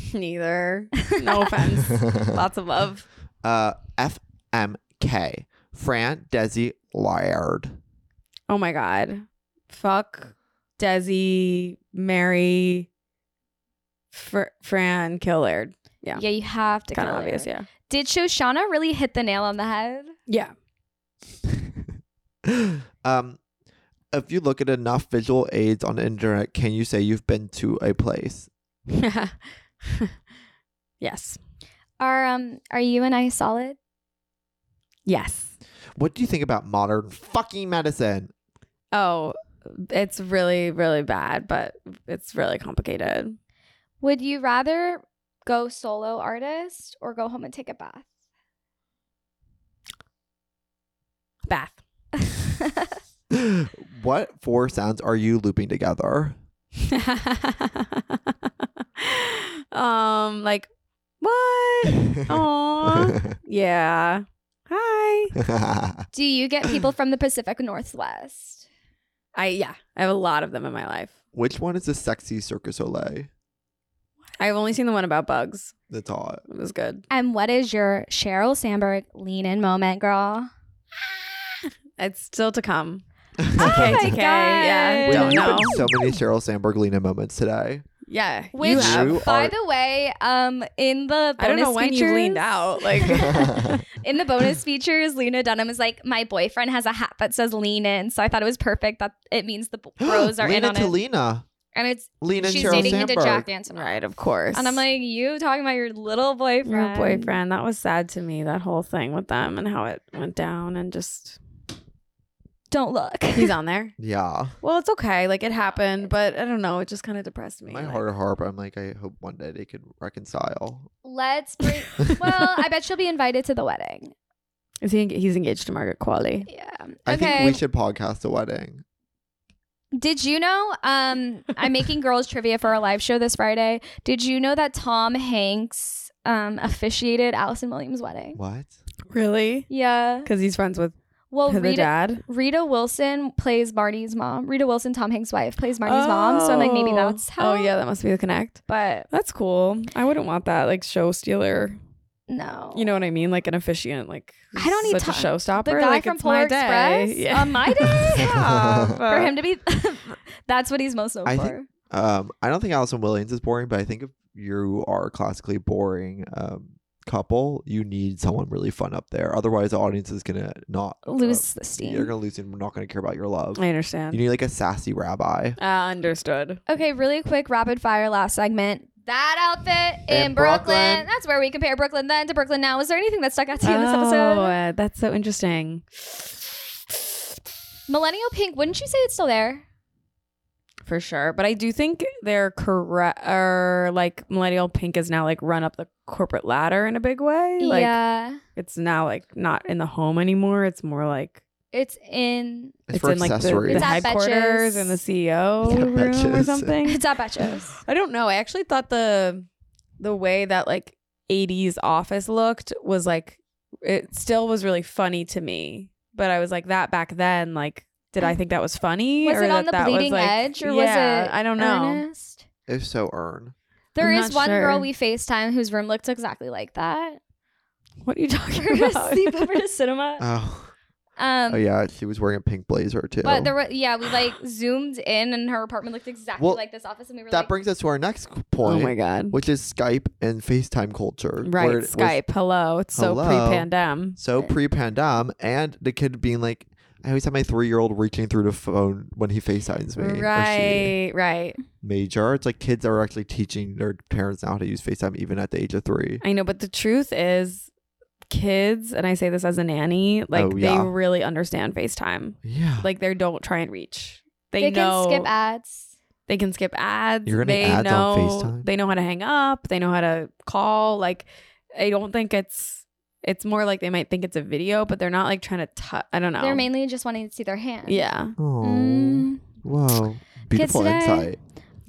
[SPEAKER 3] Neither. No offense. Lots of love.
[SPEAKER 1] uh, FMK. Fran Desi Laird.
[SPEAKER 3] Oh my god. Fuck Desi, Mary, Fr- Fran, Killard. Yeah.
[SPEAKER 2] Yeah, you have to
[SPEAKER 3] Kind of
[SPEAKER 2] kill
[SPEAKER 3] obvious,
[SPEAKER 2] it.
[SPEAKER 3] yeah.
[SPEAKER 2] Did Shoshana really hit the nail on the head?
[SPEAKER 3] Yeah.
[SPEAKER 1] um, if you look at enough visual aids on the internet, can you say you've been to a place?
[SPEAKER 3] yes.
[SPEAKER 2] Are um are you and I solid?
[SPEAKER 3] Yes.
[SPEAKER 1] What do you think about modern fucking medicine?
[SPEAKER 3] Oh, it's really, really bad, but it's really complicated.
[SPEAKER 2] Would you rather go solo artist or go home and take a bath?
[SPEAKER 3] Bath.
[SPEAKER 1] what four sounds are you looping together?
[SPEAKER 3] um, like what? Aw. yeah. Hi.
[SPEAKER 2] Do you get people from the Pacific Northwest?
[SPEAKER 3] I yeah. I have a lot of them in my life.
[SPEAKER 1] Which one is the sexy Circus Soleil?
[SPEAKER 3] I've only seen the one about bugs.
[SPEAKER 1] That's hot.
[SPEAKER 3] It was good.
[SPEAKER 2] And what is your Cheryl Sandberg lean in moment, girl?
[SPEAKER 3] It's still to come.
[SPEAKER 2] Oh my
[SPEAKER 3] TK, yeah.
[SPEAKER 2] God.
[SPEAKER 1] Wait, we've
[SPEAKER 3] Don't know.
[SPEAKER 1] been so many Cheryl Sandberg Lena moments today.
[SPEAKER 3] Yeah.
[SPEAKER 2] Which,
[SPEAKER 3] you have.
[SPEAKER 1] You
[SPEAKER 2] by
[SPEAKER 1] are-
[SPEAKER 2] the way, um, in the bonus
[SPEAKER 3] I don't know when you leaned
[SPEAKER 2] features-
[SPEAKER 3] out. Like
[SPEAKER 2] In the bonus features, Lena Dunham is like, my boyfriend has a hat that says lean in. So I thought it was perfect that it means the b- bros are in
[SPEAKER 1] Lena
[SPEAKER 2] on
[SPEAKER 1] to
[SPEAKER 2] it.
[SPEAKER 1] Lena.
[SPEAKER 2] and it's
[SPEAKER 1] Lena and
[SPEAKER 2] she's
[SPEAKER 1] Cheryl
[SPEAKER 2] dating
[SPEAKER 1] Sandberg.
[SPEAKER 2] into Jack Antonoff.
[SPEAKER 3] right, of course.
[SPEAKER 2] And I'm like, you talking about your little boyfriend.
[SPEAKER 3] your boyfriend. That was sad to me. That whole thing with them and how it went down and just
[SPEAKER 2] Don't look.
[SPEAKER 3] he's on there.
[SPEAKER 1] yeah.
[SPEAKER 3] Well, it's okay. Like it happened, but I don't know. It just kind of depressed me.
[SPEAKER 1] My
[SPEAKER 3] like-
[SPEAKER 1] heart of harp. I'm like, I hope one day they could reconcile.
[SPEAKER 2] Let's bring. well, I bet she'll be invited to the wedding.
[SPEAKER 3] Is he? enga- He's engaged to Margaret Qualley.
[SPEAKER 2] Yeah.
[SPEAKER 1] I
[SPEAKER 2] okay.
[SPEAKER 1] think we should podcast a wedding.
[SPEAKER 2] Did you know? Um, I'm making girls trivia for our live show this Friday. Did you know that Tom Hanks um officiated Allison Williams' wedding?
[SPEAKER 1] What?
[SPEAKER 3] Really? Oh,
[SPEAKER 2] Yeah.
[SPEAKER 3] Because he's friends with
[SPEAKER 2] Well,
[SPEAKER 3] the
[SPEAKER 2] Rita,
[SPEAKER 3] dad.
[SPEAKER 2] Rita Wilson plays Marty's mom. Rita Wilson, Tom Hanks' wife, plays Marty's mom. So I'm like, maybe
[SPEAKER 3] Oh.
[SPEAKER 2] that's how.
[SPEAKER 3] Oh yeah, that must be the connect.
[SPEAKER 2] But
[SPEAKER 3] That's cool. I wouldn't want that like show stealer.
[SPEAKER 2] no.
[SPEAKER 3] You know what I mean? Like an officiant, like
[SPEAKER 2] I don't need
[SPEAKER 3] such
[SPEAKER 2] time.
[SPEAKER 3] a showstopper.
[SPEAKER 2] the guy
[SPEAKER 3] like,
[SPEAKER 2] from
[SPEAKER 3] it's
[SPEAKER 2] Polar
[SPEAKER 3] my
[SPEAKER 2] Express
[SPEAKER 3] day. Yeah. Uh,
[SPEAKER 2] on my day.
[SPEAKER 1] Yeah.
[SPEAKER 2] for him to be, that's what he's most known
[SPEAKER 1] I
[SPEAKER 2] for.
[SPEAKER 1] think- Um, I don't think Allison Williams is boring, but I think if you are a classically boring um couple, you need someone really fun up there. Otherwise, the audience is gonna not uh,
[SPEAKER 2] Lose the steam.
[SPEAKER 1] You're gonna lose, and we're not gonna care about your love.
[SPEAKER 3] I understand.
[SPEAKER 1] You need like a sassy rabbi.
[SPEAKER 3] uh, understood.
[SPEAKER 2] Okay, really quick rapid fire last segment. That outfit in,
[SPEAKER 1] In
[SPEAKER 2] Brooklyn.
[SPEAKER 1] Brooklyn.
[SPEAKER 2] That's where we compare Brooklyn then to Brooklyn now. Is there anything that stuck out to you in this
[SPEAKER 3] Oh,
[SPEAKER 2] episode?
[SPEAKER 3] uh, that's so interesting.
[SPEAKER 2] Millennial pink, wouldn't you say it's still there?
[SPEAKER 3] For sure, but I do think they're correct. Or like millennial pink is now like run up the corporate ladder in a big way. Like
[SPEAKER 2] yeah.
[SPEAKER 3] it's now like not in the home anymore. It's more like
[SPEAKER 2] It's in
[SPEAKER 1] It's,
[SPEAKER 3] it's,
[SPEAKER 1] for
[SPEAKER 3] in like the,
[SPEAKER 1] accessories.
[SPEAKER 3] the
[SPEAKER 2] It's at
[SPEAKER 3] headquarters
[SPEAKER 2] Betches.
[SPEAKER 3] and the CEO
[SPEAKER 1] It's at
[SPEAKER 3] room or
[SPEAKER 1] Betches.
[SPEAKER 3] something.
[SPEAKER 2] it's at Betches.
[SPEAKER 3] I don't know. I actually thought the the way that like 80s office looked was like it still was really funny to me. But I was like that back then like did I think that was funny?
[SPEAKER 2] Was
[SPEAKER 3] or
[SPEAKER 2] it on
[SPEAKER 3] that
[SPEAKER 2] the
[SPEAKER 3] that was,
[SPEAKER 2] bleeding
[SPEAKER 3] like-
[SPEAKER 2] edge or
[SPEAKER 3] yeah,
[SPEAKER 2] was it
[SPEAKER 3] I don't know.
[SPEAKER 2] earnest?
[SPEAKER 1] if so, earn.
[SPEAKER 2] There
[SPEAKER 3] I'm
[SPEAKER 2] is
[SPEAKER 3] not
[SPEAKER 2] one
[SPEAKER 3] sure.
[SPEAKER 2] girl we FaceTime whose room looks exactly like that.
[SPEAKER 3] What are you
[SPEAKER 2] We're
[SPEAKER 3] talking
[SPEAKER 2] gonna
[SPEAKER 3] about?
[SPEAKER 2] sleep over to cinema.
[SPEAKER 1] Oh,
[SPEAKER 2] Um
[SPEAKER 1] oh yeah, Oh. she was wearing a pink blazer too.
[SPEAKER 2] But there were yeah, we like zoomed in and her apartment looked exactly
[SPEAKER 1] Well,
[SPEAKER 2] like this office and we were
[SPEAKER 1] that
[SPEAKER 2] like
[SPEAKER 1] brings us to our next point,
[SPEAKER 3] oh my god.
[SPEAKER 1] which is Skype and FaceTime culture.
[SPEAKER 3] Right,
[SPEAKER 1] where it was
[SPEAKER 3] Skype. Hello. It's so
[SPEAKER 1] Hello.
[SPEAKER 3] pre-pandem.
[SPEAKER 1] So pre-pandem, and the kid being like, I always have my three-year-old reaching through the phone when he FaceTimes me. or she.
[SPEAKER 3] Right, right.
[SPEAKER 1] Major. It's like kids are actually teaching their parents now how to use FaceTime even at the age of three.
[SPEAKER 3] I know, but the truth is kids, and I say this as a nanny, like
[SPEAKER 1] Oh, yeah.
[SPEAKER 3] they really understand FaceTime.
[SPEAKER 1] Yeah.
[SPEAKER 3] Like they don't try and reach. They,
[SPEAKER 2] they,
[SPEAKER 3] know
[SPEAKER 2] can skip ads.
[SPEAKER 3] They can skip ads.
[SPEAKER 1] You're getting
[SPEAKER 3] they
[SPEAKER 1] ads on
[SPEAKER 3] know,
[SPEAKER 1] FaceTime?
[SPEAKER 3] They know how to hang up. They know how to call. Like, I don't think it's. It's more like they might think it's a video, but they're not like trying to touch. I don't know.
[SPEAKER 2] They're mainly just wanting to see their hand.
[SPEAKER 3] yeah.
[SPEAKER 1] Oh,
[SPEAKER 2] Mm.
[SPEAKER 1] whoa. Beautiful
[SPEAKER 2] today.
[SPEAKER 1] insight.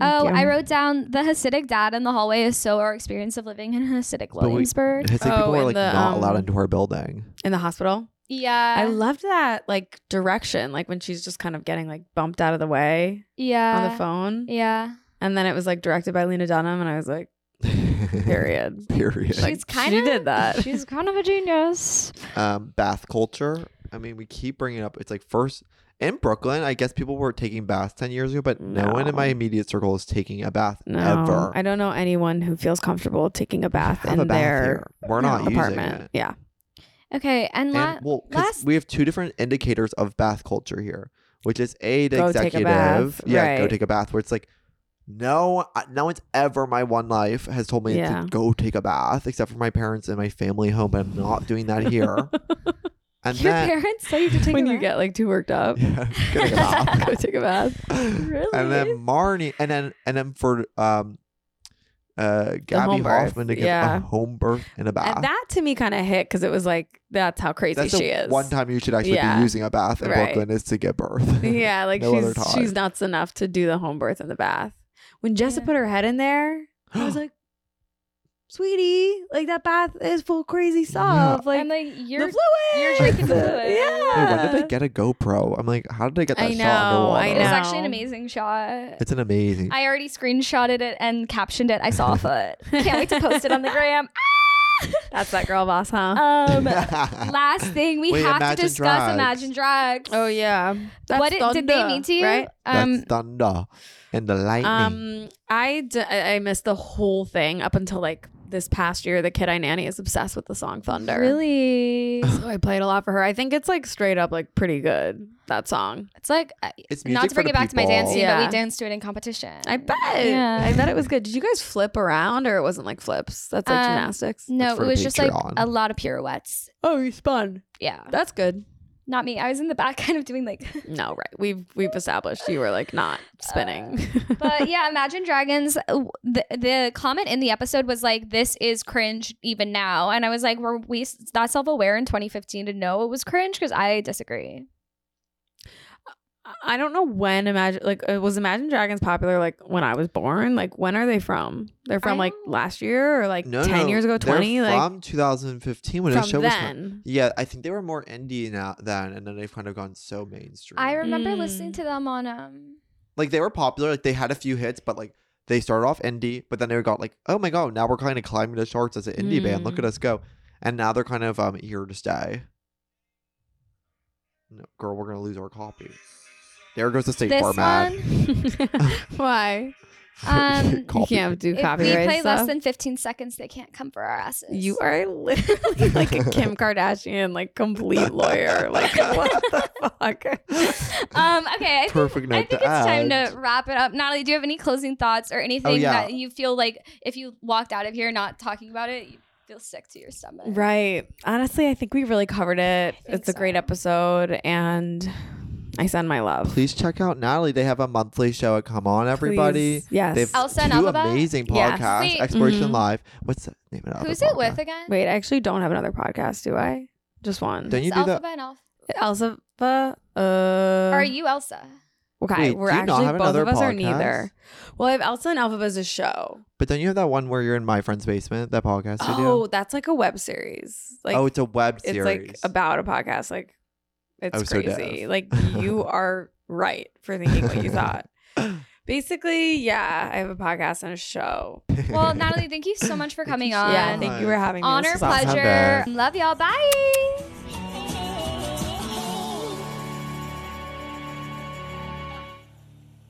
[SPEAKER 2] Oh,
[SPEAKER 3] you.
[SPEAKER 2] I wrote down the Hasidic dad in the hallway is so our experience of living in Hasidic
[SPEAKER 1] But we-
[SPEAKER 2] Williamsburg.
[SPEAKER 1] It's like
[SPEAKER 3] Oh,
[SPEAKER 1] people are
[SPEAKER 3] and
[SPEAKER 1] like
[SPEAKER 3] the,
[SPEAKER 1] not allowed
[SPEAKER 3] um,
[SPEAKER 1] into our building.
[SPEAKER 3] In the hospital.
[SPEAKER 2] yeah.
[SPEAKER 3] I loved that like direction, like when she's just kind of getting like bumped out of the way
[SPEAKER 2] yeah.
[SPEAKER 3] on the phone.
[SPEAKER 2] Uh, Yeah.
[SPEAKER 3] And then it was like directed by Lena Dunham, and I was like, period.
[SPEAKER 1] Period.
[SPEAKER 3] Like,
[SPEAKER 2] She's kind
[SPEAKER 3] she
[SPEAKER 2] of
[SPEAKER 3] did that.
[SPEAKER 2] She's kind of a genius.
[SPEAKER 1] um, bath culture. I mean, we keep bringing it up. It's like first in Brooklyn, I guess people were taking baths 10 years ago, but no, one in
[SPEAKER 3] No.
[SPEAKER 1] my immediate circle is taking a bath
[SPEAKER 3] no,
[SPEAKER 1] ever.
[SPEAKER 3] I don't know anyone who feels comfortable taking a bath
[SPEAKER 1] Have
[SPEAKER 3] in
[SPEAKER 1] a bath
[SPEAKER 3] their
[SPEAKER 1] here. We're not using
[SPEAKER 3] apartment.
[SPEAKER 1] it.
[SPEAKER 3] Yeah,
[SPEAKER 2] Okay, and, la-
[SPEAKER 1] And, well, 'cause
[SPEAKER 2] last-
[SPEAKER 1] we have two different indicators of bath culture here, which is aid
[SPEAKER 3] Go take a
[SPEAKER 1] executive.
[SPEAKER 3] bath,
[SPEAKER 1] yeah, go
[SPEAKER 3] right.
[SPEAKER 1] take a bath. Where it's like, no, I- no one's ever my one life has told me
[SPEAKER 3] Yeah.
[SPEAKER 1] to go take a bath, except for my parents and my family home. But I'm not doing that here. and
[SPEAKER 2] your
[SPEAKER 1] then
[SPEAKER 2] parents tell you to take
[SPEAKER 3] when
[SPEAKER 2] a
[SPEAKER 3] you
[SPEAKER 2] bath?
[SPEAKER 3] get like too worked up,
[SPEAKER 1] yeah, go take a bath.
[SPEAKER 3] go take a bath.
[SPEAKER 1] And
[SPEAKER 3] Really?
[SPEAKER 1] then Marnie, and then and then for um, uh, Gabby
[SPEAKER 3] home birth,
[SPEAKER 1] Hoffman to give
[SPEAKER 3] yeah.
[SPEAKER 1] a home birth and a bath.
[SPEAKER 3] And that to me kind of hit because it was like that's how crazy
[SPEAKER 1] Ah. That's
[SPEAKER 3] she
[SPEAKER 1] the
[SPEAKER 3] is.
[SPEAKER 1] one time you should actually
[SPEAKER 3] Yeah.
[SPEAKER 1] be using a bath in
[SPEAKER 3] Right.
[SPEAKER 1] Brooklyn is to give birth.
[SPEAKER 3] yeah, like
[SPEAKER 1] No other
[SPEAKER 3] she's
[SPEAKER 1] time.
[SPEAKER 3] she's nuts enough to do the home birth in the bath. When Jessa
[SPEAKER 2] Yeah.
[SPEAKER 3] put her head in there, I was like, "Sweetie, like that bath is full of crazy stuff. Like,
[SPEAKER 2] I'm like
[SPEAKER 3] the
[SPEAKER 2] you're
[SPEAKER 3] fluid,
[SPEAKER 2] you're drinking fluid.
[SPEAKER 1] Wait,
[SPEAKER 3] yeah.
[SPEAKER 1] when did they get a GoPro? I'm like, how did they get that
[SPEAKER 3] I
[SPEAKER 1] shot
[SPEAKER 3] know,
[SPEAKER 1] underwater?
[SPEAKER 3] I
[SPEAKER 2] It was
[SPEAKER 3] know.
[SPEAKER 2] actually an amazing shot.
[SPEAKER 1] It's an amazing.
[SPEAKER 2] I already screenshotted it and captioned it. I saw a foot. Can't wait to post it on the gram.
[SPEAKER 3] That's that girl boss, huh?
[SPEAKER 2] Um, last thing we
[SPEAKER 1] Wait,
[SPEAKER 2] have to
[SPEAKER 1] Imagine
[SPEAKER 2] discuss:
[SPEAKER 1] Drags.
[SPEAKER 2] Imagine Drags.
[SPEAKER 3] oh yeah, That's
[SPEAKER 2] what it, did they
[SPEAKER 3] thunder,
[SPEAKER 2] mean to you?
[SPEAKER 3] Right?
[SPEAKER 2] Um,
[SPEAKER 1] That's thunder and the lightning.
[SPEAKER 3] Um, I, d- I I missed the whole thing up until like this past year. The kid I nanny is obsessed with the song Thunder.
[SPEAKER 2] really,
[SPEAKER 3] So I played a lot for her. I think it's like straight up like pretty good that song.
[SPEAKER 2] it's like uh,
[SPEAKER 1] it's music
[SPEAKER 2] not to
[SPEAKER 1] for
[SPEAKER 2] bring
[SPEAKER 1] the
[SPEAKER 2] it back to my
[SPEAKER 1] people.
[SPEAKER 2] dancing, but
[SPEAKER 3] Yeah.
[SPEAKER 2] we danced to it in competition.
[SPEAKER 3] I bet.
[SPEAKER 2] Yeah.
[SPEAKER 3] I bet it was good. Did you guys flip around or it wasn't like flips? That's like
[SPEAKER 2] Um,
[SPEAKER 3] gymnastics.
[SPEAKER 2] No,
[SPEAKER 1] for
[SPEAKER 2] it
[SPEAKER 1] the
[SPEAKER 2] was just like
[SPEAKER 1] Patreon.
[SPEAKER 2] a lot of pirouettes.
[SPEAKER 3] Oh, you spun.
[SPEAKER 2] Yeah,
[SPEAKER 3] That's good.
[SPEAKER 2] not me. I was in the back, kind of doing like.
[SPEAKER 3] No, right. We've we've established you were like not spinning.
[SPEAKER 2] but yeah, Imagine Dragons. uh, The, the comment in the episode was like, "This is cringe even now," and I was like, "Were we s- that self aware in 2015 to know it was cringe?" Because I disagree.
[SPEAKER 3] Uh, I don't know when Imagine like uh, was Imagine Dragons popular like when I was born. Like when are they from? They're from
[SPEAKER 2] I
[SPEAKER 3] like
[SPEAKER 2] don't-
[SPEAKER 3] last year or like
[SPEAKER 1] No,
[SPEAKER 3] ten
[SPEAKER 1] no,
[SPEAKER 3] years ago,
[SPEAKER 1] they're
[SPEAKER 3] twenty. Like
[SPEAKER 1] from 2015 when the
[SPEAKER 3] from
[SPEAKER 1] show was. come-
[SPEAKER 3] then.
[SPEAKER 1] Yeah, I think they were more indie now then, and then they've kind of gone so mainstream.
[SPEAKER 2] I remember
[SPEAKER 3] Mm.
[SPEAKER 2] listening to them on um.
[SPEAKER 1] like they were popular. Like they had a few hits, but like they started off indie, but then they got like, oh my god, now we're kind of climbing the charts as an indie band. Look
[SPEAKER 3] Mm.
[SPEAKER 1] at
[SPEAKER 2] Hmm.
[SPEAKER 1] us go! And now they're kind of um here to stay. No, girl, we're gonna lose our copy. There goes the state
[SPEAKER 2] This
[SPEAKER 1] format.
[SPEAKER 2] one?
[SPEAKER 3] Why?
[SPEAKER 2] Um,
[SPEAKER 1] Copy.
[SPEAKER 3] You can't do
[SPEAKER 2] If we
[SPEAKER 3] copyright
[SPEAKER 2] play
[SPEAKER 3] stuff.
[SPEAKER 2] less than 15 seconds, they can't come for our asses.
[SPEAKER 3] you are literally like a Kim Kardashian, like complete lawyer. Like what the fuck?
[SPEAKER 2] Um. Okay. I think,
[SPEAKER 1] Perfect note
[SPEAKER 2] I think
[SPEAKER 1] to
[SPEAKER 2] it's time
[SPEAKER 1] end.
[SPEAKER 2] to wrap it up. Natalie, do you have any closing thoughts
[SPEAKER 3] Oh,
[SPEAKER 2] or anything
[SPEAKER 1] yeah.
[SPEAKER 2] that you feel like if you walked out of here not talking about it, you feel sick to your stomach?
[SPEAKER 3] Right. Honestly, I think we really covered it.
[SPEAKER 2] think
[SPEAKER 3] It's a great
[SPEAKER 2] so.
[SPEAKER 3] episode, and I send my love.
[SPEAKER 1] Please check out Natalie. They have a monthly show at Come On Everybody.
[SPEAKER 3] Please. Yes.
[SPEAKER 1] They've
[SPEAKER 2] Elsa and
[SPEAKER 1] two
[SPEAKER 2] Alphabet?
[SPEAKER 1] amazing
[SPEAKER 3] Yes.
[SPEAKER 1] podcasts.
[SPEAKER 2] Wait.
[SPEAKER 1] Exploration
[SPEAKER 3] Mhm.
[SPEAKER 1] Live. What's the name of the
[SPEAKER 2] Mm-hmm. Who's
[SPEAKER 1] other
[SPEAKER 2] it with
[SPEAKER 1] podcast?
[SPEAKER 2] again?
[SPEAKER 3] Wait, I actually don't have another podcast, do I? Just one.
[SPEAKER 1] Don't you
[SPEAKER 2] It's
[SPEAKER 1] do
[SPEAKER 2] Alpha
[SPEAKER 1] that?
[SPEAKER 2] by an Alpha.
[SPEAKER 3] Elsa, uh,
[SPEAKER 2] Are you Elsa?
[SPEAKER 3] okay?
[SPEAKER 1] Wait,
[SPEAKER 3] we're
[SPEAKER 1] do you not
[SPEAKER 3] actually
[SPEAKER 1] have
[SPEAKER 3] both
[SPEAKER 1] another
[SPEAKER 3] of us are
[SPEAKER 1] podcast?
[SPEAKER 3] neither. Well, I have Elsa and Alphaba as a show.
[SPEAKER 1] But don't you have that one where you're in my friend's basement? That podcast you do?
[SPEAKER 3] Oh, that's like a web series. Like
[SPEAKER 1] oh, it's a web
[SPEAKER 3] it's
[SPEAKER 1] series.
[SPEAKER 3] like about a podcast. Like it's
[SPEAKER 1] I was so
[SPEAKER 3] crazy.
[SPEAKER 1] deaf.
[SPEAKER 3] like you are right for thinking what you thought. Basically, yeah, I have a podcast and a show.
[SPEAKER 2] Well, Natalie, thank you so much for
[SPEAKER 1] Thank
[SPEAKER 2] coming
[SPEAKER 1] you so
[SPEAKER 2] on.
[SPEAKER 3] yeah, thank you for having me.
[SPEAKER 2] Honor,
[SPEAKER 3] This was awesome.
[SPEAKER 1] Have
[SPEAKER 2] pleasure. Love y'all. Bye.